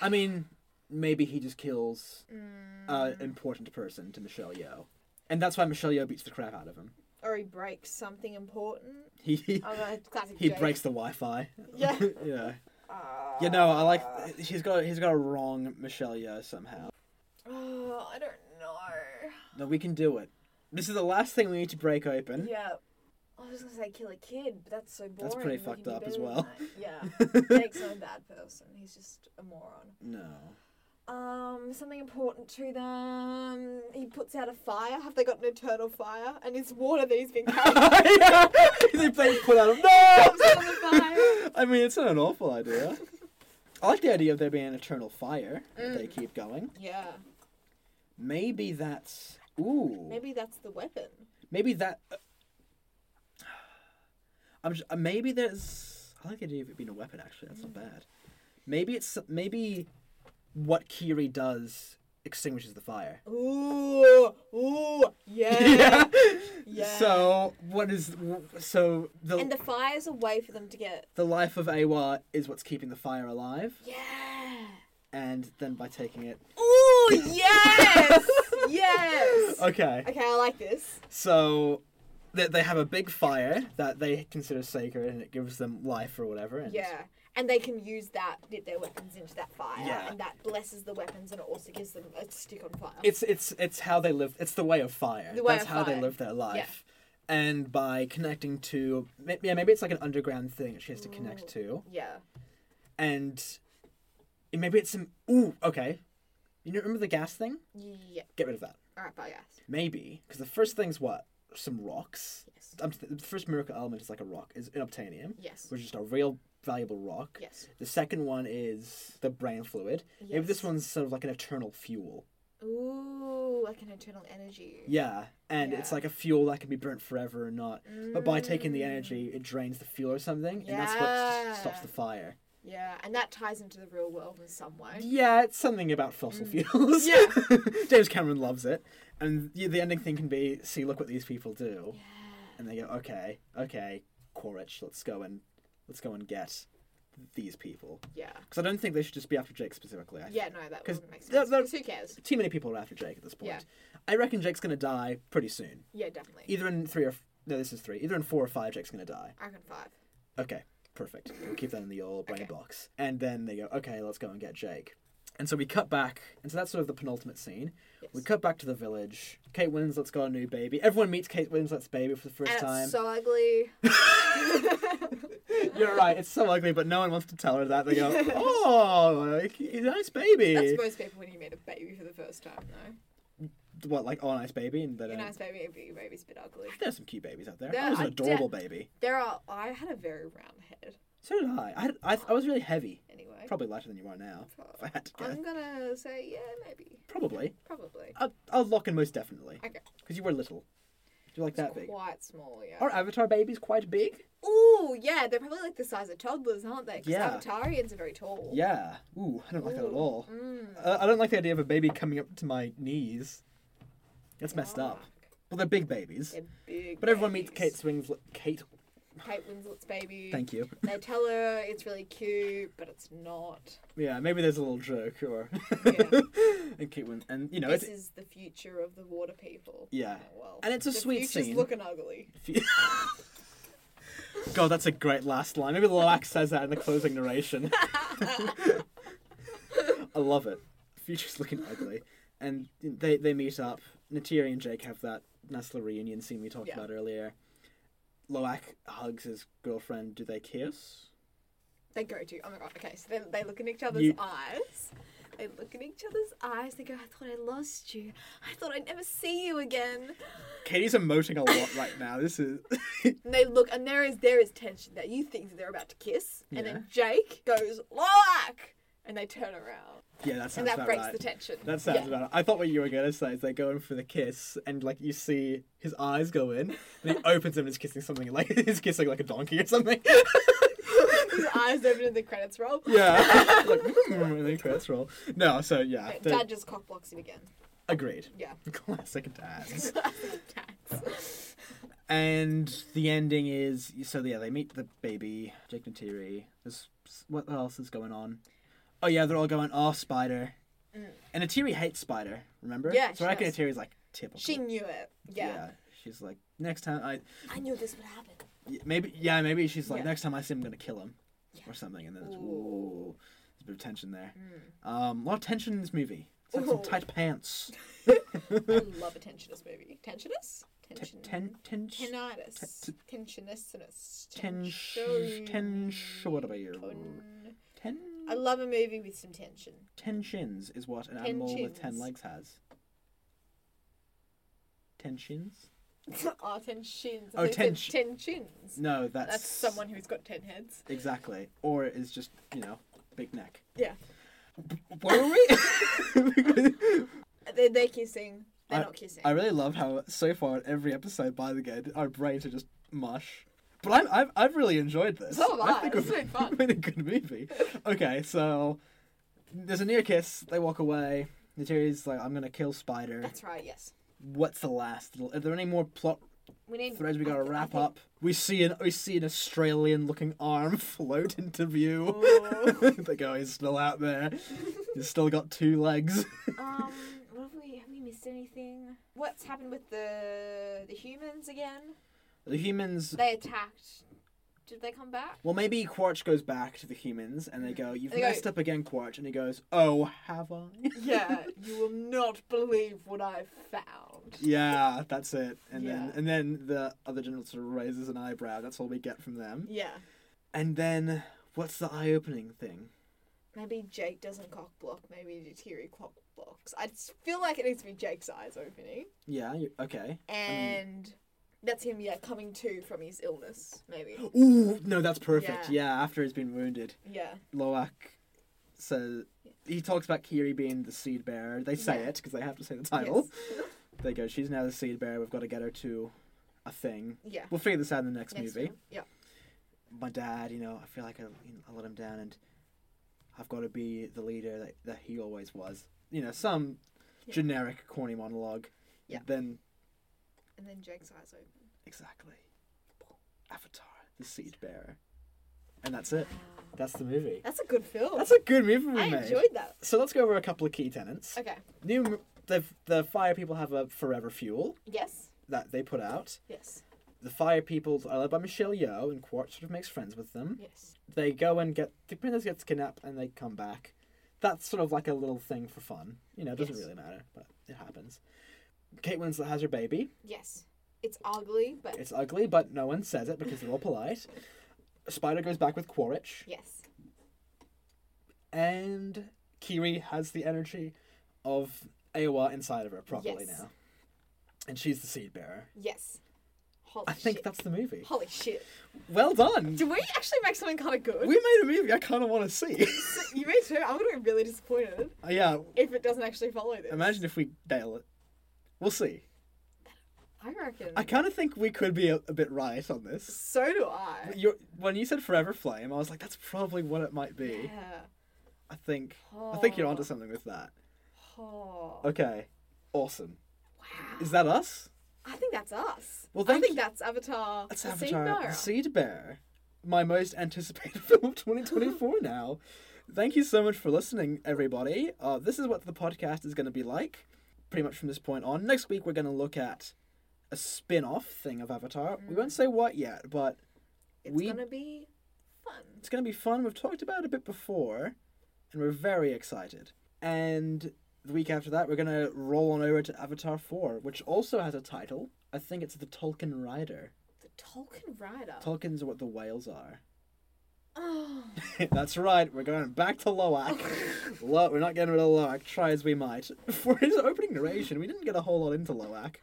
[SPEAKER 3] I mean, maybe he just kills an
[SPEAKER 4] Mm.
[SPEAKER 3] important person to Michelle Yeoh, and that's why Michelle Yeoh beats the crap out of him.
[SPEAKER 4] Or he breaks something important.
[SPEAKER 3] He he,
[SPEAKER 4] Oh, that's classic
[SPEAKER 3] he
[SPEAKER 4] Jake.
[SPEAKER 3] breaks the Wi-Fi.
[SPEAKER 4] Yeah.
[SPEAKER 3] yeah.
[SPEAKER 4] Uh,
[SPEAKER 3] Yeah. No, I like. He's got he's got a wrong Michelle Yeoh somehow.
[SPEAKER 4] Oh, I don't know.
[SPEAKER 3] No, we can do it. This is the last thing we need to break open.
[SPEAKER 4] Yeah. I was gonna say kill a kid, but that's so boring.
[SPEAKER 3] That's pretty
[SPEAKER 4] We
[SPEAKER 3] fucked
[SPEAKER 4] can do
[SPEAKER 3] up as
[SPEAKER 4] better
[SPEAKER 3] well.
[SPEAKER 4] than that. Yeah. Jake's not a bad person. He's just a moron.
[SPEAKER 3] No.
[SPEAKER 4] Um, something important to them. He puts out a fire. Have they got an eternal fire? And it's water that he's been carrying.
[SPEAKER 3] yeah. they they put out of no.
[SPEAKER 4] Comes out of the fire.
[SPEAKER 3] I mean, it's not an awful idea. I like the idea of there being an eternal fire if
[SPEAKER 4] Mm.
[SPEAKER 3] they keep going.
[SPEAKER 4] Yeah.
[SPEAKER 3] Maybe that's ooh. Maybe,
[SPEAKER 4] Maybe that's the weapon.
[SPEAKER 3] that. I'm just, uh, maybe there's. I like the idea of it being a weapon. Actually, that's not
[SPEAKER 4] Mm.
[SPEAKER 3] bad. Maybe it's maybe what Kiri does extinguishes the fire.
[SPEAKER 4] Ooh, ooh, yeah,
[SPEAKER 3] Yeah.
[SPEAKER 4] yeah.
[SPEAKER 3] So what is so the
[SPEAKER 4] and
[SPEAKER 3] the,
[SPEAKER 4] the fire's a way for them to get.
[SPEAKER 3] life of Awa is what's keeping the fire alive,
[SPEAKER 4] Yeah.
[SPEAKER 3] and then by taking it.
[SPEAKER 4] Ooh, yes, yes.
[SPEAKER 3] Okay.
[SPEAKER 4] Okay, I like this.
[SPEAKER 3] So they, they have a big fire that they consider sacred, and it gives them life or whatever. And
[SPEAKER 4] Yeah. And they can use that, dip their weapons into that fire,
[SPEAKER 3] Yeah.
[SPEAKER 4] and that blesses the weapons, and it also gives them a stick on fire.
[SPEAKER 3] it's it's it's how they live. It's the way of fire.
[SPEAKER 4] The way
[SPEAKER 3] That's
[SPEAKER 4] of
[SPEAKER 3] how they
[SPEAKER 4] fire.
[SPEAKER 3] live their life. And by connecting to, ma- yeah, maybe it's like an underground thing that she has to connect to,
[SPEAKER 4] yeah.
[SPEAKER 3] and and maybe it's some. Ooh, okay. You know, remember the gas thing?
[SPEAKER 4] Yeah.
[SPEAKER 3] Get rid of that.
[SPEAKER 4] All right, bye, guys.
[SPEAKER 3] Maybe because the first thing's what some rocks.
[SPEAKER 4] Yes.
[SPEAKER 3] Um, the first miracle element is like a rock is unobtainium,
[SPEAKER 4] Yes.
[SPEAKER 3] which is just a real valuable rock.
[SPEAKER 4] Yes.
[SPEAKER 3] The second one is the brain fluid. Maybe this
[SPEAKER 4] Yes.
[SPEAKER 3] one's sort of like an eternal fuel.
[SPEAKER 4] Ooh, like an internal energy.
[SPEAKER 3] Yeah, and it's
[SPEAKER 4] Yeah.
[SPEAKER 3] like a fuel that can be burnt forever or not. But by taking the energy, it drains the fuel or something, and that's what
[SPEAKER 4] Mm. Yeah.
[SPEAKER 3] s- stops the fire.
[SPEAKER 4] Yeah, and that ties into the real world in some way.
[SPEAKER 3] Yeah, it's something about fossil fuels.
[SPEAKER 4] Mm. Yeah.
[SPEAKER 3] James Cameron loves it. And the, the ending thing can be see, look what these people do. And they go, okay, okay, Quaritch, let's go and let's go and get these people.
[SPEAKER 4] Yeah.
[SPEAKER 3] Because I don't think they should just be after Jake specifically. I
[SPEAKER 4] Yeah, no, that
[SPEAKER 3] 'Cause
[SPEAKER 4] wouldn't make
[SPEAKER 3] that-
[SPEAKER 4] sense.
[SPEAKER 3] that-
[SPEAKER 4] 'cause who cares?
[SPEAKER 3] Too many people are after Jake at this point.
[SPEAKER 4] Yeah.
[SPEAKER 3] I reckon Jake's gonna die pretty soon.
[SPEAKER 4] Yeah, definitely.
[SPEAKER 3] Either in three or f- no, this is three. Either in four or five, Jake's gonna die.
[SPEAKER 4] I reckon five.
[SPEAKER 3] Okay, perfect. We'll keep that in the old brain
[SPEAKER 4] Okay.
[SPEAKER 3] box. And then they go, okay, let's go and get Jake. And so we cut back, and so that's sort of the penultimate scene. We
[SPEAKER 4] Yes.
[SPEAKER 3] cut back to the village. Kate Winslet's got a new baby. Everyone meets Kate Winslet's baby for the first
[SPEAKER 4] and
[SPEAKER 3] time.
[SPEAKER 4] it's so ugly.
[SPEAKER 3] You're right, it's so ugly, but no one wants to tell her that. They go, oh, like, nice baby.
[SPEAKER 4] That's most people when you meet a baby for the first time, though.
[SPEAKER 3] what, like, oh, nice baby? And they
[SPEAKER 4] Your
[SPEAKER 3] don't.
[SPEAKER 4] nice baby, but your baby's a bit ugly.
[SPEAKER 3] There's some cute babies out there.
[SPEAKER 4] There
[SPEAKER 3] I was an
[SPEAKER 4] are de-
[SPEAKER 3] adorable baby.
[SPEAKER 4] There are. I had a very round head.
[SPEAKER 3] So did I. I, had- I. I was really heavy.
[SPEAKER 4] Anyway.
[SPEAKER 3] Probably lighter than you are now, if I had to guess.
[SPEAKER 4] I'm gonna say yeah, maybe,
[SPEAKER 3] Probably.
[SPEAKER 4] probably.
[SPEAKER 3] I'll, I'll lock in most definitely.
[SPEAKER 4] Okay.
[SPEAKER 3] Because you were little. Do you like that big?
[SPEAKER 4] Quite small, yeah.
[SPEAKER 3] Are Avatar babies quite big?
[SPEAKER 4] Ooh, yeah, they're probably like the size of toddlers, aren't they? 'Cause
[SPEAKER 3] Yeah.
[SPEAKER 4] Avatarians are very tall.
[SPEAKER 3] Yeah. Ooh, I don't like that at
[SPEAKER 4] Ooh.
[SPEAKER 3] all.
[SPEAKER 4] Mm.
[SPEAKER 3] Uh, I don't like the idea of a baby coming up to my knees. That's messed up.
[SPEAKER 4] Fuck.
[SPEAKER 3] Well, they're big babiins.
[SPEAKER 4] Ah, They're big.
[SPEAKER 3] But everyone meets Kate
[SPEAKER 4] babies.
[SPEAKER 3] Swings. Kate,
[SPEAKER 4] Kate Winslet's baby.
[SPEAKER 3] thank you.
[SPEAKER 4] They tell her it's really cute, but it's not.
[SPEAKER 3] Yeah, maybe there's a little joke or.
[SPEAKER 4] Yeah.
[SPEAKER 3] and Kate Wins. And, you know,
[SPEAKER 4] this
[SPEAKER 3] it's.
[SPEAKER 4] is the future of the water people.
[SPEAKER 3] Yeah.
[SPEAKER 4] Oh, well,
[SPEAKER 3] And it's a
[SPEAKER 4] the
[SPEAKER 3] sweet
[SPEAKER 4] future's
[SPEAKER 3] scene.
[SPEAKER 4] looking ugly.
[SPEAKER 3] God, that's a great last line. Maybe Loax says that in the closing narration. I love it. Future's looking ugly. And they, they meet up. Natiri and Jake have that nice little reunion scene we talked
[SPEAKER 4] Yeah.
[SPEAKER 3] about earlier. Loak hugs his girlfriend. Do they kiss?
[SPEAKER 4] They go to. Oh my god. Okay, so they, they look in each other's
[SPEAKER 3] You-
[SPEAKER 4] eyes. They look in each other's eyes. They go, I thought I lost you. I thought I'd never see you again.
[SPEAKER 3] Katie's emoting a lot right now. This is.
[SPEAKER 4] And they look, and there is there is tension that you think that they're about to kiss, and then Jake goes Loak, and they turn around,
[SPEAKER 3] yeah, that sounds
[SPEAKER 4] and that
[SPEAKER 3] about
[SPEAKER 4] breaks
[SPEAKER 3] right.
[SPEAKER 4] the tension.
[SPEAKER 3] That sounds
[SPEAKER 4] Yeah.
[SPEAKER 3] about it. I thought what you were gonna say is they go in for the kiss, and like you see his eyes go in, and he opens them and is kissing something like he's kissing like a donkey or something.
[SPEAKER 4] His eyes open in the credits roll.
[SPEAKER 3] yeah, like mm, and then credits roll. No, so yeah, the-
[SPEAKER 4] Dad just cockblocks him again.
[SPEAKER 3] agreed.
[SPEAKER 4] Yeah.
[SPEAKER 3] Classic dads.
[SPEAKER 4] Dads.
[SPEAKER 3] and the ending is so yeah, they meet the baby Jake and Tiri. There's what else is going on? Oh yeah, they're all going oh spider, and Atiri hates spider. Remember?
[SPEAKER 4] Mm. Yeah,
[SPEAKER 3] So
[SPEAKER 4] she
[SPEAKER 3] I reckon
[SPEAKER 4] does.
[SPEAKER 3] Atiri's like typical.
[SPEAKER 4] she knew it. Yeah.
[SPEAKER 3] She's like, next time I
[SPEAKER 4] I knew this would happen.
[SPEAKER 3] y- maybe yeah maybe she's like
[SPEAKER 4] Yeah.
[SPEAKER 3] next time I see him I'm gonna kill him
[SPEAKER 4] Yeah.
[SPEAKER 3] or something and then it's,
[SPEAKER 4] Ooh. Hmm.
[SPEAKER 3] ooh, there's a bit of tension there. Um, a lot of tension in this movie. It's like some
[SPEAKER 4] Ooh.
[SPEAKER 3] tight pants.
[SPEAKER 4] I love a tensionist movie. Tensionist?
[SPEAKER 3] T-
[SPEAKER 4] Tension.
[SPEAKER 3] ten ten
[SPEAKER 4] Tenitis. Tensionistinus.
[SPEAKER 3] ten
[SPEAKER 4] Tension-
[SPEAKER 3] ten what about you?
[SPEAKER 4] Ton-
[SPEAKER 3] Ten
[SPEAKER 4] I love a movie with some tension.
[SPEAKER 3] ten shins is what an animal with ten
[SPEAKER 4] Tensions.
[SPEAKER 3] legs has. Ten shins?
[SPEAKER 4] oh, ten shins.
[SPEAKER 3] Oh,
[SPEAKER 4] They said
[SPEAKER 3] tensh-
[SPEAKER 4] ten shins.
[SPEAKER 3] No, that's
[SPEAKER 4] That's someone who's got ten heads.
[SPEAKER 3] exactly. Or it is just you know big neck.
[SPEAKER 4] Yeah.
[SPEAKER 3] Where were we?
[SPEAKER 4] They're, they're kissing. They're
[SPEAKER 3] I-
[SPEAKER 4] not kissing.
[SPEAKER 3] I really love how so far in every episode by the gate our brains are just mush. But I'm, I've I've really enjoyed this.
[SPEAKER 4] So have I.
[SPEAKER 3] we've
[SPEAKER 4] It's been fun.
[SPEAKER 3] made a good movie. Okay, so there's a near kiss. They walk away. Natiri's like, "I'm gonna kill Spider."
[SPEAKER 4] That's right, yes.
[SPEAKER 3] What's the last? Little, are there any more plot
[SPEAKER 4] We need.
[SPEAKER 3] threads we gotta
[SPEAKER 4] I thi- I
[SPEAKER 3] wrap
[SPEAKER 4] think-
[SPEAKER 3] up? We see an we see an Australian-looking arm float into view. they go, "He's still out there. He's still got two legs."
[SPEAKER 4] Um, what have we? Have we missed anything? What's happened with the the humans again?
[SPEAKER 3] the humans
[SPEAKER 4] They attacked. Did they come back?
[SPEAKER 3] Well, maybe Quarch goes back to the humans and they go, You've
[SPEAKER 4] They go-
[SPEAKER 3] messed up again, Quarch. And he goes, Oh, have I?
[SPEAKER 4] Yeah, you will not believe what I've found.
[SPEAKER 3] yeah, that's it. And then
[SPEAKER 4] Yeah.
[SPEAKER 3] and then the other general sort of raises an eyebrow. That's all we get from them.
[SPEAKER 4] Yeah.
[SPEAKER 3] And then what's the eye opening thing?
[SPEAKER 4] Maybe Jake doesn't cock block. Maybe Detiri cock blocks. I just feel like it needs to be Jake's eyes opening.
[SPEAKER 3] Yeah, you, okay.
[SPEAKER 4] And That's him, yeah, coming to from his illness, maybe.
[SPEAKER 3] Ooh, no, that's perfect.
[SPEAKER 4] Yeah.
[SPEAKER 3] Yeah, after he's been wounded,
[SPEAKER 4] Yeah.
[SPEAKER 3] Loak says he talks about Kiri being the seed bearer. They say it
[SPEAKER 4] Yeah.
[SPEAKER 3] 'cause it because they have to say the title. They go, she's now the seed bearer. We've got to get her to a thing.
[SPEAKER 4] Yeah.
[SPEAKER 3] We'll figure this out in the next,
[SPEAKER 4] Next
[SPEAKER 3] movie.
[SPEAKER 4] one. Yeah.
[SPEAKER 3] My dad, you know, I feel like I, you know, I let him down, and I've got to be the leader that, that he always was. You know, some
[SPEAKER 4] Yeah.
[SPEAKER 3] generic corny monologue.
[SPEAKER 4] Yeah.
[SPEAKER 3] Then
[SPEAKER 4] And then Jake's eyes open.
[SPEAKER 3] exactly, Avatar, the seed bearer, and that's it. That's the movie.
[SPEAKER 4] That's a good film.
[SPEAKER 3] That's a good movie we
[SPEAKER 4] I
[SPEAKER 3] made.
[SPEAKER 4] enjoyed that.
[SPEAKER 3] So let's go over a couple of key tenants.
[SPEAKER 4] Okay.
[SPEAKER 3] New, m- the the fire people have a forever fuel
[SPEAKER 4] Yes.
[SPEAKER 3] that they put out.
[SPEAKER 4] Yes.
[SPEAKER 3] The fire people are led by Michelle Yeoh, and Quartz sort of makes friends with them.
[SPEAKER 4] Yes.
[SPEAKER 3] They go and get the princess gets kidnapped, and they come back. That's sort of like a little thing for fun. You know, it doesn't
[SPEAKER 4] Yes.
[SPEAKER 3] really matter, but it happens. Kate Winslet has her baby.
[SPEAKER 4] Yes. It's ugly, but
[SPEAKER 3] It's ugly, but no one says it because they're all polite. Spider goes back with Quaritch,
[SPEAKER 4] yes.
[SPEAKER 3] and Kiri has the energy of Awa inside of her properly
[SPEAKER 4] Yes.
[SPEAKER 3] now. And she's the seed bearer.
[SPEAKER 4] Yes. Holy
[SPEAKER 3] I think
[SPEAKER 4] shit.
[SPEAKER 3] that's the movie.
[SPEAKER 4] Holy shit.
[SPEAKER 3] Well done.
[SPEAKER 4] Did we actually make something kind of good?
[SPEAKER 3] We made a movie I kind of want to see.
[SPEAKER 4] you me too. I'm gonna be really disappointed
[SPEAKER 3] Uh, yeah,
[SPEAKER 4] if it doesn't actually follow this.
[SPEAKER 3] imagine if we nail it. We'll see.
[SPEAKER 4] I reckon.
[SPEAKER 3] I kind of think we could be a, a bit right on this.
[SPEAKER 4] So do I.
[SPEAKER 3] you when you said Forever Flame, I was like, that's probably what it might be.
[SPEAKER 4] Yeah.
[SPEAKER 3] I think I think you're onto
[SPEAKER 4] Oh.
[SPEAKER 3] something with that.
[SPEAKER 4] Oh.
[SPEAKER 3] Okay, awesome.
[SPEAKER 4] Wow.
[SPEAKER 3] Is that us?
[SPEAKER 4] I think that's us.
[SPEAKER 3] Well,
[SPEAKER 4] I
[SPEAKER 3] thank
[SPEAKER 4] think
[SPEAKER 3] you-
[SPEAKER 4] that's Avatar.
[SPEAKER 3] That's
[SPEAKER 4] the Seed
[SPEAKER 3] Avatar:
[SPEAKER 4] Bearer.
[SPEAKER 3] The Seed Bear, my most anticipated film of 2024 now. Thank you so much for listening, everybody. Uh, this is what the podcast is going to be like, pretty much from this point on. Next week, we're going to look at a spin-off thing of Avatar. We
[SPEAKER 4] Mm.
[SPEAKER 3] won't say what yet, but
[SPEAKER 4] It's
[SPEAKER 3] we-
[SPEAKER 4] gonna be fun.
[SPEAKER 3] it's going to be fun. We've talked about it a bit before, and we're very excited. And the week after that, we're going to roll on over to Avatar 4, which also has a title. I think it's The Tolkien Rider.
[SPEAKER 4] The Tolkien Rider.
[SPEAKER 3] Tolkien's what the whales are.
[SPEAKER 4] oh.
[SPEAKER 3] That's right. We're going back to Loak. Lo- we're not getting rid of Loak. Try as we might. For his opening narration, we didn't get a whole lot into Loak.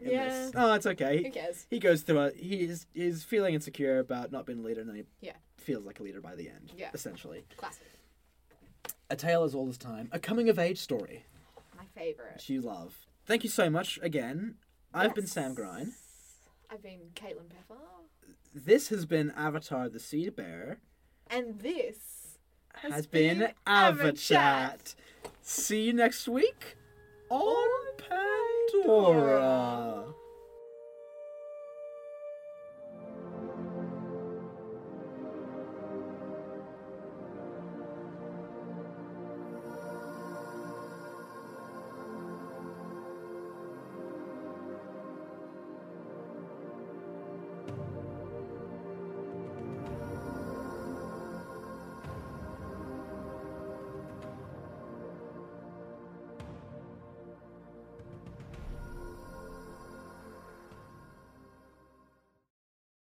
[SPEAKER 3] in
[SPEAKER 4] Yeah.
[SPEAKER 3] this. Oh, it's okay.
[SPEAKER 4] Who cares?
[SPEAKER 3] He goes through a he is he's feeling insecure about not being a leader, and he
[SPEAKER 4] Yeah.
[SPEAKER 3] feels like a leader by the end.
[SPEAKER 4] Yeah.
[SPEAKER 3] Essentially,
[SPEAKER 4] Classic.
[SPEAKER 3] a tale is all this time a coming of age story
[SPEAKER 4] My favorite.
[SPEAKER 3] that you love. Thank you so much again. I've been
[SPEAKER 4] Yes.
[SPEAKER 3] Sam Grine.
[SPEAKER 4] I've been Caitlin Pepper.
[SPEAKER 3] This has been Avatar: The Seed Bearer.
[SPEAKER 4] And this
[SPEAKER 3] Has,
[SPEAKER 4] Has
[SPEAKER 3] been,
[SPEAKER 4] been
[SPEAKER 3] Avachat. See you next week on Pandora.